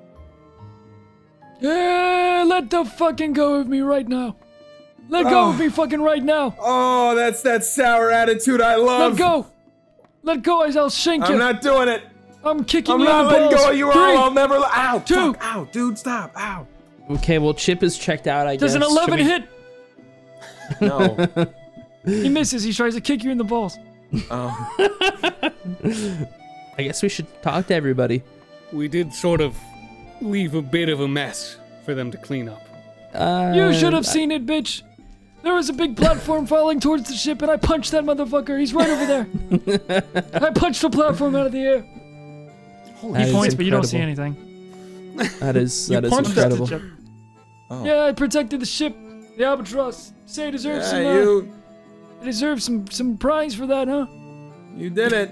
S2: Yeah, let the fucking go of me right now. Let go of me fucking right now.
S3: Oh, that's that sour attitude I love.
S4: Oh.
S2: Let go. Let go, or I'll shank
S3: I'm
S2: you.
S3: not doing it.
S2: I'm kicking
S3: I'm
S2: you
S3: not
S2: in the
S3: letting
S2: balls.
S3: go of you,
S2: Three.
S3: Earl. I'll never. Ow,
S2: two.
S3: fuck, ow, dude, stop, *laughs* ow.
S1: Okay, well, Chip is checked out. I
S2: Does
S1: guess.
S2: an
S1: Should
S2: 11
S1: we-
S2: hit?
S3: No.
S2: He misses. He tries to kick you in the balls.
S1: I guess we should talk to everybody.
S5: We did sort of leave a bit of a mess for them to clean up.
S1: Uh,
S2: You should have seen it, bitch. There was a big platform falling towards the ship, and I punched that motherfucker. He's right over there. I punched the platform out of the air.
S1: That
S4: he
S1: is
S4: points, but you don't see
S1: incredible.
S4: anything.
S1: That is that is
S5: punched it.
S1: incredible.
S3: Oh.
S2: Yeah, I protected the ship, the albatross. Say, it deserves
S3: Yeah,
S2: some. Uh,
S3: you,
S2: it deserves some some prize for that, huh?
S3: you did it.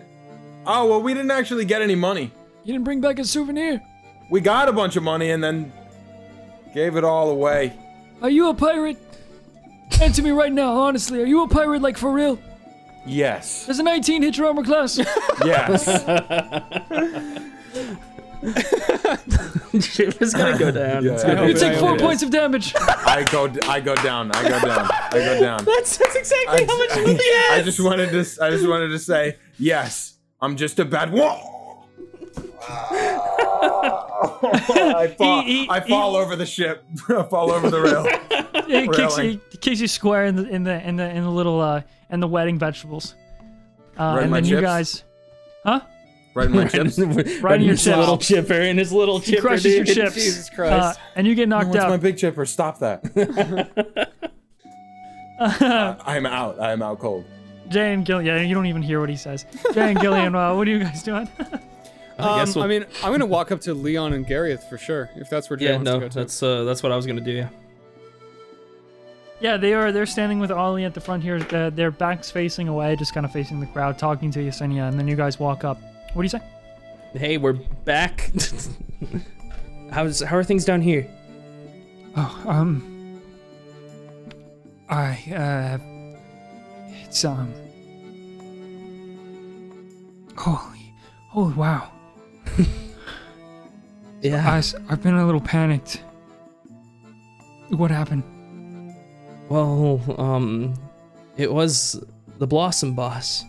S3: Oh well, we didn't actually get any money.
S2: You didn't bring back a souvenir.
S3: We got a bunch of money and then gave it all away.
S2: Are you a pirate? Answer me right now, honestly. Are you a pirate, like for real?
S3: Yes.
S2: Does a 19 hit your armor
S3: *laughs*
S2: class?
S3: Yes.
S1: *laughs* Chip is gonna go down.
S3: Yeah,
S1: It's
S3: I
S1: gonna
S3: hope
S1: be-
S2: You take four
S3: Yes.
S2: points of damage.
S3: I go. I go down. I go down. I go
S1: *laughs* *laughs*
S3: down.
S1: That's, that's exactly
S3: I,
S1: how much
S3: I-
S1: money he
S3: I
S1: has.
S3: just wanted to. s- I just wanted to say yes. I'm just a bad one. *laughs* I fall,
S4: He- he-
S3: I fall over the ship. *laughs* I fall over the
S4: *laughs*
S3: rail. *laughs*
S4: It kicks
S3: Railing.
S4: you, it kicks you square in the in the in the in the little uh in the wedding vegetables. Uh,
S3: Red
S4: and
S3: my
S4: then you
S3: chips?
S5: *laughs*
S4: guys, huh?
S3: Right in my
S1: *laughs*
S3: chips. *laughs*
S4: Right in your
S1: his
S4: chest.
S1: little chipper and his little chipper.
S4: Crushes your
S1: dude.
S4: chips.
S5: Jesus
S4: Uh,
S5: Christ.
S4: and you get knocked
S3: What's my
S4: out.
S3: big chipper? Stop that.
S4: *laughs*
S3: *laughs* I, am out. I am out cold.
S4: Jay and Gillian. Yeah, you don't even hear what he says. Jay
S3: *laughs*
S4: and Gillian. Uh, what are you guys doing? *laughs*
S5: I,
S1: guess we'll-
S5: Um, I mean, I'm gonna walk up to Leon and Gareth for sure, if that's where Jay
S1: Yeah,
S5: wants
S1: no,
S5: to go to.
S1: that's uh, that's what I was gonna do. Yeah.
S4: Yeah, they are. They're standing with Ollie at the front here. Uh, their backs facing away, just kind of facing the crowd, talking to Yesenia, and then you guys walk up. What do you say?
S1: Hey, we're back. *laughs* How's how are things down here?
S4: Um, I uh, it's um, holy, holy wow! I,
S1: Yeah.
S4: have been a little panicked. What happened?
S1: Well, um, it was the Blossom boss.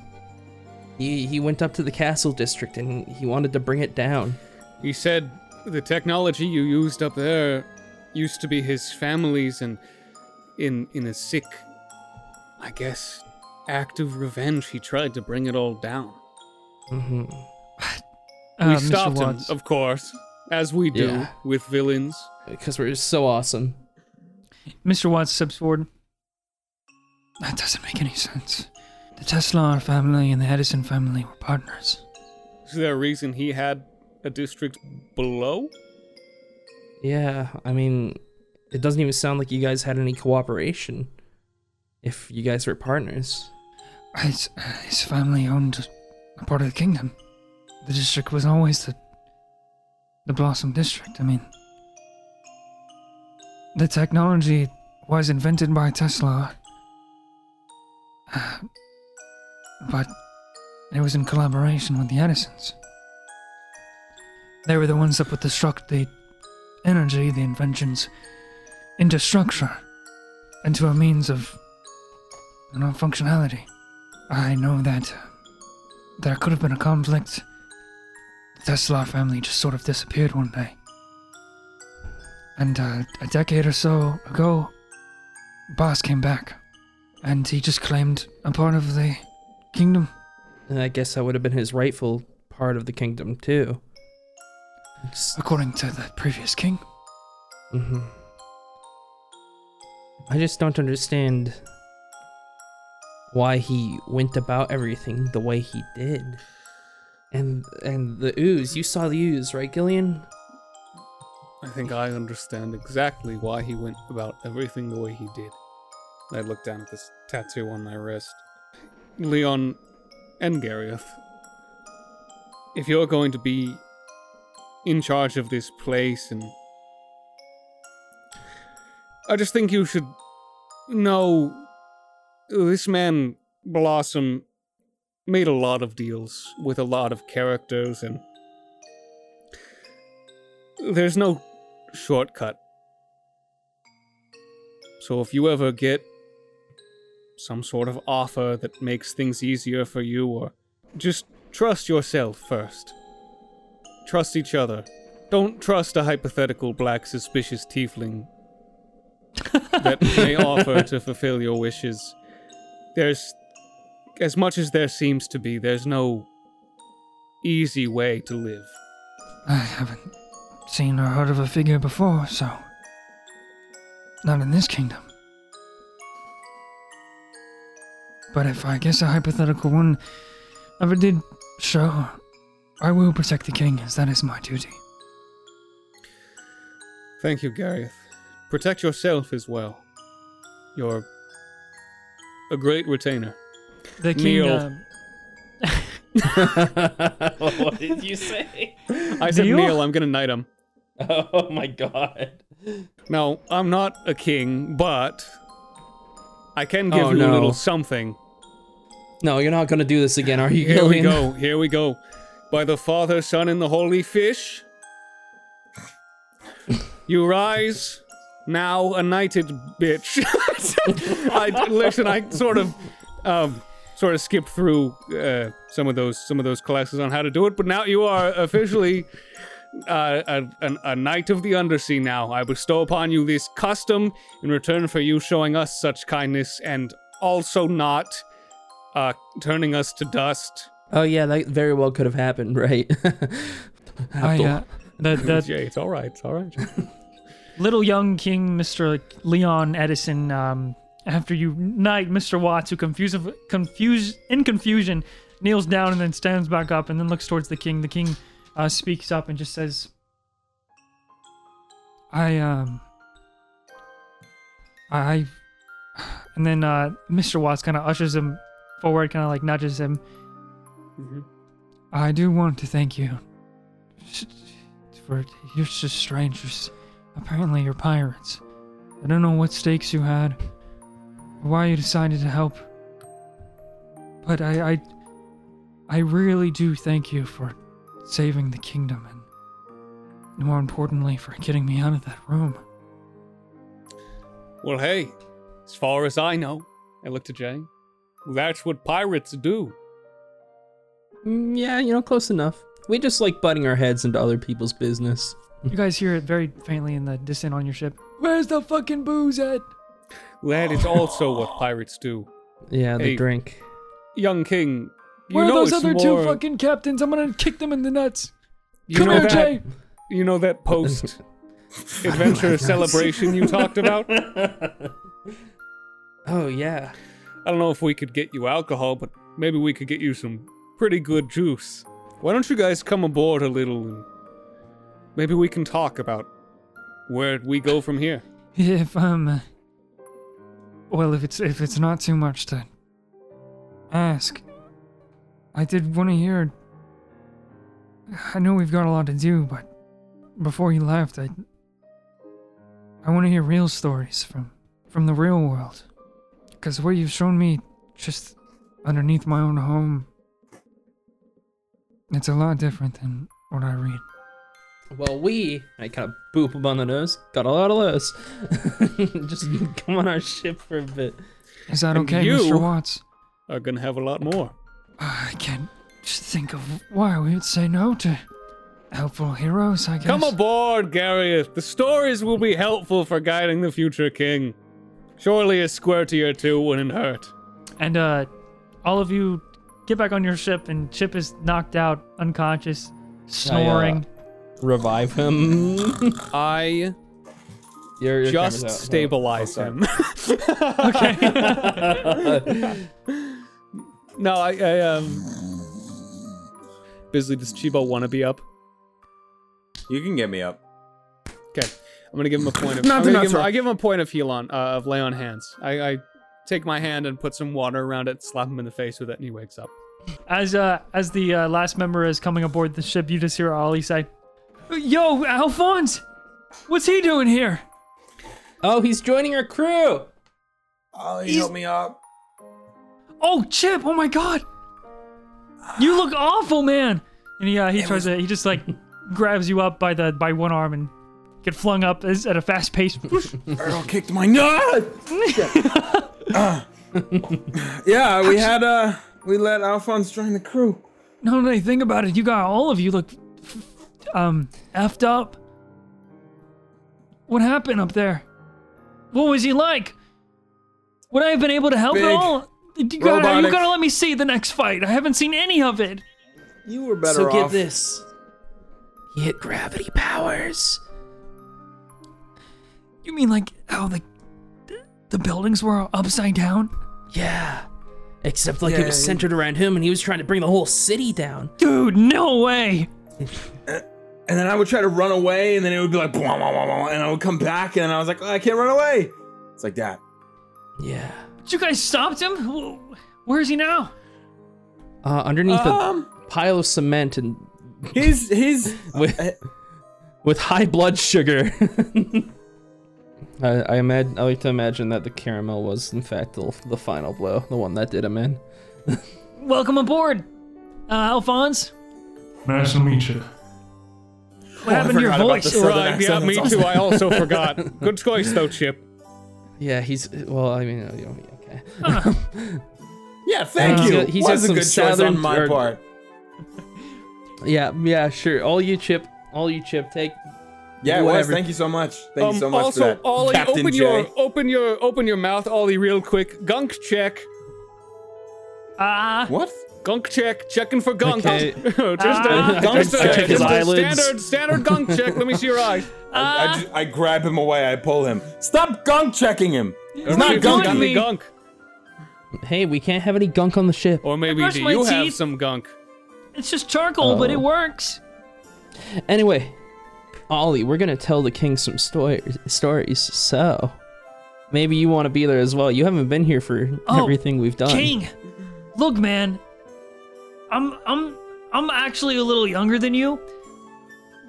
S1: He he went up to the castle district and he wanted to bring it down.
S5: He said the technology you used up there used to be his family's and in in a sick I guess act of revenge he tried to bring it all down.
S4: Uh,
S5: We
S4: Mr.
S5: stopped him,
S4: Uh, Watts.
S5: of course, as we do
S1: Yeah.
S5: with villains.
S1: Because we're so awesome.
S4: Mr. Watts steps forward. That doesn't make any sense. The Tesla family and the Edison family were partners.
S5: Is there a reason he had a district below?
S1: Yeah, I mean, it doesn't even sound like you guys had any cooperation. If you guys were partners,
S4: His, uh, his family owned a part of the kingdom. The district was always the the Blossom District. I mean, the technology was invented by Tesla, uh, but it was in collaboration with the Edisons. They were the ones that put the struct the energy, the inventions, into structure, into a means of, you know, functionality. I know that there could have been a conflict. The Tesla family just sort of disappeared one day. And uh, a decade or so ago, Boss came back. And he just claimed a part of the kingdom.
S1: and I guess that would have been his rightful part of the kingdom too. It's-
S4: According to the previous king,
S1: mhm. I just don't understand why he went about everything the way he did. And and the ooze, you saw the ooze, right, Gillian?
S5: I think I understand exactly why he went about everything the way he did. I looked down at this tattoo on my wrist. Leon and Gareth, if you're going to be in charge of this place and I just think you should know this man Blossom made a lot of deals with a lot of characters and there's no shortcut. So if you ever get some sort of offer that makes things easier for you, or just trust yourself first. Trust each other. Don't trust a hypothetical black suspicious tiefling that may offer to fulfill your wishes. There's, as much as there seems to be, there's no easy way to live.
S4: I haven't seen or heard of a figure before, so. Not in this kingdom. But if I guess a hypothetical one ever did show, I will protect the king, as that is my duty.
S5: Thank you, Gareth. Protect yourself as well. You're a
S1: *laughs*
S5: great retainer.
S4: The
S5: king, Kneel. uh,
S1: what did you say?
S5: I said,
S4: Deal?
S5: Neil, I'm gonna knight him.
S1: Oh my god.
S5: No, I'm not a king, but I can give
S1: Oh,
S5: you a
S1: no.
S5: little something.
S1: No, you're not gonna do this again, are you,
S5: Here we
S1: Gillian?
S5: go. Here we go. By the Father, Son, and the Holy Fish, you rise. Now a knighted bitch. *laughs* I listen. I sort of, um, sort of skipped through uh, some of those some of those classes on how to do it, but now you are officially uh, a, an a knight of the undersea. Now I bestow upon you this custom in return for you showing us such kindness and also not uh, turning us to dust.
S1: *laughs* Oh yeah, that very well could have happened, *laughs* right?
S4: I, uh, that, that
S8: Jay, it's all right. It's all right.
S4: *laughs* little young king, Mr. Leon Edison, um, after you knight Mr. Watts, who confuse, confuse, in confusion kneels down and then stands back up and then looks towards the king. The king uh, speaks up and just says, I, um, I And then uh, Mr. Watts kind of ushers him forward, kind of like nudges him. I do want to thank you s- for you're just strangers. Apparently, you're pirates. I don't know what stakes you had, or why you decided to help, but I, I, I really do thank you for saving the kingdom and, more importantly, for getting me out of that room.
S5: Well, hey, as far as I know, I looked at Jay. That's what pirates do.
S1: Mm, yeah, you know, close enough. We just like butting our heads into other people's business.
S4: You guys hear it very faintly in the distance on your ship. Where's the fucking booze at?
S5: That is
S4: *gasps*
S5: also what pirates do.
S1: Yeah, they
S5: Hey.
S1: drink.
S5: Young King, you
S4: Where are
S5: know
S4: those
S5: it's
S4: other two
S5: more,
S4: fucking captains? I'm gonna kick them in the nuts.
S5: you
S4: Come
S5: know
S4: here,
S5: that,
S4: Jay.
S5: You know
S4: *laughs*
S5: that post adventure celebration you talked about? I
S1: *laughs* Oh yeah.
S5: don't know if we could get you alcohol, but maybe we could get you some pretty good juice. Why don't you guys come aboard a little and maybe we can talk about where we go from here?
S4: If um, uh, well, if it's if it's not too much to ask, I did want to hear. I know we've got a lot to do, but before you left, I I want to hear real stories from from the real world, because what you've shown me just underneath my own home, it's a lot different than what I read.
S1: Well, we I kind of boop him on the nose. Got a lot of those. *laughs* just come on our ship for a bit.
S4: Is that
S5: And
S4: okay,
S5: you-
S4: Mr. Watts?
S5: Are gonna have a lot more.
S4: I can't just think of why we would say no to helpful heroes, I guess.
S5: Come aboard, Garrius. The stories will be helpful for guiding the future king. Surely a squirty or two wouldn't hurt.
S4: And uh, all of you get back on your ship, and Chip is knocked out, unconscious, snoring.
S1: Revive him.
S5: I
S1: Your- your camera's
S5: just
S1: out.
S5: stabilize him. *laughs* okay. *laughs* no, I, I um. Bisley, does Chiba want to be up?
S3: You can get me up.
S5: Okay, I'm gonna give him a point of.
S3: Nothing,
S5: I'm gonna give
S3: that's
S5: him,
S3: all.
S5: I give him a point of heal on uh, of lay on hands. I, I take my hand and put some water around it, slap him in the face with it, and he wakes up.
S4: As uh, as the uh, last member is coming aboard the ship, you just hear Ollie say, "Yo, Alphonse, what's he doing here?"
S1: Oh, he's joining our crew.
S3: Ollie, help me up.
S4: Oh, Chip! Oh my God! You look awful, man. And he uh, he tries to he just like grabs you up by the by one arm and get flung up as- at a fast *laughs* pace.
S3: Earl kicked my nut.
S1: *laughs*
S3: Uh, yeah, we had uh, we let Alphonse join the crew.
S4: No, no, think about it. You got all of you look f- um effed up. What happened up there? What was he like? Would I have been able to help at
S3: Big,
S4: all? You gotta, you
S3: robotic.
S4: gotta let me see the next fight. I haven't seen any of it.
S3: You were better
S1: So get
S3: off.
S1: this. He hit gravity powers.
S4: You mean like how the the buildings were upside down?
S1: Yeah. Except like it
S3: Yeah,
S1: was
S3: yeah.
S1: centered around him and he was trying to bring the whole city down.
S4: Dude, no way.
S3: And then I would try to run away, and then it would be like, "Bwah, bwah, bwah, bwah," and I would come back, and then I was like, oh, I can't run away. It's like that.
S1: Yeah.
S4: But you guys stopped him. Wh- Where is he now?
S1: Uh, underneath
S3: Um,
S1: a pile of cement and
S3: he's he's
S1: with, with high blood sugar. I, I imagine I like to imagine that the caramel was in fact the, the final blow, the one that did him in.
S4: Welcome aboard, uh, Alphonse.
S9: Nice to meet you.
S4: What happened to
S3: Oh,
S4: your
S3: forgot about
S4: voice?
S3: the southern
S5: Right, yeah,
S3: accent,
S5: me
S3: that's
S5: too. I
S3: *laughs*
S5: also forgot. Good choice though, Chip.
S1: Yeah, he's well. I mean, oh, you know, okay.
S3: yeah. Thank
S1: Um,
S3: you.
S1: he's got
S3: was a
S1: some
S3: good choice
S1: southern-
S3: on my
S1: or-
S3: part.
S1: Yeah, yeah, sure. All you chip, all you chip, take.
S3: Yeah, it was.
S1: whatever.
S3: Thank you so much. Thank you
S5: Um,
S3: so much
S5: also,
S3: for that,
S5: Ollie,
S3: Captain
S5: open
S1: *laughs*
S3: J.
S5: your open your open your mouth, Ollie, real quick. Gunk check.
S4: Ah.
S3: what?
S5: Gunk check, checking for gunk.
S1: Okay.
S5: *laughs* just a,
S4: Uh,
S3: *laughs*
S4: Ah,
S5: just
S1: *laughs*
S5: a-
S1: I check his
S5: just a
S1: eyelids.
S5: standard, standard gunk check. Let me see your eyes.
S3: I, ju- I grab him away. I pull him. Stop gunk checking him. He's not
S5: You've got
S3: gunking.
S5: me gunk.
S1: Hey, we can't have any gunk on the ship.
S5: Or maybe
S4: brushed
S5: do
S4: my
S5: you have
S4: teeth.
S5: some gunk?
S4: It's just charcoal, but it
S1: Oh.
S4: works.
S1: Anyway, Ollie, we're gonna tell the king some stories. Stories. So, Maybe you want to be there as well. You haven't been here for
S4: Oh,
S1: everything we've done.
S4: King, look, man, I'm I'm I'm actually a little younger than you,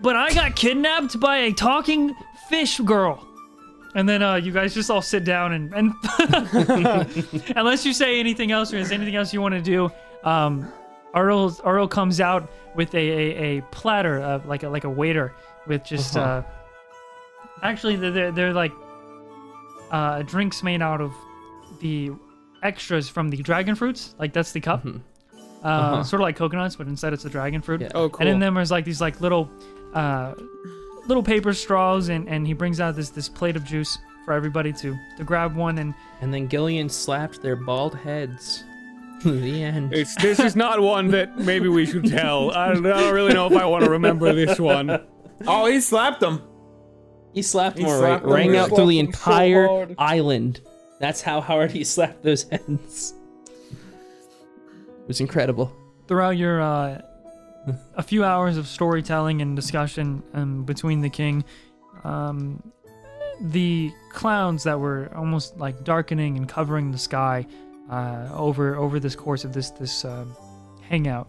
S4: but I got kidnapped by a talking fish girl. And then uh, you guys just all sit down and, and *laughs* unless you say anything else or is anything else you want to do, um, Arl Arl comes out with a a, a platter of like a like a waiter with just uh actually they're they're, they're like uh, drinks made out of the extras from the dragon fruits. Like that's the cup, uh, sort of like coconuts, but instead it's the dragon fruit.
S1: Yeah.
S5: Oh, cool.
S4: And in them there's like these like little, uh, little paper straws, and and he brings out this this plate of juice for everybody to to grab one. And
S1: And then Gillian slapped their bald heads. *laughs* the end.
S8: It's, this is not one that maybe we should tell. I don't, I don't really know if I want to remember this one.
S3: Oh, he slapped him.
S1: He slapped
S3: He
S1: more,
S3: slapped them
S1: rang
S3: really
S1: out through the
S8: hard. So
S1: entire
S8: hard.
S1: island. That's how hard he *laughs* slapped those heads. It was incredible.
S4: throughout your uh, a few hours of storytelling and discussion um, between the king, um, the clouds that were almost like darkening and covering the sky uh, over over this course of this this um hangout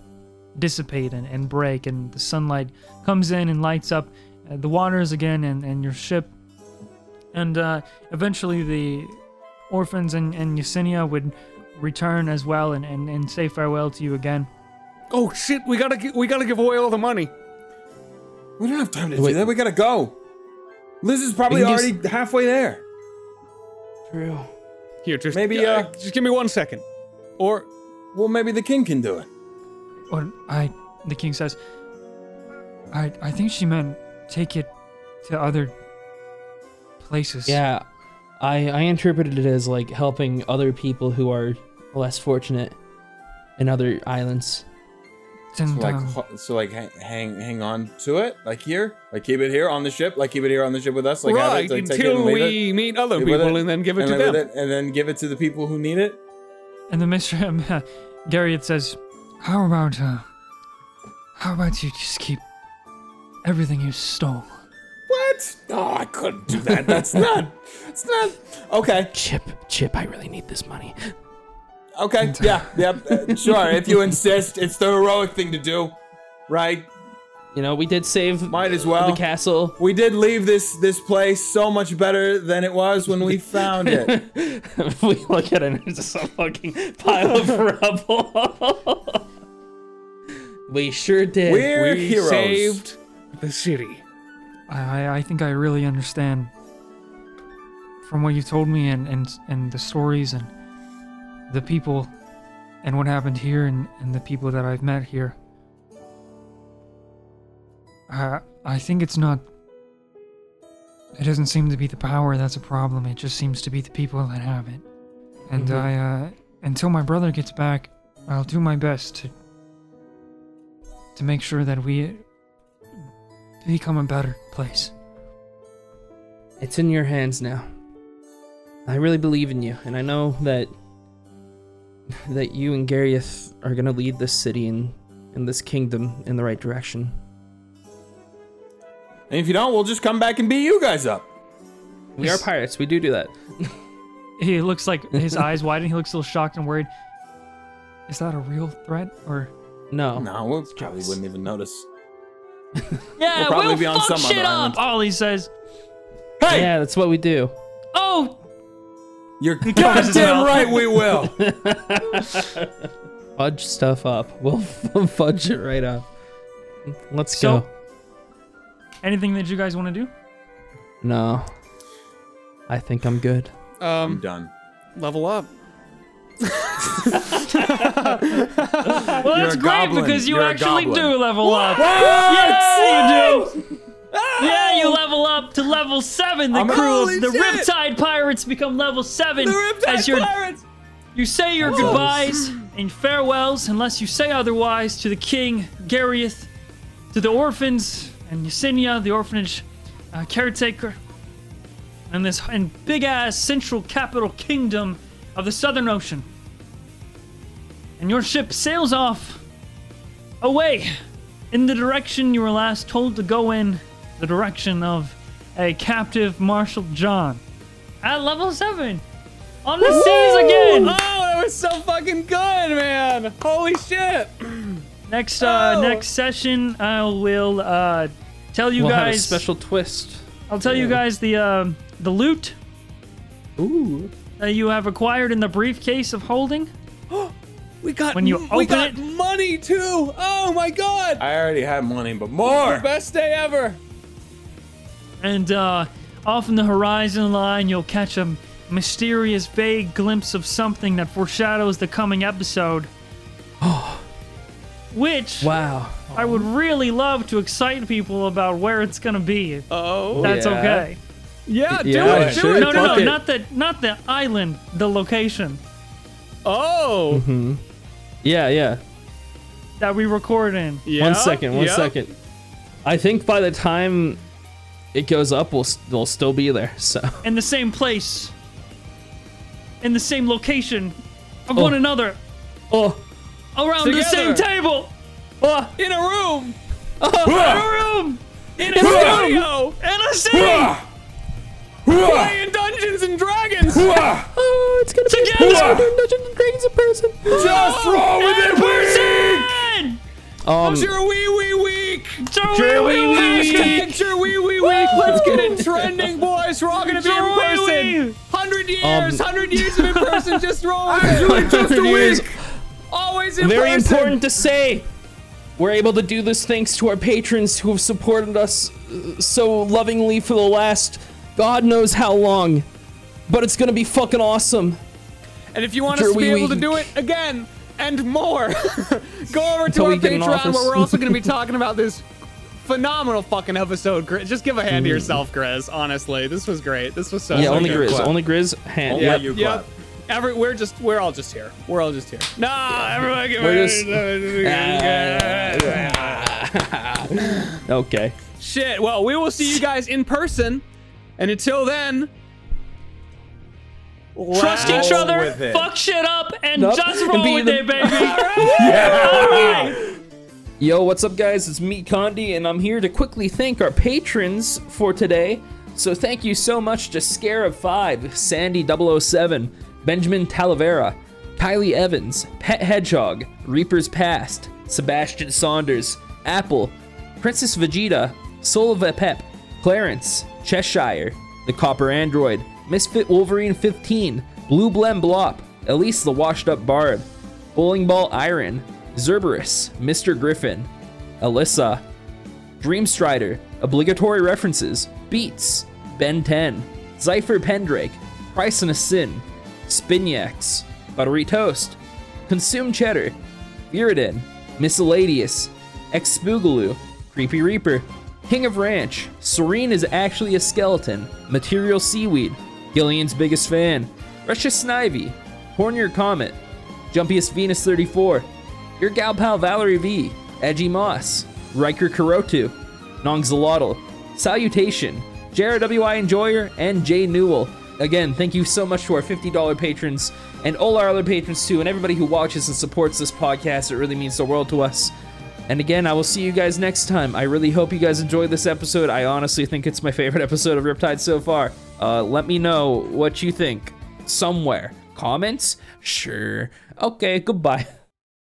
S4: dissipate and, and break, and the sunlight comes in and lights up uh, the waters again and, and your ship, and uh, eventually the orphans and, and Yesenia would return as well and, and, and say farewell to you again.
S8: Oh shit! We gotta gi- we gotta give away all the money.
S3: We don't have time to
S1: Wait.
S3: do that. We gotta go. Liz is probably
S1: We can do
S3: already halfway there.
S1: True.
S8: Here, just
S3: Maybe, uh,
S8: just give me one second.
S3: Or, well, maybe the king can do it.
S4: Or I, the king says, I, I think she meant take it to other places.
S1: Yeah, I I interpreted it as like helping other people who are less fortunate in other islands.
S3: So
S4: And,
S3: like,
S4: um,
S3: ho- so like, hang, hang, hang on to it. Like here, like keep it here on the ship. Like keep it here on the ship with us. Like have
S8: right
S3: it, like, take it
S8: until
S3: and leave it.
S8: we meet other
S3: Leave with
S8: people
S3: it,
S8: and then give it
S3: and
S8: to
S3: leave
S8: them.
S3: with it, and then give it to the people who need it.
S4: and the mistress, *laughs* um, Gary, it says, how about, uh, how about you just keep everything you stole?
S3: What? Oh, I couldn't do that. That's not. It's not. Okay.
S1: Chip, Chip, I really need this money.
S3: Okay. Yeah. Yep. uh, sure. If you insist, it's the heroic thing to do, right?
S1: You know, we did save
S3: Might as well.
S1: the castle.
S3: We did leave this this place so much better than it was when we found it.
S1: if *laughs* we look at it, and it's just a fucking pile of rubble. we sure did.
S3: We're
S8: we
S3: heroes.
S8: saved the city.
S4: I, I- I think I really understand from what you told me and, and, and the stories and the people and what happened here and, and the people that I've met here. I, I think it's not. It doesn't seem to be the power that's a problem. It just seems to be the people that have it. And I, uh, until my brother gets back, I'll do my best to to make sure that we become a better place.
S1: It's in your hands now. I really believe in you, and I know that that you and Gareth are gonna lead this city and and this kingdom in the right direction.
S3: And if you don't, we'll just come back and beat you guys up.
S1: We are pirates. We do do that.
S4: He
S3: *laughs*
S4: looks like his eyes widen. He looks a little shocked and worried. Is that a real threat or?
S1: No.
S3: No, we probably wouldn't even notice.
S4: Yeah,
S3: probably we'll be on fuck some shit other up, island.
S4: Ollie says.
S3: Hey,
S1: Yeah, that's what we do.
S4: Oh,
S3: you're
S4: covers his
S3: goddamn
S4: mouth.
S3: right. We will.
S1: Fudge stuff up. We'll *laughs* fudge it right up. Let's
S4: So-
S1: go.
S4: anything that you guys want to do?
S1: No. I think I'm good.
S3: I'm
S5: Um,
S3: done.
S5: level up.
S4: Well,
S3: You're
S4: that's
S3: a
S4: great
S3: goblin.
S4: because you
S3: You're a
S4: actually
S3: goblin.
S4: do level up. Yes, you do. *laughs* Yeah, you level up to level seven. The
S3: I'm-
S4: crew,
S3: Holy
S4: of the
S3: shit.
S4: Riptide Pirates, become level seven. as your
S3: pirates.
S4: You say your goodbyes and farewells, unless you say otherwise, to the king, Gareth, to the orphans, and Yesenia, the orphanage uh, caretaker, and this and big ass central capital kingdom of the Southern Ocean. And your ship sails off away in the direction you were last told to go in, the direction of a captive Marshal John. at level seven on the seas again.
S5: Oh, that was so fucking good, man! Holy shit!
S4: Next uh,
S5: Oh.
S4: next session, I will uh, tell you
S1: We'll have a
S4: guys.
S1: special twist.
S4: I'll tell you guys the um the loot
S1: Ooh.
S4: that you have acquired in the briefcase of holding.
S5: We got
S4: When you
S5: m-
S4: open
S5: we got
S4: it-
S5: money too. Oh my god!
S3: I already had money, but more.
S5: Best day ever.
S4: and uh, off in the horizon line, you'll catch a mysterious, vague glimpse of something that foreshadows the
S1: *gasps*
S4: coming episode. Which
S1: Wow.
S4: I would really love to excite people about where it's gonna be.
S5: Oh
S4: That's
S1: yeah.
S4: okay.
S5: yeah, do
S1: Yeah,
S5: it, do
S1: sure.
S5: it.
S4: No, no, no,
S1: Fuck it.
S4: not the not the island, the location
S5: Oh,
S1: Yeah, yeah.
S4: that we record in.
S5: yeah.
S1: One second, one
S5: yeah.
S1: second. I think by the time it goes up, we'll s- they'll still be there. So
S4: in the same place, in the same location, of one
S1: Oh.
S4: another,
S1: oh
S4: around the same
S5: Together.
S4: table,
S5: In a room. Ah.
S4: room,
S5: In a studio.
S4: and a sea,
S5: Ah. Playing Dungeons and Dragons.
S1: oh, it's gonna be
S4: Together.
S1: we're doing Dungeons and Dragons in person.
S3: Just roll with Oh, it, Weezy!
S4: and
S1: Um,
S5: Your wee wee week.
S4: Joey
S1: wee
S4: Wee.
S5: Hashtag your wee wee week. Let's get it trending, boys. We're all gonna be in
S4: Joey
S5: person.
S4: Wee.
S5: Hundred years. Hundred years of
S1: *laughs*
S5: in person. Just roll with it.
S1: Um, just a week.
S5: Always in
S1: Very
S5: person.
S1: important to say, we're able to do this thanks to our patrons who have supported us uh, so lovingly for the last God knows how long. But it's gonna be fucking awesome.
S5: And if you want us
S1: Sure,
S5: to be
S1: we-
S5: able
S1: we-
S5: to do it again and more, *laughs* go over to
S1: Until
S5: our
S1: we get an
S5: Patreon
S1: office.
S5: where we're also going
S1: *laughs*
S5: to be talking about this phenomenal fucking episode. Gre- Just give a hand to yourself, Grez. Honestly, this was great. This was so
S1: Mm. yeah,
S5: so
S1: only
S5: good.
S1: Grizz,
S3: clap.
S1: only Grizz. Hand.
S3: Only
S1: yep.
S3: you clap.
S5: Yep. Every, we're just we're all just here. We're all just here. Nah, everyone get
S1: We're just- Ah.
S5: Yeah.
S1: Okay.
S5: Shit. Well, we will see you guys in person. And until then,
S4: Trust
S5: Wow.
S4: each
S3: Roll
S4: other,
S3: with it.
S4: fuck shit up, and
S1: Nope.
S4: just
S1: And
S4: roll
S1: be
S4: with
S1: the-
S4: it, baby.
S1: Yo, what's up, guys? It's me, Condi, and I'm here to quickly thank our patrons for today. So, thank you so much to Scarab5, Sandy007, Benjamin Talavera, Kylie Evans, Pet Hedgehog, Reaper's Past, Sebastian Saunders, Apple, Princess Vegeta, Soul of a Pep, Clarence, Cheshire, The Copper Android, Misfit Wolverine 15, Blue Blem Blop, Elise the Washed Up Bard, Bowling Ball Iron, Zerberus, Mr. Griffin, Alyssa, Dreamstrider, Obligatory References, Beats, Ben 10, Zypher Pendrake, Price and a Sin, Spinax, Buttery Toast, Consume Cheddar, Viridin, Miscellaneous, Expoogaloo, Creepy Reaper, King of Ranch, Serene is actually a skeleton, Material Seaweed, Gillian's biggest fan, Russia Snivy, Hornier Comet, Jumpiest Venus 34, your gal pal Valerie V, Edgy Moss, Riker Kurotu, Nongzalotl, Salutation, Jared W.I. Enjoyer, and Jay Newell. Again, thank you so much to our $50 patrons and all our other patrons too, and everybody who watches and supports this podcast. It really means the world to us. And again, I will see you guys next time. I really hope you guys enjoyed this episode. I honestly think it's my favorite *laughs* episode of Riptide so far. Uh, let me know what you think somewhere. Comments? Sure. Okay, goodbye. *laughs*